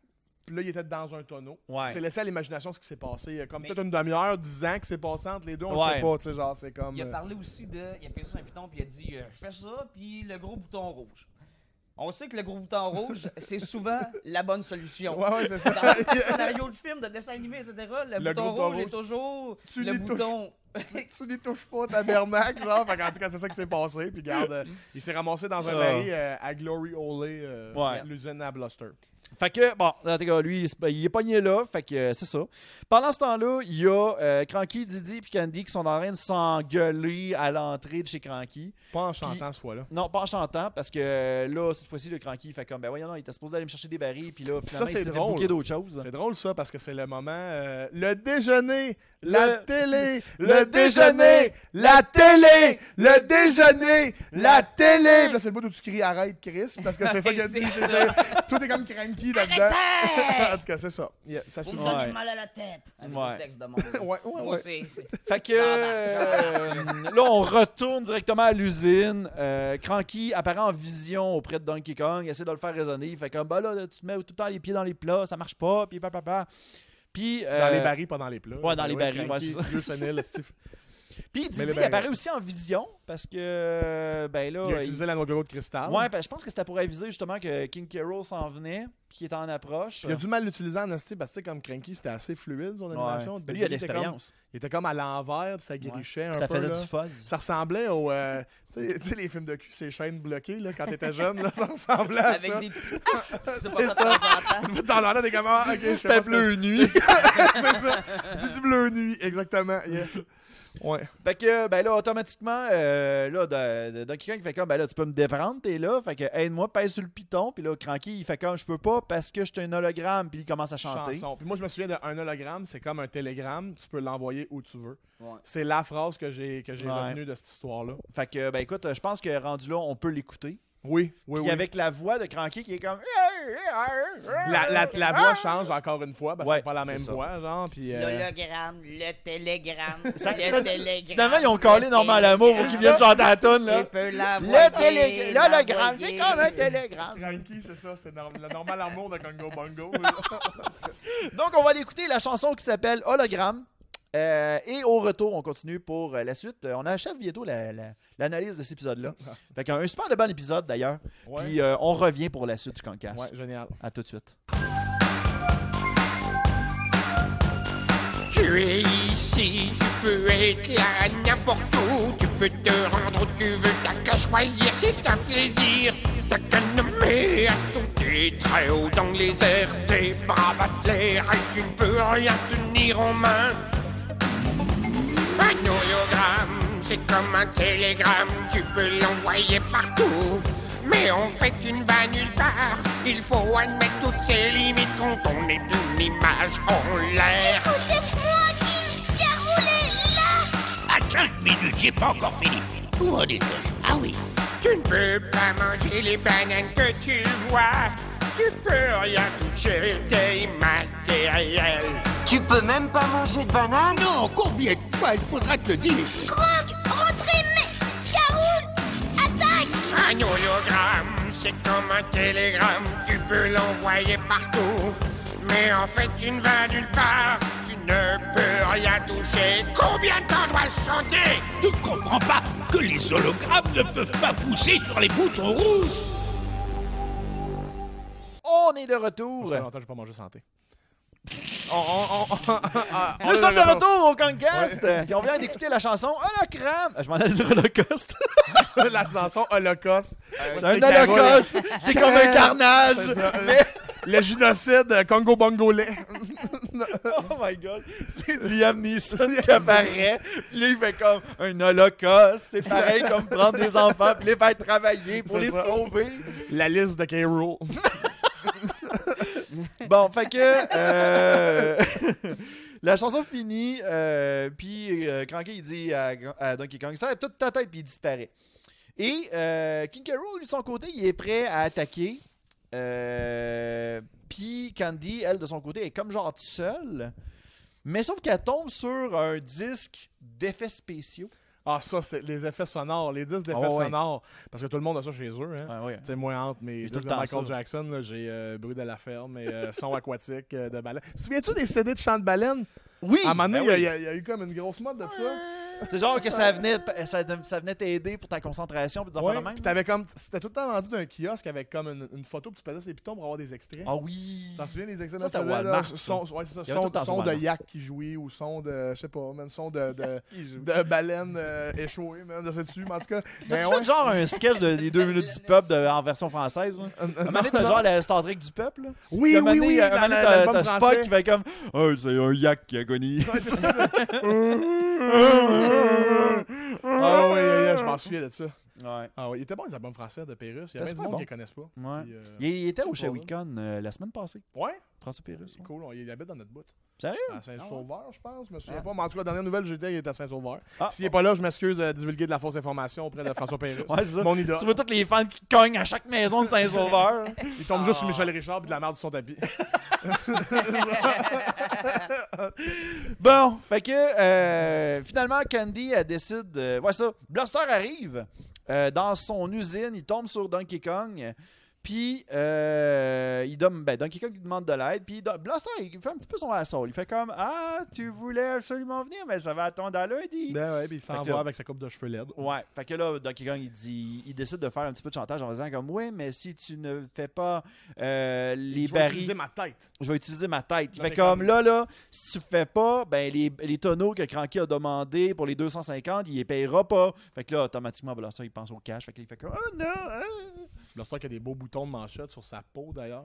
[SPEAKER 1] Puis là, il était dans un tonneau.
[SPEAKER 3] Ouais.
[SPEAKER 1] C'est laissé à l'imagination ce qui s'est passé. Il y a Comme
[SPEAKER 2] Mais-
[SPEAKER 1] peut-être une demi-heure, dix ans qui s'est passé entre les deux. On
[SPEAKER 3] Ouais.
[SPEAKER 1] le sait pas, tu sais, genre, c'est comme.
[SPEAKER 2] Il a
[SPEAKER 1] euh,
[SPEAKER 2] parlé aussi de. Il a pris sur un piton, puis il a dit euh, Je fais ça, puis le gros bouton rouge. On sait que le gros bouton
[SPEAKER 3] (laughs)
[SPEAKER 2] rouge, c'est souvent la bonne solution.
[SPEAKER 1] Ouais, ouais, c'est ça.
[SPEAKER 2] Dans les scénarios de films, de dessins animés, etc., le,
[SPEAKER 1] Le
[SPEAKER 2] bouton
[SPEAKER 1] gros bouton
[SPEAKER 2] rouge, est
[SPEAKER 1] rouge.
[SPEAKER 2] toujours
[SPEAKER 1] Tu
[SPEAKER 2] le
[SPEAKER 1] les
[SPEAKER 2] bouton.
[SPEAKER 1] tu n'y touches pas, tabernacle, genre. Fait qu'en tout cas, c'est ça qui s'est passé. Puis regarde, euh, il s'est ramassé dans un
[SPEAKER 3] Ah.
[SPEAKER 1] baril euh, à Glory Ole, euh,
[SPEAKER 3] Ouais.
[SPEAKER 1] l'usine à Bluster.
[SPEAKER 3] Fait que, bon, en tout cas, lui, il se- ben, il est pogné là, fait que euh, c'est ça. Pendant ce temps-là, il y a euh, Cranky, Didi et Candy qui sont en train de s'engueuler à l'entrée de chez Cranky.
[SPEAKER 1] Pas en chantant, ce fois-là.
[SPEAKER 3] Non, pas en chantant, parce que euh, là, cette fois-ci, le Cranky, il fait comme, ben voyons, non, il était supposé aller me chercher des barils, puis là, finalement,
[SPEAKER 1] ça,
[SPEAKER 3] il
[SPEAKER 1] c'est
[SPEAKER 3] s'était
[SPEAKER 1] drôle.
[SPEAKER 3] bouqué d'autres choses.
[SPEAKER 1] C'est drôle, ça, parce que c'est le moment... euh, le déjeuner, la
[SPEAKER 3] Le-
[SPEAKER 1] télé,
[SPEAKER 3] le
[SPEAKER 1] le déjeuner, la télé, le déjeuner, la télé. Puis là, c'est le bout où tu cries « Arrête, Chris », parce que c'est ça qu'il a dit. c'est ça. Tout est comme cranky là-dedans. en tout cas, c'est ça. Yeah, ça
[SPEAKER 2] Vous
[SPEAKER 1] suffit.
[SPEAKER 2] me
[SPEAKER 3] Ouais.
[SPEAKER 2] donnez mal à la tête. Avec
[SPEAKER 3] (laughs) Ouais.
[SPEAKER 2] le texte de monde.
[SPEAKER 1] Ouais, ouais,
[SPEAKER 2] Moi,
[SPEAKER 1] ouais.
[SPEAKER 2] c'est-
[SPEAKER 3] (laughs)
[SPEAKER 2] c'est-
[SPEAKER 3] Fait que
[SPEAKER 2] J'embarque,
[SPEAKER 3] euh, là, on retourne directement à l'usine. Euh, Cranky apparaît en vision auprès de Donkey Kong, essaie de le faire raisonner. Il fait comme, bah là, tu te mets tout le temps les pieds dans les plats, ça marche pas, puis papa, papa. Puis,
[SPEAKER 1] Dans les
[SPEAKER 3] euh,
[SPEAKER 1] barils, pas dans les plats.
[SPEAKER 3] Ouais, dans les barils,
[SPEAKER 1] cranky,
[SPEAKER 3] ouais, c'est ça.
[SPEAKER 1] vieux sonnet, le stiff. Mais
[SPEAKER 3] puis Didi
[SPEAKER 1] le- ben,
[SPEAKER 3] apparaît
[SPEAKER 1] ouais.
[SPEAKER 3] aussi en vision parce que, euh, ben là,
[SPEAKER 1] Il a
[SPEAKER 3] il-
[SPEAKER 1] utilisé l'anneau de cristal.
[SPEAKER 3] ouais, ben, je pense que c'était pour aviser justement que King Carol s'en venait, puis qu'il était en approche.
[SPEAKER 1] Il a du mal l'utiliser en esti parce que tu sais, comme Cranky, c'était assez fluide son
[SPEAKER 3] Ouais.
[SPEAKER 1] animation.
[SPEAKER 3] Mais Lui, il a de
[SPEAKER 1] était comme-
[SPEAKER 3] l'expérience.
[SPEAKER 1] Il était comme à l'envers, puis ça guérichait un
[SPEAKER 3] Ça
[SPEAKER 1] peu.
[SPEAKER 3] faisait
[SPEAKER 1] là.
[SPEAKER 3] du fuzz.
[SPEAKER 1] Ça ressemblait au. euh, tu sais- (laughs) tu sais, les films de cul, ces chaînes bloquées, là, quand t'étais jeune, là, ça ressemblait
[SPEAKER 3] Ah,
[SPEAKER 1] à
[SPEAKER 2] Avec
[SPEAKER 1] ça.
[SPEAKER 3] (laughs)
[SPEAKER 2] des petits. C'est
[SPEAKER 1] ça.
[SPEAKER 2] pas de temps en temps.
[SPEAKER 1] T'en l'air là, des
[SPEAKER 3] Ah,
[SPEAKER 1] comment. Ok, je sais pas ce que-
[SPEAKER 3] nuit. (laughs)
[SPEAKER 1] C'est ça. Dis du bleu nuit, exactement. yeah. Ouais.
[SPEAKER 3] (laughs) Fait que, ben là, automatiquement, euh, là, de- de- Donkey Kong, il fait comme, ben là, tu peux me déprendre, t'es là. Fait que, aide-moi, pèse sur le piton. Puis là, Cranky, il fait comme, je peux pas parce que je suis un hologramme. Puis il commence à chanter.
[SPEAKER 1] Chanson. Puis moi, je me souviens d'un hologramme, c'est comme un télégramme, tu peux l'envoyer où tu veux.
[SPEAKER 2] Ouais.
[SPEAKER 1] C'est la phrase que j'ai que j'ai
[SPEAKER 3] Ouais.
[SPEAKER 1] retenue de cette histoire-là.
[SPEAKER 3] Fait que, ben écoute, je pense que rendu là, on peut l'écouter.
[SPEAKER 1] Oui, oui,
[SPEAKER 3] Puis
[SPEAKER 1] oui.
[SPEAKER 3] avec la voix de Cranky qui est comme.
[SPEAKER 1] La, la, la
[SPEAKER 3] (laughs)
[SPEAKER 1] voix change encore une fois, parce que
[SPEAKER 3] Ouais,
[SPEAKER 1] c'est pas la même
[SPEAKER 3] c'est ça.
[SPEAKER 1] voix, genre. Puis, euh,
[SPEAKER 2] L'hologramme, le télégramme,
[SPEAKER 3] Ça-
[SPEAKER 2] le
[SPEAKER 3] ça-
[SPEAKER 2] télégramme.
[SPEAKER 3] Finalement, ils ont collé Normand Lamour pour qu'ils viennent chanter la toune, là.
[SPEAKER 2] Tu peux l'envoyer,
[SPEAKER 3] Le télé- L'hologramme,
[SPEAKER 2] l'envoyer.
[SPEAKER 3] c'est comme un télégramme.
[SPEAKER 1] Cranky, c'est ça, c'est norm- le normal amour de Congo Bongo.
[SPEAKER 3] Donc, on va aller écouter la chanson qui s'appelle Hologramme. Euh, et au retour, on continue pour euh, la suite. Euh, on achève bientôt la- la- l'analyse de cet épisode-là. Fait qu'un un super de bon épisode d'ailleurs.
[SPEAKER 1] Ouais.
[SPEAKER 3] Puis euh, on revient pour la suite du
[SPEAKER 1] (laughs)
[SPEAKER 3] Concast.
[SPEAKER 1] ouais, génial.
[SPEAKER 3] À tout de suite.
[SPEAKER 6] Tu es ici, tu peux être là n'importe où, tu peux te rendre où tu veux, t'as qu'à choisir, c'est un plaisir. T'as qu'à nommer, à sauter très haut dans les airs, tes bras battent l'air et tu ne peux rien tenir en main. Un hologramme, c'est comme un télégramme, tu peux l'envoyer partout. Mais en fait, tu ne vas nulle part. Il faut admettre toutes ses limites quand on est une image en l'air.
[SPEAKER 4] Écoutez-moi qui se déroulait là
[SPEAKER 6] Attends une minute, j'ai pas encore fini. Où en étais-je Ah oui. Tu ne peux pas manger les bananes que tu vois. Tu peux rien toucher, t'es immatériel.
[SPEAKER 7] Tu peux même pas manger de banane
[SPEAKER 6] Non, combien de fois il faudra te le dire
[SPEAKER 4] Croc, rentrez, mais... Caroule, attaque
[SPEAKER 6] Un hologramme, c'est comme un télégramme, tu peux l'envoyer partout. Mais en fait, tu ne vas nulle part, tu ne peux rien toucher. Combien de temps dois-je chanter
[SPEAKER 8] Tu ne comprends pas que les hologrammes ne peuvent pas pousser sur les boutons rouges
[SPEAKER 3] On est de retour.
[SPEAKER 1] Ça fait longtemps que j'ai pas mangé santé. On, on, on, ah, on
[SPEAKER 3] Nous
[SPEAKER 1] est
[SPEAKER 3] sommes de retour au Concast. Puis on vient d'écouter la chanson Hologramme. Je m'en allais dire Holocauste.
[SPEAKER 1] (laughs) La chanson Holocauste.
[SPEAKER 3] C'est un holocauste. C'est comme un carnage.
[SPEAKER 1] (laughs) Mais... Le génocide congo-bongolais.
[SPEAKER 3] (laughs) Oh my god, c'est Liam Neeson qui apparaît. Puis là, il fait comme un holocauste. C'est pareil comme prendre des enfants puis les faire travailler pour
[SPEAKER 1] C'est
[SPEAKER 3] les
[SPEAKER 1] ça.
[SPEAKER 3] sauver.
[SPEAKER 1] La liste de K. Rool.
[SPEAKER 3] Bon, fait que. euh, (laughs) La chanson finit, euh, puis euh, Cranky il dit à, à Donkey Kong, ça toute ta tête, puis il disparaît. Et euh, King K. Rool, lui, de son côté, il est prêt à attaquer. Euh, puis Candy, elle, de son côté, est comme genre seule. Mais sauf qu'elle tombe sur un disque d'effets spéciaux.
[SPEAKER 1] Ah, ça, c'est les effets sonores, les disques d'effets
[SPEAKER 3] Ah ouais.
[SPEAKER 1] sonores. Parce que tout le monde a ça chez eux. Hein.
[SPEAKER 3] Ah, ouais.
[SPEAKER 1] Tu sais, moi, entre mes
[SPEAKER 3] J'ai
[SPEAKER 1] disques
[SPEAKER 3] tout le
[SPEAKER 1] de
[SPEAKER 3] temps
[SPEAKER 1] Michael
[SPEAKER 3] ça.
[SPEAKER 1] Jackson, là, j'ai euh, Bruit de la ferme et euh, Son aquatique euh, de baleine. Tu te Souviens-tu des CD de chant de baleine?
[SPEAKER 3] Oui!
[SPEAKER 1] à un moment donné,
[SPEAKER 3] Ben
[SPEAKER 1] il y a- il y, a-
[SPEAKER 3] oui.
[SPEAKER 1] il y a eu comme une grosse mode de ça.
[SPEAKER 3] C'est genre que ça venait, ça, ça venait t'aider pour ta concentration, puis des affaires
[SPEAKER 1] Ouais,
[SPEAKER 3] de même.
[SPEAKER 1] puis t'avais comme, c'était tout le temps vendu d'un kiosque avec comme une, une photo, puis tu passais ses pitons pour avoir des extraits.
[SPEAKER 3] Ah oui!
[SPEAKER 1] T'en souviens des extraits
[SPEAKER 3] Ça,
[SPEAKER 1] de
[SPEAKER 3] c'était
[SPEAKER 1] ce là?
[SPEAKER 3] Walmart, ça.
[SPEAKER 1] Son, ouais, c'est ça.
[SPEAKER 3] Il y avait tout
[SPEAKER 1] Son,
[SPEAKER 3] le temps
[SPEAKER 1] son
[SPEAKER 3] sur
[SPEAKER 1] de
[SPEAKER 3] Walmart.
[SPEAKER 1] yak qui jouit ou son de, je sais pas, man, son
[SPEAKER 3] (laughs)
[SPEAKER 1] de, de, de baleine euh, échouée, man, de cette dessus, mais en tout
[SPEAKER 3] (laughs)
[SPEAKER 1] cas.
[SPEAKER 3] T'as-tu
[SPEAKER 1] ben
[SPEAKER 3] fait
[SPEAKER 1] ouais.
[SPEAKER 3] genre un sketch de, des deux minutes du peuple de- en version française? Hein?
[SPEAKER 1] Euh,
[SPEAKER 3] À un
[SPEAKER 1] euh,
[SPEAKER 3] moment donné, t'as
[SPEAKER 1] non,
[SPEAKER 3] genre la Star Trek du peuple. là.
[SPEAKER 1] Oui,
[SPEAKER 3] Puis à un
[SPEAKER 1] oui,
[SPEAKER 3] moment
[SPEAKER 1] oui,
[SPEAKER 3] donné, à un
[SPEAKER 1] dans
[SPEAKER 3] moment donné,
[SPEAKER 1] l'album
[SPEAKER 3] t'as- t'as Spock
[SPEAKER 1] français.
[SPEAKER 3] qui fait comme Hey, c'est un yak
[SPEAKER 1] (laughs)
[SPEAKER 3] qui agonie.
[SPEAKER 1] Ouais, c'est ça. Ah oui, oui, oui, je m'en souviens de ça.
[SPEAKER 3] Ouais.
[SPEAKER 1] Ah oui, il était bon les albums français de Pérus. Il y
[SPEAKER 3] Ben,
[SPEAKER 1] avait
[SPEAKER 3] c'est
[SPEAKER 1] du
[SPEAKER 3] pas
[SPEAKER 1] monde
[SPEAKER 3] bon.
[SPEAKER 1] qui ne connaissent pas. Puis, euh,
[SPEAKER 3] Il, il était au
[SPEAKER 1] sais pas,
[SPEAKER 3] Shawicon euh, la semaine passée.
[SPEAKER 1] Ouais,
[SPEAKER 3] François Pérus.
[SPEAKER 1] c'est cool. on- Il habite dans notre bout.
[SPEAKER 3] Sérieux?
[SPEAKER 1] À Saint-Sauveur, je pense. Je me souviens pas. Mais en tout cas, la dernière nouvelle, j'étais, il était à Saint-Sauveur.
[SPEAKER 3] Ah.
[SPEAKER 1] S'il n'est pas là, je m'excuse de divulguer de la fausse information auprès de François Pérus.
[SPEAKER 3] (laughs) Ouais, c'est ça.
[SPEAKER 1] Mon idole.
[SPEAKER 3] Tu vois tous les fans qui cognent à chaque maison de Saint-Sauveur.
[SPEAKER 1] Il tombe juste sur
[SPEAKER 3] Ah.
[SPEAKER 1] Michel Richard et de la merde sur son
[SPEAKER 3] (laughs)
[SPEAKER 1] tapis.
[SPEAKER 3] Bon, fait que euh, finalement, Candy elle décide. euh, ouais, ça. Blaster arrive euh, dans son usine, il tombe sur Donkey Kong. Puis, euh, il donne, ben, Donkey Kong lui demande de l'aide. Puis, Don- Blaster, il fait un petit peu son asshole. Il fait comme Ah, tu voulais absolument venir, mais ça va attendre à lundi.
[SPEAKER 1] ben ouais, puis il s'en
[SPEAKER 3] Fait que-
[SPEAKER 1] va avec sa coupe de cheveux (laughs) LED.
[SPEAKER 3] Ouais, fait que là, Donkey Kong, il, dit, il décide de faire un petit peu de chantage en disant comme Ouais, mais si tu ne fais pas euh, les
[SPEAKER 1] Je vais
[SPEAKER 3] barils.
[SPEAKER 1] utiliser ma tête.
[SPEAKER 3] je vais utiliser ma tête. Il
[SPEAKER 1] Là,
[SPEAKER 3] fait
[SPEAKER 1] t'es
[SPEAKER 3] comme
[SPEAKER 1] comme-
[SPEAKER 3] là, là, si tu fais pas, ben les, les tonneaux que Cranky a demandé pour les 250, il les payera pas. Fait que là, automatiquement, voilà, ça, il pense au cash. Fait qu'il fait comme, oh non, ah.
[SPEAKER 1] L'histoire qu'il y a des beaux boutons de manchette sur sa peau, d'ailleurs.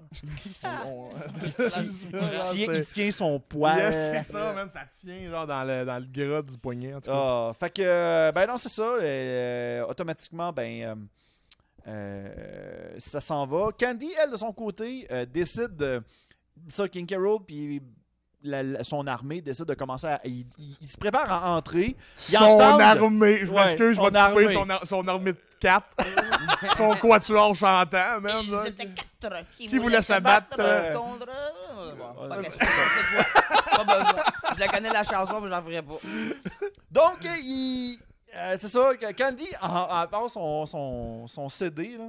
[SPEAKER 1] On- on-
[SPEAKER 3] Il tient, il
[SPEAKER 1] C'est-
[SPEAKER 3] tient son poil.
[SPEAKER 1] Yes, c'est ça, man. Ça tient, genre, dans le, dans le gras du poignet, en tout cas.
[SPEAKER 3] Ah, fait que, euh, ben non, c'est ça. euh, automatiquement, ben, euh, euh, ça s'en va. Candy, elle, de son côté, euh, décide de. Ça, King Carol, puis la- la- son armée décide de commencer à. Il, il- il se prépare à entrer.
[SPEAKER 1] Son
[SPEAKER 3] entendent-
[SPEAKER 1] armée, je
[SPEAKER 3] Ouais,
[SPEAKER 1] m'excuse, je
[SPEAKER 3] son
[SPEAKER 1] vais te couper
[SPEAKER 3] armée.
[SPEAKER 1] son, ar- son armée de
[SPEAKER 3] (laughs)
[SPEAKER 1] 4. son quatuor chantant, man. hein. là.
[SPEAKER 2] Ils étaient quatre qui,
[SPEAKER 1] voulaient
[SPEAKER 2] voulaient
[SPEAKER 1] se
[SPEAKER 2] se battre
[SPEAKER 1] battre,
[SPEAKER 2] contre... Bon,
[SPEAKER 3] Ouais,
[SPEAKER 2] pas question, c'est quoi? Pas besoin. Je la connais, la chanson, mais j'en ferai pas.
[SPEAKER 3] Donc, euh, il. euh, c'est ça, que Candy, en, en part son, son, son CD, là,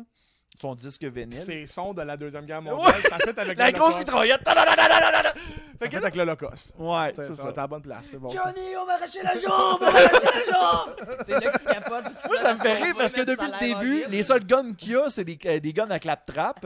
[SPEAKER 3] son disque vinyle.
[SPEAKER 1] Ces sons de la Deuxième Guerre mondiale, ça fait avec
[SPEAKER 3] La grosse
[SPEAKER 1] l'Holocauste.
[SPEAKER 3] mitraillette. ta-da-da-da-da-da-da.
[SPEAKER 1] Ça fait avec l'Holocauste.
[SPEAKER 3] Ouais,
[SPEAKER 1] T'es
[SPEAKER 3] c'est
[SPEAKER 1] t'es à
[SPEAKER 3] ça.
[SPEAKER 1] la bonne place, c'est bon. ça.
[SPEAKER 2] Johnny, on m'a arraché la jambe! On m'a arraché la jambe! C'est là qu'il capote.
[SPEAKER 3] Moi, ça me fait rire parce que depuis le début, les seuls guns qu'il y a, c'est des, euh, des guns à (laughs) claptrap.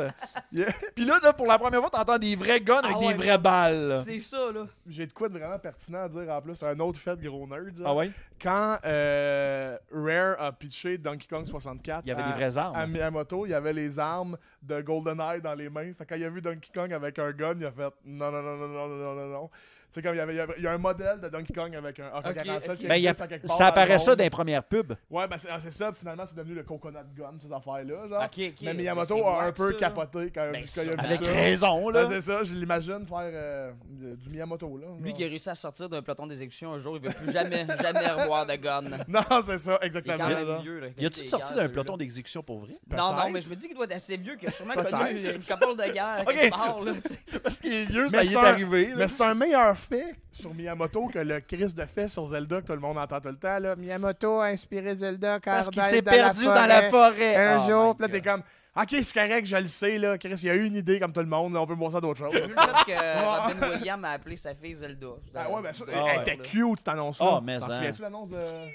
[SPEAKER 1] Yeah.
[SPEAKER 3] Puis là, là, pour la première fois, t'entends des vrais guns avec
[SPEAKER 2] Ah
[SPEAKER 3] des
[SPEAKER 2] ouais.
[SPEAKER 3] vraies balles.
[SPEAKER 2] C'est ça, là.
[SPEAKER 1] J'ai de quoi de vraiment pertinent à dire en plus. Un autre fait de gros nerd. genre.
[SPEAKER 3] Ah ouais?
[SPEAKER 1] Quand euh, Rare a pitché Donkey Kong 64,
[SPEAKER 3] Il y avait
[SPEAKER 1] à-
[SPEAKER 3] des vraies armes.
[SPEAKER 1] À Miyamoto, il y avait les armes de GoldenEye dans les mains. Fait que quand il a vu Donkey Kong avec un gun, il a fait non, non, non, non, non, non, non, non, non. Tu sais, comme il y, avait, il y avait- il y a un modèle de Donkey Kong avec un AK-47
[SPEAKER 2] ok.
[SPEAKER 1] qui
[SPEAKER 3] Ben, il y a-
[SPEAKER 1] existe à quelque part.
[SPEAKER 3] ça
[SPEAKER 1] dans le
[SPEAKER 3] apparaît ça
[SPEAKER 1] monde.
[SPEAKER 3] dans les premières pubs.
[SPEAKER 1] Ouais, ben c'est ah, c'est ça. Finalement, c'est devenu le Coconut Gun, ces affaires-là. Genre.
[SPEAKER 2] Ok, ok.
[SPEAKER 3] Ben,
[SPEAKER 1] Mais
[SPEAKER 2] C'est
[SPEAKER 1] Miyamoto a un
[SPEAKER 2] wack,
[SPEAKER 1] peu
[SPEAKER 2] ça,
[SPEAKER 1] capoté quand,
[SPEAKER 2] Ben,
[SPEAKER 1] quand il a vu
[SPEAKER 3] Avec
[SPEAKER 1] ça.
[SPEAKER 3] raison, là.
[SPEAKER 1] Ben, c'est ça, je l'imagine faire euh, du Miyamoto, là.
[SPEAKER 2] Lui
[SPEAKER 1] genre.
[SPEAKER 2] qui a réussi à sortir d'un peloton d'exécution un jour, il veut plus jamais, jamais revoir de gun.
[SPEAKER 1] (laughs) Non, c'est ça,
[SPEAKER 2] Il est quand
[SPEAKER 1] exactement.
[SPEAKER 2] même
[SPEAKER 1] genre.
[SPEAKER 2] vieux. là,
[SPEAKER 3] y Ben a-tu
[SPEAKER 2] les
[SPEAKER 3] sorti
[SPEAKER 2] guerres,
[SPEAKER 3] d'un
[SPEAKER 2] celui-là.
[SPEAKER 3] peloton d'exécution pour vrai?
[SPEAKER 2] Non, non,
[SPEAKER 1] Peut-être.
[SPEAKER 2] mais je me dis qu'il doit être assez vieux, qu'il a sûrement
[SPEAKER 3] Peut-être.
[SPEAKER 2] connu une couple de guerres, quelque part, là, tu sais.
[SPEAKER 3] (laughs) Parce qu'il est vieux,
[SPEAKER 1] ça
[SPEAKER 3] ça
[SPEAKER 1] y
[SPEAKER 3] y
[SPEAKER 1] c'est
[SPEAKER 3] est
[SPEAKER 1] est un-
[SPEAKER 3] arrivé.
[SPEAKER 1] Mais c'est un meilleur fait sur Miyamoto que le Chris de fait sur Zelda que tout le monde entend tout le temps. Là. Miyamoto a inspiré Zelda quand
[SPEAKER 3] Parce qu'il s'est perdu dans la forêt.
[SPEAKER 1] Un
[SPEAKER 3] Oh
[SPEAKER 1] jour,
[SPEAKER 3] my
[SPEAKER 1] puis là, t'es
[SPEAKER 3] God.
[SPEAKER 1] comme. Ok, c'est correct, je le sais, là. Chris, il a eu une idée comme tout le monde. là, on peut boire ça d'autre
[SPEAKER 3] (laughs)
[SPEAKER 1] chose.
[SPEAKER 2] Plus le fait que euh, Robin Williams a appelé sa fille Zelda.
[SPEAKER 1] Ah ouais, ben ça,
[SPEAKER 3] Ah
[SPEAKER 1] elle
[SPEAKER 3] ouais.
[SPEAKER 1] était cute, cette annonce-là.
[SPEAKER 3] Ah, mais
[SPEAKER 1] T'en
[SPEAKER 3] ça.
[SPEAKER 1] souviens-tu l'annonce de.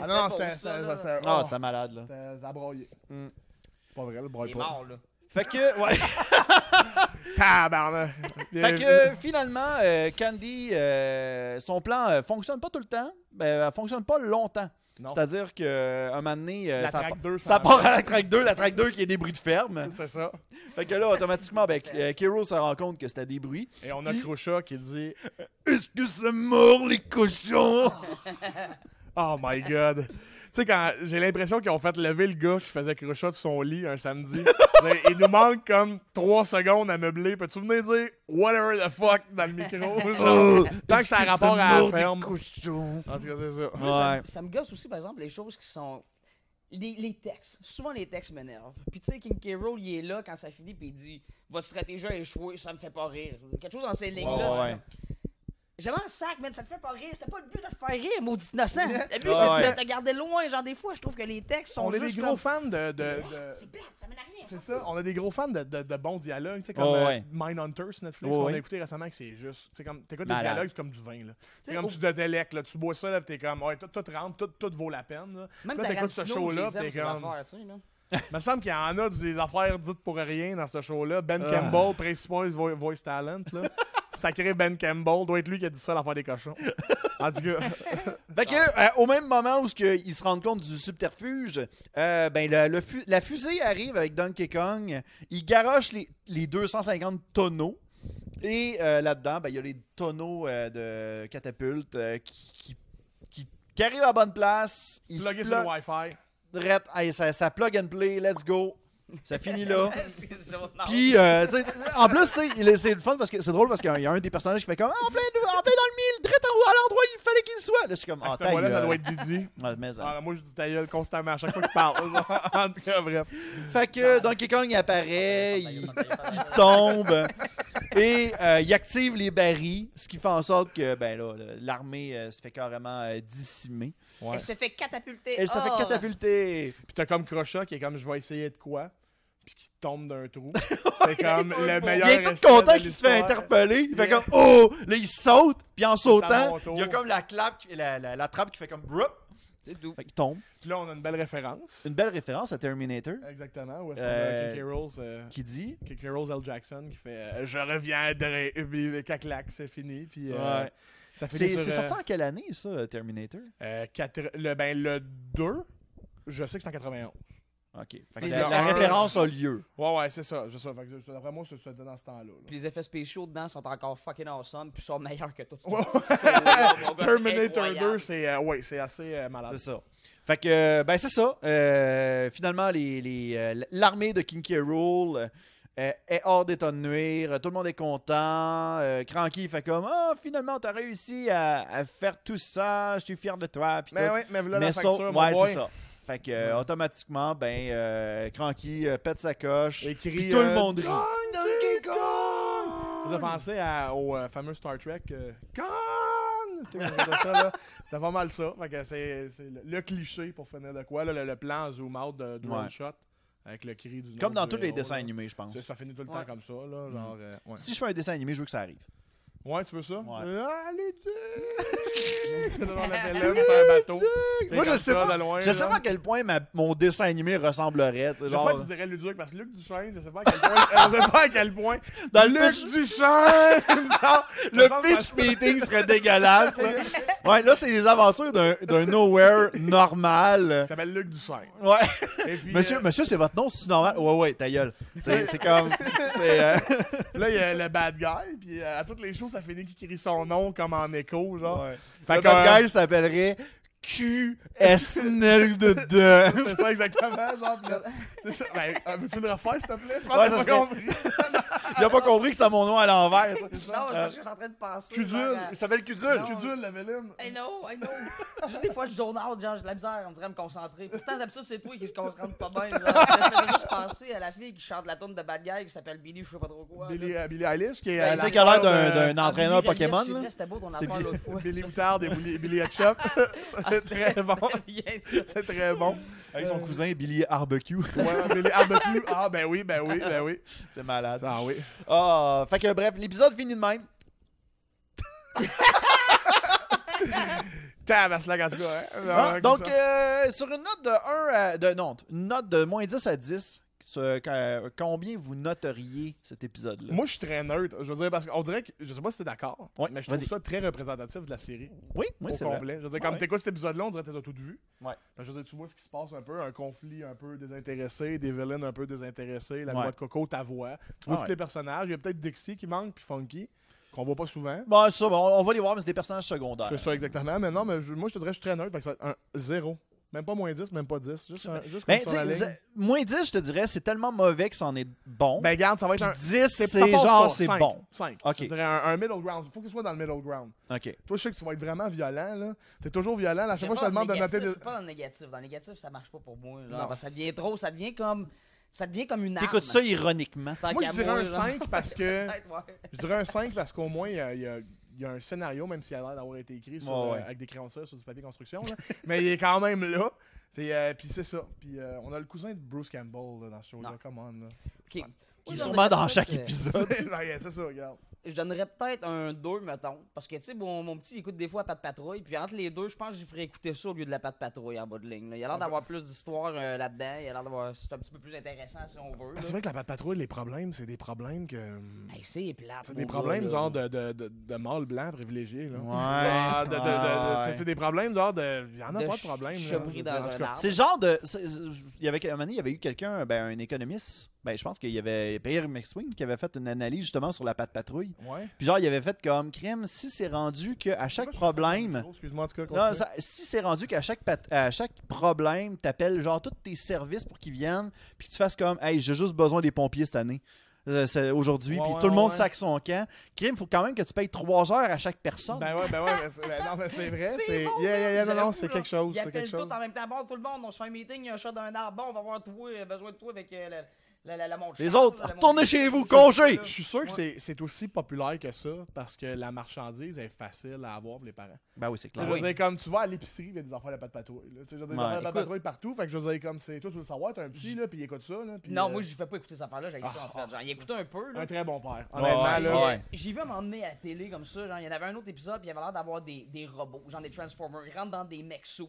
[SPEAKER 1] Ah non, non, c'était.
[SPEAKER 2] faux, ça,
[SPEAKER 1] c'était-
[SPEAKER 2] là.
[SPEAKER 1] c'était-
[SPEAKER 3] Ah,
[SPEAKER 1] oh,
[SPEAKER 3] c'est malade, là.
[SPEAKER 1] C'était ça a broyé.
[SPEAKER 3] Mm.
[SPEAKER 1] C'est Pas vrai, le
[SPEAKER 2] Il
[SPEAKER 1] broye
[SPEAKER 2] est
[SPEAKER 1] pas.
[SPEAKER 2] mort, là.
[SPEAKER 3] Fait que, ouais.
[SPEAKER 1] Tabarnak! Euh,
[SPEAKER 3] Fait que finalement, euh, Candy, euh, son plan euh, fonctionne pas tout le temps, euh, fonctionne pas longtemps.
[SPEAKER 1] Non.
[SPEAKER 3] C'est-à-dire que euh, un moment donné, euh,
[SPEAKER 1] La
[SPEAKER 3] ça,
[SPEAKER 1] track
[SPEAKER 3] pa-
[SPEAKER 1] 2,
[SPEAKER 3] ça
[SPEAKER 1] ça-
[SPEAKER 3] part à la track 2, la track 2 qui est des bruits de
[SPEAKER 1] (laughs)
[SPEAKER 3] ferme.
[SPEAKER 1] C'est ça.
[SPEAKER 3] Fait que là, automatiquement,
[SPEAKER 1] (laughs)
[SPEAKER 3] ben, euh, Kiro se rend compte que c'était des bruits.
[SPEAKER 1] Et on a Crochat qui dit
[SPEAKER 3] Est-ce que ça mord les cochons?
[SPEAKER 1] Oh my god. Tu sais, quand j'ai l'impression qu'ils ont fait lever le gars qui faisait Crochat de son lit un samedi. Là, Il nous manque comme 3 secondes à meubler. Peux-tu venir dire whatever the fuck dans le micro? (laughs) Genre, tant que ça a rapport à la ferme. En tout cas, c'est ça.
[SPEAKER 2] Moi, ça
[SPEAKER 3] Ouais.
[SPEAKER 2] me- Ça, me gosse aussi, par exemple, les choses qui sont. Les, les textes. Souvent, les textes m'énervent. Puis, tu sais, King K. Rool, il est là quand ça finit, puis il dit Votre stratégie a échoué, ça me fait pas rire. Quelque chose dans ces lignes-là.
[SPEAKER 3] Ouais, ouais.
[SPEAKER 2] J'avais un sac, mais ça te fait pas rire. C'était pas le but de te faire rire, maudit innocent. Le but,
[SPEAKER 3] Ouais,
[SPEAKER 2] c'est
[SPEAKER 3] ouais.
[SPEAKER 2] de te garder loin. Genre, des fois, je trouve que les textes sont
[SPEAKER 1] On est
[SPEAKER 2] juste.
[SPEAKER 1] des gros
[SPEAKER 2] comme-
[SPEAKER 1] fans de. de- de-
[SPEAKER 2] C'est plate, ça mène à rien.
[SPEAKER 1] C'est ça, on a des gros fans de, de- de bons dialogues, tu sais, comme
[SPEAKER 3] Ouais,
[SPEAKER 1] euh,
[SPEAKER 3] ouais.
[SPEAKER 1] Mindhunter sur Netflix,
[SPEAKER 3] Ouais,
[SPEAKER 1] qu'on
[SPEAKER 3] ouais.
[SPEAKER 1] a écouté récemment, que c'est juste, tu sais, comme, t'écoutes des
[SPEAKER 3] Malade.
[SPEAKER 1] dialogues, c'est comme du vin, là. C'est
[SPEAKER 2] sais,
[SPEAKER 1] comme
[SPEAKER 2] au-
[SPEAKER 1] tu te délectes, là, tu bois ça, là, pis t'es comme, ouais, tout, tout rentre, tout, tout vaut la peine, là.
[SPEAKER 2] Même
[SPEAKER 1] Puis là, t'écoutes ce
[SPEAKER 2] Tarantino,
[SPEAKER 1] show-là,
[SPEAKER 2] je les
[SPEAKER 1] pis t'es
[SPEAKER 2] aime, ces
[SPEAKER 1] comme,
[SPEAKER 2] affaires, tu sais, là.
[SPEAKER 1] me semble qu'il y en a des affaires dites pour rien dans ce show-là. Ben
[SPEAKER 3] Ah.
[SPEAKER 1] Campbell, Principal Vo- Voice Talent,
[SPEAKER 3] (laughs)
[SPEAKER 1] là. Sacré Ben Campbell, doit être lui qui a dit ça l'affaire des cochons. En tout cas,
[SPEAKER 3] Fait que, euh, au même moment où ce que ils se rendent compte du subterfuge, euh, ben, le- le fu- la fusée arrive avec Donkey Kong. Il garoche les, les 250 tonneaux. Et euh, là-dedans, ben, il y a les tonneaux euh, de catapultes euh, qui, qui, qui- qui arrivent à la bonne place. Ils se
[SPEAKER 1] pluguez sur le
[SPEAKER 3] plug-
[SPEAKER 1] Wi-Fi.
[SPEAKER 3] Drette. Hey, ça, ça plug and play, let's go. Ça
[SPEAKER 1] (laughs)
[SPEAKER 3] finit
[SPEAKER 1] Ah.
[SPEAKER 2] (laughs)
[SPEAKER 3] là.
[SPEAKER 2] Non.
[SPEAKER 3] Puis, euh, tu sais, en plus, tu sais, il est- c'est le fun parce que c'est drôle parce qu'il y a un- il y a un des personnages qui fait comme Ah, en plein, en plein dans le mille, direct en- à l'endroit où il fallait qu'il soit. Là, je suis comme Ah,
[SPEAKER 1] Ah, cette fois-là,
[SPEAKER 3] ta
[SPEAKER 1] ça
[SPEAKER 3] gueule.
[SPEAKER 1] doit être Didi.
[SPEAKER 3] Ouais, mais ça.
[SPEAKER 1] Ah, moi, je dis ta gueule constamment à chaque fois qu'il parle. (laughs) en tout cas, bref.
[SPEAKER 3] Fait que Donkey Kong il apparaît, Ah. il, (laughs) il tombe et euh, il active les barils, ce qui fait en sorte que ben là le- l'armée euh, se fait carrément euh, Oh. dissimer.
[SPEAKER 2] Elle se fait catapulter. Ah,
[SPEAKER 3] Elle se fait
[SPEAKER 2] hors.
[SPEAKER 3] catapulter.
[SPEAKER 1] Puis t'as comme Crochat qui est comme je vais essayer de quoi. Puis qui tombe d'un
[SPEAKER 3] (laughs)
[SPEAKER 1] trou. C'est comme le meilleur.
[SPEAKER 3] Il est tout
[SPEAKER 1] essai
[SPEAKER 3] content
[SPEAKER 1] de
[SPEAKER 3] qu'il se fait
[SPEAKER 1] l'histoire.
[SPEAKER 3] interpeller. Il fait
[SPEAKER 1] Yeah.
[SPEAKER 3] comme oh, là il saute, puis en
[SPEAKER 1] à
[SPEAKER 3] sautant,
[SPEAKER 1] mon tour.
[SPEAKER 3] il y a comme la clap, qui- la, la- la trappe qui fait comme broup.
[SPEAKER 2] C'est doux.
[SPEAKER 3] Fait qu'il tombe.
[SPEAKER 1] Puis là, on a une belle référence.
[SPEAKER 3] Une belle référence à Terminator
[SPEAKER 1] Exactement. Où est-ce qu'on
[SPEAKER 3] Euh,
[SPEAKER 1] a King K. Rool's, euh,
[SPEAKER 3] qui dit
[SPEAKER 1] K.K. Rose L. Jackson qui fait euh, Je reviendrai, euh, caclac, c'est fini. Puis euh,
[SPEAKER 3] Ouais.
[SPEAKER 1] ça fait
[SPEAKER 3] C'est
[SPEAKER 1] sur,
[SPEAKER 3] c'est
[SPEAKER 1] euh,
[SPEAKER 3] sorti en quelle année ça Terminator
[SPEAKER 1] euh, quatre- le, ben, le 2, je sais que c'est en 91.
[SPEAKER 3] OK. Fait que
[SPEAKER 2] Les
[SPEAKER 3] la, la
[SPEAKER 2] effets spéciaux.
[SPEAKER 3] référence a lieu.
[SPEAKER 1] Ouais, ouais, c'est ça. C'est ça. Fait que, d'après moi, c'est- c'était dans ce temps-là. là.
[SPEAKER 2] Puis les effets spéciaux dedans sont encore fucking awesome, puis sont meilleurs que tout. ce
[SPEAKER 1] Ouais,
[SPEAKER 2] que- Mon gars, c'est
[SPEAKER 1] Terminator 2,
[SPEAKER 2] incroyable.
[SPEAKER 1] c'est euh, ouais, c'est assez euh, malade.
[SPEAKER 3] C'est ça. Fait que, euh, ben, c'est ça. Euh, finalement, les, les, euh, l'armée de King K. Rool euh, est hors d'état de nuire. Tout le monde est content. Euh, Cranky fait comme Ah, finalement, t'as réussi à, à faire tout ça. Je suis fier de toi. Puis
[SPEAKER 1] Mais
[SPEAKER 3] tout.
[SPEAKER 1] Ben ouais, mais voilà
[SPEAKER 3] Mais
[SPEAKER 1] la facture,
[SPEAKER 3] ça-
[SPEAKER 1] mon
[SPEAKER 3] ouais,
[SPEAKER 1] boy.
[SPEAKER 3] c'est ça. Fait que, euh, automatiquement, ben, euh, Cranky euh, pète sa coche.
[SPEAKER 1] Et crie,
[SPEAKER 3] puis tout le
[SPEAKER 1] euh,
[SPEAKER 3] monde rit.
[SPEAKER 1] Ça faisait penser à- au euh, fameux Star Trek euh, Con! Tu sais, qu'on faisait ça,
[SPEAKER 3] (laughs)
[SPEAKER 1] là. C'était pas mal ça. Fait que c'est, c'est le, le cliché pour finir de quoi. là, le, le plan zoom out de drone
[SPEAKER 3] Ouais.
[SPEAKER 1] shot avec le cri du nom
[SPEAKER 3] Comme dans
[SPEAKER 1] du
[SPEAKER 3] tous les
[SPEAKER 1] héros,
[SPEAKER 3] dessins
[SPEAKER 1] là.
[SPEAKER 3] animés, Mm. je pense.
[SPEAKER 1] Ça, ça finit tout le temps
[SPEAKER 2] Ouais.
[SPEAKER 1] comme ça. Là, genre, euh, ouais.
[SPEAKER 3] Si je fais un dessin animé, je veux que ça arrive.
[SPEAKER 1] ouais, tu veux ça?
[SPEAKER 3] Ouais.
[SPEAKER 1] Euh, Allez, (laughs) Duke! Là, on avait l'homme sur un bateau. C'est
[SPEAKER 3] Moi, je
[SPEAKER 1] comme
[SPEAKER 3] sais
[SPEAKER 1] ça,
[SPEAKER 3] pas.
[SPEAKER 1] de loin,
[SPEAKER 3] je sais
[SPEAKER 1] genre.
[SPEAKER 3] pas à quel point ma- mon dessin animé ressemblerait. tu
[SPEAKER 1] Je
[SPEAKER 3] sais,
[SPEAKER 1] sais
[SPEAKER 3] genre-
[SPEAKER 1] pas que tu dirais Luduc, parce que Luc Duchesne, je sais pas à quel point. (laughs) je sais pas à quel
[SPEAKER 3] (laughs)
[SPEAKER 1] point.
[SPEAKER 3] Dans le
[SPEAKER 1] Luc
[SPEAKER 3] pitch-
[SPEAKER 1] Duchesne! genre,
[SPEAKER 3] Le
[SPEAKER 1] genre, parce-
[SPEAKER 3] pitch meeting serait dégueulasse. (laughs) là. Ouais, là, c'est les aventures d'un d'un nowhere normal.
[SPEAKER 1] Il s'appelle Luc Duchesne.
[SPEAKER 3] Ouais.
[SPEAKER 1] Et puis,
[SPEAKER 3] Monsieur,
[SPEAKER 1] euh,
[SPEAKER 3] monsieur c'est votre nom, c'est normal. Ouais, ouais, ta gueule. C'est c'est comme. c'est, (laughs) euh,
[SPEAKER 1] Là, il y a le bad guy, puis euh, à toutes les choses, ça finit qu'il crie son nom comme en écho, genre.
[SPEAKER 3] Fait
[SPEAKER 1] Fait
[SPEAKER 3] que
[SPEAKER 1] que, euh,
[SPEAKER 3] notre gars s'appellerait E (laughs) QS92.
[SPEAKER 1] euh, C'est ça exactement, (laughs) genre. pis là, c'est ça. Ben, euh, veux-tu le refaire, s'il te plaît? Je pense
[SPEAKER 3] Ouais,
[SPEAKER 1] que
[SPEAKER 3] ça
[SPEAKER 1] t'as pas
[SPEAKER 3] serait- (laughs)
[SPEAKER 1] compris.
[SPEAKER 3] Il a pas compris que c'était mon nom à l'envers. ça.
[SPEAKER 2] Non, c'est parce que je suis en train de penser.
[SPEAKER 1] Euh, Cudule.
[SPEAKER 2] genre, à-
[SPEAKER 3] Il s'appelle Cudule.
[SPEAKER 1] J'ai dû la Véline.
[SPEAKER 2] I know, I know. (laughs) Juste des fois, je zone out, genre, j'ai de la misère, on dirait à me concentrer. Pourtant, d'habitude, c'est toi qui se concentre pas bien.
[SPEAKER 3] (laughs)
[SPEAKER 2] Genre. Je faisais juste penser à la fille qui chante la tune de Bad Guy qui s'appelle Billy, je sais pas trop quoi.
[SPEAKER 1] Billy, euh, Billy Eilish, qui est.
[SPEAKER 2] Ben,
[SPEAKER 1] euh,
[SPEAKER 3] Tu
[SPEAKER 1] la
[SPEAKER 3] sais qu'il a
[SPEAKER 1] sœur
[SPEAKER 3] l'air
[SPEAKER 1] de-
[SPEAKER 3] d'un- d'un
[SPEAKER 2] Ah,
[SPEAKER 3] entraîneur
[SPEAKER 2] Billy Elliot,
[SPEAKER 3] Pokémon.
[SPEAKER 2] c'est
[SPEAKER 3] là.
[SPEAKER 2] vrai, C'était beau ton
[SPEAKER 3] C'est
[SPEAKER 2] affaire l'autre fois.
[SPEAKER 1] Billy Outard et Billy, Billy Hatchup.
[SPEAKER 2] (laughs)
[SPEAKER 1] (laughs)
[SPEAKER 2] Ah,
[SPEAKER 1] c'est très bon.
[SPEAKER 2] c'était bien, ça.
[SPEAKER 1] C'est très bon.
[SPEAKER 3] Avec son cousin Billy Barbecue.
[SPEAKER 1] Ouais, Billy Barbecue. Ah, ben oui, ben oui, ben oui.
[SPEAKER 3] (laughs) C'est malade.
[SPEAKER 1] Ah oui.
[SPEAKER 3] Ah, fait que bref, l'épisode finit de même.
[SPEAKER 1] Tabaslac, en tout cas. hein.
[SPEAKER 3] Ah,
[SPEAKER 1] Alors,
[SPEAKER 3] donc,
[SPEAKER 1] comme ça.
[SPEAKER 3] euh, sur une note de 1 à. De, non, une note de moins 10 à 10, ce- qu'à- combien vous noteriez cet épisode-là
[SPEAKER 1] Moi, je suis très neutre. Je veux dire, parce qu'on dirait que. Je sais pas si t'es d'accord,
[SPEAKER 3] Ouais,
[SPEAKER 1] mais je
[SPEAKER 3] vas-y.
[SPEAKER 1] trouve ça très représentatif de la série.
[SPEAKER 3] Oui, oui,
[SPEAKER 1] au
[SPEAKER 3] c'est vrai.
[SPEAKER 1] complet. Je veux dire,
[SPEAKER 3] Ah
[SPEAKER 1] comme
[SPEAKER 3] ouais.
[SPEAKER 1] t'écoutes cet épisode-là, on dirait que t'as tout vu.
[SPEAKER 3] Ouais.
[SPEAKER 1] Ben, je veux dire, tu vois ce qui se passe un peu, un conflit un peu désintéressé, des villains un peu désintéressés, la
[SPEAKER 3] Ouais.
[SPEAKER 1] voix de Coco, ta voix. Tu vois
[SPEAKER 3] Ah
[SPEAKER 1] tous
[SPEAKER 3] ouais.
[SPEAKER 1] les personnages. Il y a peut-être Dixie qui manque, puis Funky, qu'on voit pas souvent.
[SPEAKER 3] Bon, c'est ça, bon, on va les voir, mais c'est des personnages secondaires.
[SPEAKER 1] C'est ça exactement. Mais non, mais je- moi, je te dirais, je suis très neutre. Fait que ça va être un zéro. Même pas moins 10, même pas 10. Juste, un, juste
[SPEAKER 3] Ben,
[SPEAKER 1] comme
[SPEAKER 3] tu
[SPEAKER 1] sur la
[SPEAKER 3] sais,
[SPEAKER 1] ligne.
[SPEAKER 3] z- moins 10, je te dirais, c'est tellement mauvais que c'en est bon.
[SPEAKER 1] Ben, garde, ça va être
[SPEAKER 3] Puis
[SPEAKER 1] un.
[SPEAKER 3] 10,
[SPEAKER 1] ça
[SPEAKER 3] c'est
[SPEAKER 1] passe
[SPEAKER 3] genre,
[SPEAKER 1] pas.
[SPEAKER 3] c'est
[SPEAKER 1] Cinq.
[SPEAKER 3] bon.
[SPEAKER 1] Cinq.
[SPEAKER 3] Ok.
[SPEAKER 1] Je te dirais un, un middle ground. Faut que ce soit dans le middle ground.
[SPEAKER 3] Ok.
[SPEAKER 1] Toi, je sais que tu vas être vraiment violent, là. T'es toujours violent. À chaque fois, je te demande de noter.
[SPEAKER 2] négatif,
[SPEAKER 1] Des...
[SPEAKER 2] Pas dans le négatif. Dans le négatif, ça marche pas pour moi. genre,
[SPEAKER 1] Non.
[SPEAKER 2] parce que ça devient trop, ça devient comme. Ça devient comme une arme.
[SPEAKER 3] T'écoutes ça ironiquement.
[SPEAKER 2] Tant
[SPEAKER 1] Moi,
[SPEAKER 2] qu'à
[SPEAKER 1] je dirais un
[SPEAKER 2] genre.
[SPEAKER 1] 5 parce
[SPEAKER 3] (laughs)
[SPEAKER 1] que.
[SPEAKER 2] Peut-être, ouais.
[SPEAKER 1] Je dirais un 5 parce qu'au moins, il y a, il y a- il y a un scénario, même s'il a l'air d'avoir été écrit sur,
[SPEAKER 3] Ouais,
[SPEAKER 1] euh,
[SPEAKER 3] ouais.
[SPEAKER 1] avec des crayons de cire sur du papier construction. là. Mais il est quand même là. Puis, euh, puis c'est ça. Puis euh, on a le cousin de Bruce Campbell là, dans ce show-là.
[SPEAKER 2] Non.
[SPEAKER 1] Come on. là.
[SPEAKER 2] Qui-
[SPEAKER 1] Fun.
[SPEAKER 3] Qui
[SPEAKER 2] Oui,
[SPEAKER 3] est
[SPEAKER 2] non,
[SPEAKER 3] sûrement
[SPEAKER 2] mais
[SPEAKER 3] dans
[SPEAKER 2] peut-être
[SPEAKER 3] chaque
[SPEAKER 2] que-
[SPEAKER 3] épisode.
[SPEAKER 1] (laughs) Ben, yeah, c'est ça, regarde.
[SPEAKER 2] Je donnerais peut-être un 2, mettons. Parce que, tu sais, mon, mon petit, il écoute des fois Pat Patrouille. Puis entre les deux, je pense que j'y ferais écouter ça au lieu de la Pat Patrouille en bas de ligne. là. Il a l'air d'avoir plus d'histoire euh, là-dedans. Il a l'air d'avoir. C'est un petit peu plus intéressant si on veut.
[SPEAKER 1] Ben, c'est
[SPEAKER 2] là.
[SPEAKER 1] vrai que la Pat Patrouille, les problèmes, c'est des problèmes que.
[SPEAKER 2] Hey, c'est plate.
[SPEAKER 1] C'est
[SPEAKER 2] mon
[SPEAKER 1] des
[SPEAKER 2] gars,
[SPEAKER 1] problèmes
[SPEAKER 2] là.
[SPEAKER 1] genre de, de, de, de mâle blanc privilégié. Là. (laughs)
[SPEAKER 3] Ouais,
[SPEAKER 1] Genre de- de- de-
[SPEAKER 3] ouais.
[SPEAKER 1] de- c'est- C'est des problèmes genre de. Il n'y en a
[SPEAKER 2] Ah, De
[SPEAKER 1] Ah pas de problème. là.
[SPEAKER 2] chevrerie
[SPEAKER 1] Je veux
[SPEAKER 2] dans
[SPEAKER 1] dire, en
[SPEAKER 2] un
[SPEAKER 1] tout cas,
[SPEAKER 2] arbre.
[SPEAKER 3] C'est le genre de. c'est- Il y avait, à un moment donné, il y avait eu quelqu'un, ben, un économiste, ben, je pense qu'il y avait Pierre McSwing qui avait fait une analyse justement sur la patte patrouille.
[SPEAKER 1] Ouais.
[SPEAKER 3] Puis genre, il avait fait comme crime, si c'est rendu qu'à chaque
[SPEAKER 1] Moi, je trouve ça
[SPEAKER 3] problème.
[SPEAKER 1] gros, Excuse-moi, en tout cas.
[SPEAKER 3] Non,
[SPEAKER 1] continue.
[SPEAKER 3] ça- si c'est rendu qu'à chaque, pat- à chaque problème, t'appelles genre tous tes services pour qu'ils viennent, puis que tu fasses comme, hey, j'ai juste besoin des pompiers cette année. euh, c'est aujourd'hui,
[SPEAKER 1] Ouais,
[SPEAKER 3] puis
[SPEAKER 1] ouais,
[SPEAKER 3] tout le monde
[SPEAKER 1] ouais.
[SPEAKER 3] sac son camp. Crime, faut quand même que tu payes trois heures à chaque personne.
[SPEAKER 1] Ben ouais, ben ouais, mais c'est- ben non, mais c'est vrai,
[SPEAKER 2] C'est
[SPEAKER 1] c'est.
[SPEAKER 2] bon,
[SPEAKER 1] yeah, yeah, yeah, non,
[SPEAKER 2] J'avoue,
[SPEAKER 1] non, c'est
[SPEAKER 2] là,
[SPEAKER 1] quelque chose,
[SPEAKER 2] Ils
[SPEAKER 1] c'est quelque
[SPEAKER 2] appellent
[SPEAKER 1] chose.
[SPEAKER 2] tout en même temps. Bon, tout le monde, on se fait un meeting, il y a un chat d'un arbre. Bon, on va voir toi, euh, besoin de toi avec euh, la, la, la, la montre.
[SPEAKER 3] Les
[SPEAKER 2] Charles,
[SPEAKER 3] autres,
[SPEAKER 2] la montre-
[SPEAKER 3] retournez chez vous, congé!
[SPEAKER 1] Je suis sûr que c'est- c'est aussi populaire que ça parce que la marchandise est facile à avoir pour les parents.
[SPEAKER 3] Ben oui, c'est
[SPEAKER 1] Je
[SPEAKER 3] clair.
[SPEAKER 1] veux dire, comme tu vas à l'épicerie, il y a des affaires de pâte patrouille. là. Tu sais, Je veux dire, des
[SPEAKER 3] Ouais.
[SPEAKER 1] affaires de pâte
[SPEAKER 3] Écoute.
[SPEAKER 1] patrouille partout. Fait que je veux dire, comme c'est. Toi, tu veux le savoir, t'es un petit, là, puis il écoute ça. Là, puis,
[SPEAKER 2] Non,
[SPEAKER 1] euh, Ah,
[SPEAKER 2] moi, je fais pas écouter cette affaire-là, j'ai ça en fait. Genre, il écoutait un peu. Là.
[SPEAKER 1] Un très bon père.
[SPEAKER 3] Ouais,
[SPEAKER 1] Honnêtement,
[SPEAKER 3] ouais,
[SPEAKER 1] Ah, là.
[SPEAKER 3] ouais.
[SPEAKER 2] J'ai vu m'emmener à la télé comme ça, genre, il y en avait un autre épisode, puis il y avait l'air d'avoir des, des robots, genre des Transformers, ils rentrent dans des mech suits.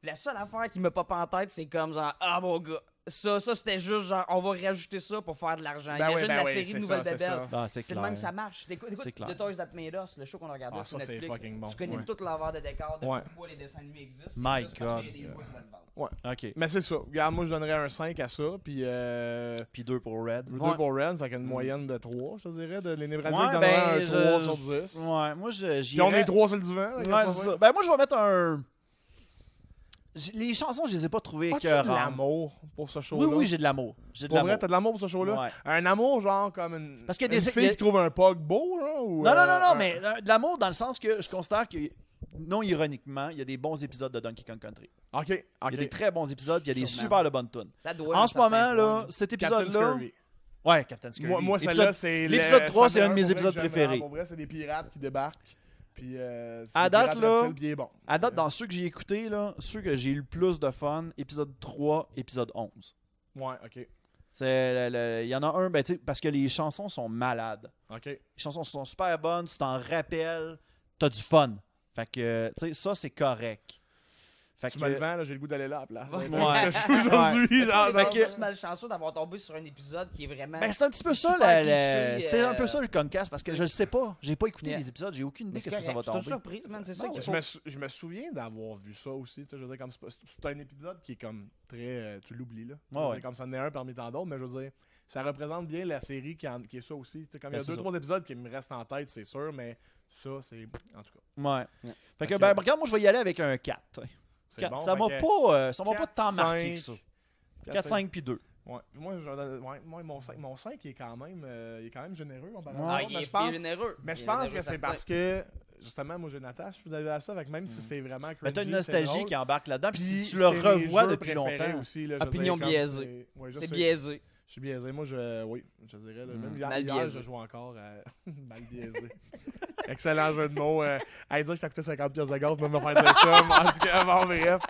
[SPEAKER 2] Puis la seule affaire qui me pop en tête, c'est comme genre, ah mon gars, Ça, ça c'était juste genre, on va rajouter ça pour faire de l'argent.
[SPEAKER 1] Ben oui,
[SPEAKER 2] Imagine
[SPEAKER 1] ben
[SPEAKER 2] la
[SPEAKER 1] oui,
[SPEAKER 2] série
[SPEAKER 1] c'est
[SPEAKER 2] de
[SPEAKER 1] ça,
[SPEAKER 2] Nouvelles
[SPEAKER 1] c'est ça.
[SPEAKER 2] Bébelles.
[SPEAKER 3] Ah, c'est
[SPEAKER 2] C'est le
[SPEAKER 3] clair.
[SPEAKER 2] même, ça marche. Écoute,
[SPEAKER 3] C'est
[SPEAKER 2] écoute
[SPEAKER 3] clair.
[SPEAKER 2] The Toys That Made Us, le show qu'on regardait
[SPEAKER 1] Ah,
[SPEAKER 2] sur
[SPEAKER 1] ça, c'est
[SPEAKER 2] Netflix.
[SPEAKER 1] fucking bon.
[SPEAKER 2] Tu connais
[SPEAKER 1] Ouais.
[SPEAKER 2] tout l'envers de décor de
[SPEAKER 1] Ouais.
[SPEAKER 2] pourquoi les dessins animés existent.
[SPEAKER 3] My
[SPEAKER 2] juste parce qu'il y a
[SPEAKER 3] God.
[SPEAKER 2] des jouets qui veulent vendre.
[SPEAKER 3] OK.
[SPEAKER 1] Mais c'est ça. Regarde, moi, je donnerais un 5 à ça, puis euh,
[SPEAKER 3] Puis deux pour Red.
[SPEAKER 1] 2
[SPEAKER 3] Ouais. Mm.
[SPEAKER 1] pour Red, ça fait une moyenne de 3, je te dirais. De, les Nébradiques
[SPEAKER 3] Ouais,
[SPEAKER 1] donnerait un
[SPEAKER 3] ben,
[SPEAKER 1] 3
[SPEAKER 3] je-
[SPEAKER 1] sur 10.
[SPEAKER 3] Ouais, moi, je,
[SPEAKER 1] Puis on
[SPEAKER 3] j'irais-
[SPEAKER 1] est 3 sur le divan.
[SPEAKER 3] Ouais,
[SPEAKER 1] regarde, pas
[SPEAKER 3] c'est
[SPEAKER 1] vrai.
[SPEAKER 3] ça. Ben, moi, je vais mettre un. J- Les chansons, je les ai pas trouvées
[SPEAKER 1] As-tu de
[SPEAKER 3] écœurantes.
[SPEAKER 1] l'amour pour ce show-là?
[SPEAKER 3] Oui, oui, j'ai de l'amour. J'ai de
[SPEAKER 1] Pour vrai,
[SPEAKER 3] l'amour.
[SPEAKER 1] t'as de l'amour pour ce show-là?
[SPEAKER 3] Ouais.
[SPEAKER 1] Un amour, genre, comme une,
[SPEAKER 3] Parce qu'il y a
[SPEAKER 1] une
[SPEAKER 3] des- il
[SPEAKER 1] fille
[SPEAKER 3] y a-
[SPEAKER 1] qui trouve un pog beau, là, ou,
[SPEAKER 3] Non, non,
[SPEAKER 1] euh,
[SPEAKER 3] non, non,
[SPEAKER 1] un-
[SPEAKER 3] mais euh, de l'amour dans le sens que je considère que, non ironiquement, il y a des bons épisodes de Donkey Kong Country.
[SPEAKER 1] OK,
[SPEAKER 3] Il y a des
[SPEAKER 1] OK.
[SPEAKER 3] très bons épisodes, puis il y a des
[SPEAKER 2] Sûrement.
[SPEAKER 3] super de bonnes tunes.
[SPEAKER 2] Ça doit, à un
[SPEAKER 3] En ce
[SPEAKER 2] certain
[SPEAKER 3] moment,
[SPEAKER 2] point,
[SPEAKER 3] là, cet
[SPEAKER 1] Captain
[SPEAKER 3] épisode-là.
[SPEAKER 1] Scurvy.
[SPEAKER 3] Ouais, Captain Scurvy.
[SPEAKER 1] Moi, moi
[SPEAKER 3] Épisode-
[SPEAKER 1] celle-là, c'est...
[SPEAKER 3] l'épisode
[SPEAKER 1] le-
[SPEAKER 3] 3, c'est un de
[SPEAKER 1] pour
[SPEAKER 3] mes
[SPEAKER 1] vrai que
[SPEAKER 3] épisodes
[SPEAKER 1] j'aime,
[SPEAKER 3] préférés.
[SPEAKER 1] Pour vrai, c'est des pirates qui débarquent, puis euh, c'est
[SPEAKER 3] À
[SPEAKER 1] des
[SPEAKER 3] date,
[SPEAKER 1] pirates
[SPEAKER 3] là-
[SPEAKER 1] reptiles, puis il est bon.
[SPEAKER 3] À date, dans ceux que j'ai écoutés, là, ceux que j'ai eu le plus de fun, épisode 3, épisode 11.
[SPEAKER 1] Ouais, OK,
[SPEAKER 3] C'est le- le- Il y en a un, ben, tu sais, parce que les chansons sont malades.
[SPEAKER 1] OK.
[SPEAKER 3] Les chansons sont super bonnes, tu t'en rappelles, t'as du fun. Fait que, tu sais, ça, c'est correct. Fait
[SPEAKER 1] Tu
[SPEAKER 3] que-
[SPEAKER 1] me le vends, là, j'ai le goût d'aller là à la place. (laughs) Parce que
[SPEAKER 2] Ouais.
[SPEAKER 1] je suis aujourd'hui,
[SPEAKER 2] Mais tu sais, on
[SPEAKER 1] genre, dans-
[SPEAKER 2] est vraiment juste malchanceux d'avoir tombé sur un épisode qui est
[SPEAKER 1] Euh,
[SPEAKER 2] vraiment.
[SPEAKER 3] Ben, c'est un petit peu ça,
[SPEAKER 2] Super
[SPEAKER 3] la-
[SPEAKER 2] cliché,
[SPEAKER 3] la- c'est un peu
[SPEAKER 2] euh,
[SPEAKER 3] ça le Concast, parce que je le sais pas. J'ai pas écouté
[SPEAKER 2] Yeah.
[SPEAKER 3] les épisodes, j'ai aucune idée
[SPEAKER 2] Mais
[SPEAKER 3] qu'est-ce que ça va
[SPEAKER 2] correct, C'est une
[SPEAKER 3] tomber. Ben,
[SPEAKER 2] surprise, man. C'est ça
[SPEAKER 3] Non,
[SPEAKER 2] qui
[SPEAKER 1] Je me, sou- je me souviens d'avoir vu ça aussi. tu sais, Je veux dire, comme c'est pas- c'est un épisode qui est comme très. euh, tu l'oublies, là. Je veux
[SPEAKER 3] Ouais,
[SPEAKER 1] dire,
[SPEAKER 3] ouais.
[SPEAKER 1] Comme ça en est un parmi tant d'autres, mais je veux dire, ça représente bien la série qui, en- qui est ça aussi. Tu sais, Comme il
[SPEAKER 3] Ben,
[SPEAKER 1] y a
[SPEAKER 3] c'est
[SPEAKER 1] deux,
[SPEAKER 3] ça.
[SPEAKER 1] trois épisodes qui me restent en tête, c'est sûr, mais ça, c'est. En tout cas,
[SPEAKER 3] Ouais.
[SPEAKER 2] Ouais.
[SPEAKER 3] Fait que,
[SPEAKER 1] Ok.
[SPEAKER 3] ben, regarde, moi, je vais y aller avec un 4.
[SPEAKER 1] c'est
[SPEAKER 3] Quatre.
[SPEAKER 1] bon.
[SPEAKER 3] ça m'a pas, euh, ça m'a pas tant marqué que ça. 4,
[SPEAKER 1] 4-5.
[SPEAKER 3] 5 puis 2.
[SPEAKER 1] Ouais. Moi, je donne- ouais, moi, mon 5, mon 5 il est, quand même, euh, il est quand même généreux. On
[SPEAKER 3] Ouais.
[SPEAKER 2] Ah, il
[SPEAKER 1] mais
[SPEAKER 2] est
[SPEAKER 1] je pense,
[SPEAKER 2] généreux.
[SPEAKER 1] mais je
[SPEAKER 2] Il est
[SPEAKER 1] pense
[SPEAKER 2] généreux,
[SPEAKER 1] que
[SPEAKER 2] ça
[SPEAKER 1] c'est
[SPEAKER 2] me
[SPEAKER 1] parce que. Justement, moi, je n'attache à ça. Fait que même si
[SPEAKER 3] Mm.
[SPEAKER 1] c'est vraiment.
[SPEAKER 3] Mais t'as
[SPEAKER 1] cringy,
[SPEAKER 3] une
[SPEAKER 1] c'est
[SPEAKER 3] nostalgie
[SPEAKER 1] drôle,
[SPEAKER 3] qui embarque là-dedans, puis
[SPEAKER 1] Puis
[SPEAKER 3] tu le
[SPEAKER 1] c'est mes
[SPEAKER 3] revois
[SPEAKER 1] jeux
[SPEAKER 3] depuis
[SPEAKER 1] préférés
[SPEAKER 3] longtemps.
[SPEAKER 1] Aussi, là, je veux
[SPEAKER 2] Opinion
[SPEAKER 1] dire, comme
[SPEAKER 2] biaisée.
[SPEAKER 1] c'est- Mm. ouais, je
[SPEAKER 2] C'est
[SPEAKER 1] sais.
[SPEAKER 2] biaisé.
[SPEAKER 1] Je suis biaisé. Moi, je. Oui, je dirais. Là, même hier,
[SPEAKER 2] Mal
[SPEAKER 1] hier,
[SPEAKER 2] biaisé.
[SPEAKER 1] je joue encore à. (laughs) Mal biaisé. (laughs) Excellent jeu de mots. Euh, à dire que ça coûtait 50 pièces de gaz, même me faire dire (laughs) ça. mais en tout cas, bon, bref.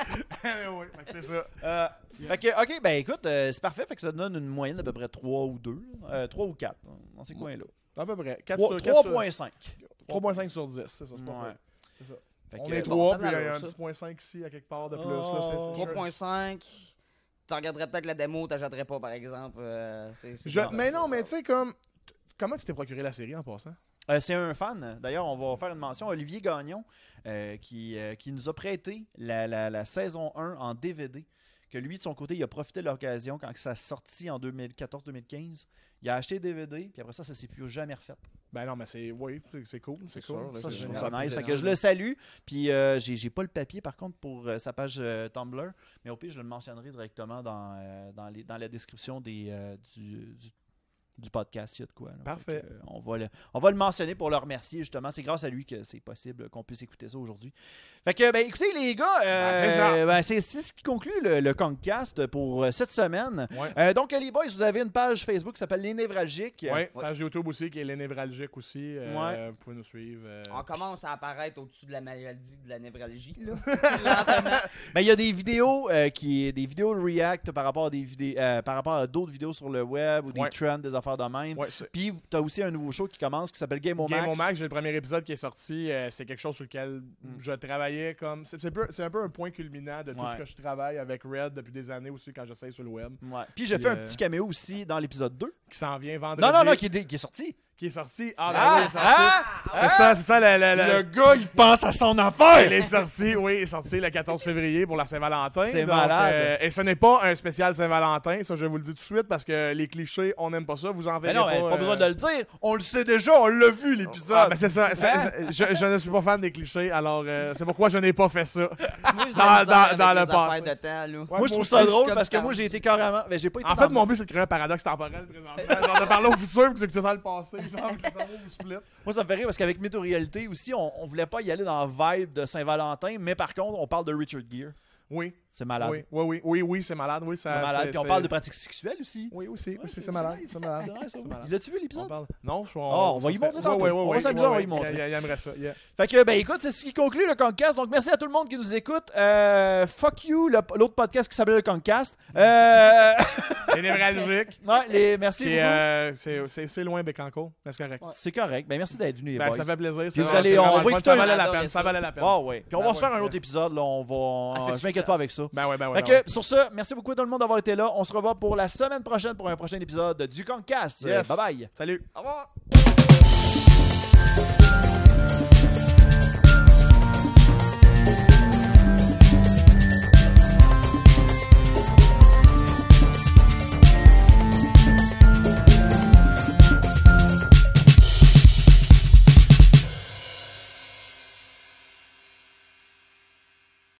[SPEAKER 1] Eh oui, c'est ça.
[SPEAKER 3] Euh, Fait que, ok, ben écoute, euh, c'est parfait, fait que ça donne une moyenne d'à peu près 3 ou 2, euh, 3 ou 4, dans ces coins-là.
[SPEAKER 1] À peu près. 4 sur 4 sur-
[SPEAKER 3] 3.5.
[SPEAKER 1] 3.5 sur 10. C'est ça, c'est pas
[SPEAKER 3] Ouais.
[SPEAKER 1] vrai. C'est ça.
[SPEAKER 3] Fait
[SPEAKER 1] On
[SPEAKER 3] que,
[SPEAKER 1] est
[SPEAKER 3] euh,
[SPEAKER 1] 3,
[SPEAKER 2] ça
[SPEAKER 1] puis il y a
[SPEAKER 2] l'allure,
[SPEAKER 1] un
[SPEAKER 2] ça.
[SPEAKER 1] petit point 5 ici, à quelque part de plus.
[SPEAKER 3] Oh.
[SPEAKER 1] là, c'est- c'est sûr.
[SPEAKER 2] 3.5. Tu regarderais peut-être la démo, tu n'achèterais pas, par exemple. euh, c'est- c'est
[SPEAKER 1] Je-
[SPEAKER 2] genre-
[SPEAKER 1] Mais non, mais tu sais, comme. t- Comment tu t'es procuré la série en passant
[SPEAKER 3] Euh, c'est un fan. D'ailleurs, on va faire une mention. Olivier Gagnon, euh, qui, euh, qui nous a prêté la, la- la saison 1 en DVD. Que lui, de son côté, il a profité de l'occasion quand ça a sorti en 2014-2015. Il a acheté DVD, puis après ça, ça s'est plus jamais refait.
[SPEAKER 1] Ben non, mais c'est. Oui, c'est- c'est cool. C'est cool.
[SPEAKER 3] Ça, je trouve
[SPEAKER 1] génial.
[SPEAKER 3] ça nice. Fait que je le salue. Puis euh, j'ai j'ai pas le papier, par contre, pour euh, sa page euh, Tumblr. Mais au pire, je le mentionnerai directement dans, euh, dans, les, dans la description des, euh, du, du, du podcast. Il y a de quoi. là. Fait
[SPEAKER 1] Parfait.
[SPEAKER 3] que, euh, on, va le, on va le mentionner pour le remercier, justement. C'est grâce à lui que c'est possible qu'on puisse écouter ça aujourd'hui. Fait que, ben, écoutez, les gars, euh,
[SPEAKER 1] Ben, c'est ça.
[SPEAKER 3] ben, c'est c'est ce qui conclut le, le Concast pour euh, cette semaine.
[SPEAKER 1] Ouais.
[SPEAKER 3] Euh, donc, les boys, vous avez une page Facebook qui s'appelle Les Névralgiques.
[SPEAKER 1] Ouais, page YouTube aussi, qui est les névralgiques aussi. euh,
[SPEAKER 3] Ouais. Ah,
[SPEAKER 1] Vous pouvez nous suivre. euh.
[SPEAKER 2] On commence à apparaître au-dessus de la maladie de la névralgie.
[SPEAKER 1] (laughs)
[SPEAKER 2] Là. Lentement.
[SPEAKER 3] Ben, il y a des vidéos euh, qui des vidéos de React par rapport à des vidé- euh, par rapport à d'autres vidéos sur le web ou des
[SPEAKER 1] Ouais.
[SPEAKER 3] trends, des affaires de même.
[SPEAKER 1] Ouais, c'est-
[SPEAKER 3] Puis tu as aussi un nouveau show qui commence qui s'appelle Game O
[SPEAKER 1] Game
[SPEAKER 3] Max.
[SPEAKER 1] of Max, j'ai le premier épisode qui est sorti. euh, c'est quelque chose sur lequel
[SPEAKER 3] Mm.
[SPEAKER 1] je travaillais comme. C'est c'est peu- c'est un peu un point culminant de tout
[SPEAKER 3] Ouais.
[SPEAKER 1] ce que je travaille avec Red depuis des années aussi quand j'essaye sur le web.
[SPEAKER 3] Ouais. Puis j'ai
[SPEAKER 1] Puis,
[SPEAKER 3] fait un
[SPEAKER 1] euh,
[SPEAKER 3] petit caméo aussi dans l'épisode 2.
[SPEAKER 1] Qui s'en vient vendredi.
[SPEAKER 3] Non non non qui est, dé- qui est sorti.
[SPEAKER 1] qui est sorti. Ah, ben
[SPEAKER 3] Ah,
[SPEAKER 1] oui, il est sorti. c'est ça, c'est ça la- la- la-
[SPEAKER 3] Le gars, il pense à son
[SPEAKER 1] (laughs) Il
[SPEAKER 3] affaire.
[SPEAKER 1] est sorti, oui, il est sorti le 14 février pour la Saint-Valentin.
[SPEAKER 3] C'est
[SPEAKER 1] Donc,
[SPEAKER 3] malade.
[SPEAKER 1] euh, et ce n'est pas un spécial Saint-Valentin, ça je vous le dis tout de suite parce que les clichés, on n'aime pas ça, vous en
[SPEAKER 3] Mais
[SPEAKER 1] verrez
[SPEAKER 3] non, ben, pas
[SPEAKER 1] euh,
[SPEAKER 3] besoin de le dire. On le sait déjà, on l'a vu l'épisode.
[SPEAKER 1] Ah, ben c'est ça. c'est- c'est- je, je ne suis pas fan des clichés, alors euh, c'est pourquoi je n'ai pas fait ça.
[SPEAKER 2] Moi, j'ai de
[SPEAKER 1] Dans-
[SPEAKER 2] la misère
[SPEAKER 1] dans-
[SPEAKER 2] avec
[SPEAKER 1] dans
[SPEAKER 2] les
[SPEAKER 1] le passé.
[SPEAKER 2] affaires de temps, là.
[SPEAKER 3] moi, je trouve
[SPEAKER 2] aussi,
[SPEAKER 3] ça
[SPEAKER 2] je suis
[SPEAKER 3] drôle
[SPEAKER 2] comme
[SPEAKER 3] parce que
[SPEAKER 2] Carl.
[SPEAKER 3] moi j'ai été carrément, ben, j'ai pas été
[SPEAKER 1] En
[SPEAKER 3] dans
[SPEAKER 1] fait,
[SPEAKER 3] le-
[SPEAKER 1] mon but, c'est de créer un paradoxe temporel présentement. Genre de parler au futur puis que c'est ça le passé. Genre que le cerveau vous split.
[SPEAKER 3] Moi, ça me fait rire parce qu'avec Météo-Réalité aussi, on, on voulait pas y aller dans la vibe de Saint-Valentin, mais par contre, on parle de Richard Gere.
[SPEAKER 1] Oui,
[SPEAKER 3] C'est malade.
[SPEAKER 1] oui, oui, oui, oui, oui, c'est malade. Oui,
[SPEAKER 3] C'est
[SPEAKER 1] ça,
[SPEAKER 3] malade.
[SPEAKER 1] c'est-
[SPEAKER 3] Puis on
[SPEAKER 1] c'est-
[SPEAKER 3] parle de pratiques sexuelles aussi.
[SPEAKER 1] Oui, aussi,
[SPEAKER 3] Ouais,
[SPEAKER 1] aussi, c'est malade. C'est malade.
[SPEAKER 3] nice,
[SPEAKER 1] C'est
[SPEAKER 3] oui.
[SPEAKER 1] malade.
[SPEAKER 3] L'as-tu vu
[SPEAKER 1] On
[SPEAKER 3] l'épisode?
[SPEAKER 1] parle- Non, je
[SPEAKER 3] Ah, on va y montrer tantôt.
[SPEAKER 1] Oui,
[SPEAKER 3] On va s'amuser, on va y montrer.
[SPEAKER 1] Il, il aimerait ça.
[SPEAKER 3] (laughs)
[SPEAKER 1] yeah.
[SPEAKER 3] Fait que, ben écoute, c'est ce qui conclut le Concast. Donc, merci à tout le monde qui nous écoute. Euh, fuck you, le- l'autre podcast qui s'appelle le Concast. Euh, (laughs)
[SPEAKER 1] Il est névralgique.
[SPEAKER 3] ouais, les, merci
[SPEAKER 1] Puis,
[SPEAKER 3] beaucoup.
[SPEAKER 1] euh, C'est c'est- c'est loin, Bécancour. Mais c'est correct.
[SPEAKER 3] C'est correct. Ben, merci d'être venu, les
[SPEAKER 1] Ben,
[SPEAKER 3] boys.
[SPEAKER 1] ça fait plaisir. c'est
[SPEAKER 3] vous
[SPEAKER 1] vraiment-
[SPEAKER 3] allez-
[SPEAKER 1] c'est
[SPEAKER 3] on
[SPEAKER 1] vraiment
[SPEAKER 3] va
[SPEAKER 1] le fun,
[SPEAKER 3] écouter
[SPEAKER 1] Ça
[SPEAKER 3] un-
[SPEAKER 1] valait la
[SPEAKER 2] adorer
[SPEAKER 1] peine. Ça
[SPEAKER 2] ça.
[SPEAKER 1] valait la peine.
[SPEAKER 3] Ah ouais. Puis on
[SPEAKER 1] Ben
[SPEAKER 3] va se
[SPEAKER 1] ouais,
[SPEAKER 3] faire un
[SPEAKER 1] ouais.
[SPEAKER 3] autre épisode. Là, on va.
[SPEAKER 1] Ah, c'est
[SPEAKER 3] je m'inquiète t'inquiète pas avec ça.
[SPEAKER 1] Ben ouais, ben ouais.
[SPEAKER 3] Fait
[SPEAKER 1] ben
[SPEAKER 3] que, sur ce, merci beaucoup à tout le monde d'avoir été là. On se revoit pour la semaine prochaine pour un prochain épisode du Concast.
[SPEAKER 1] Yes.
[SPEAKER 3] Bye bye.
[SPEAKER 1] Salut.
[SPEAKER 2] Au revoir.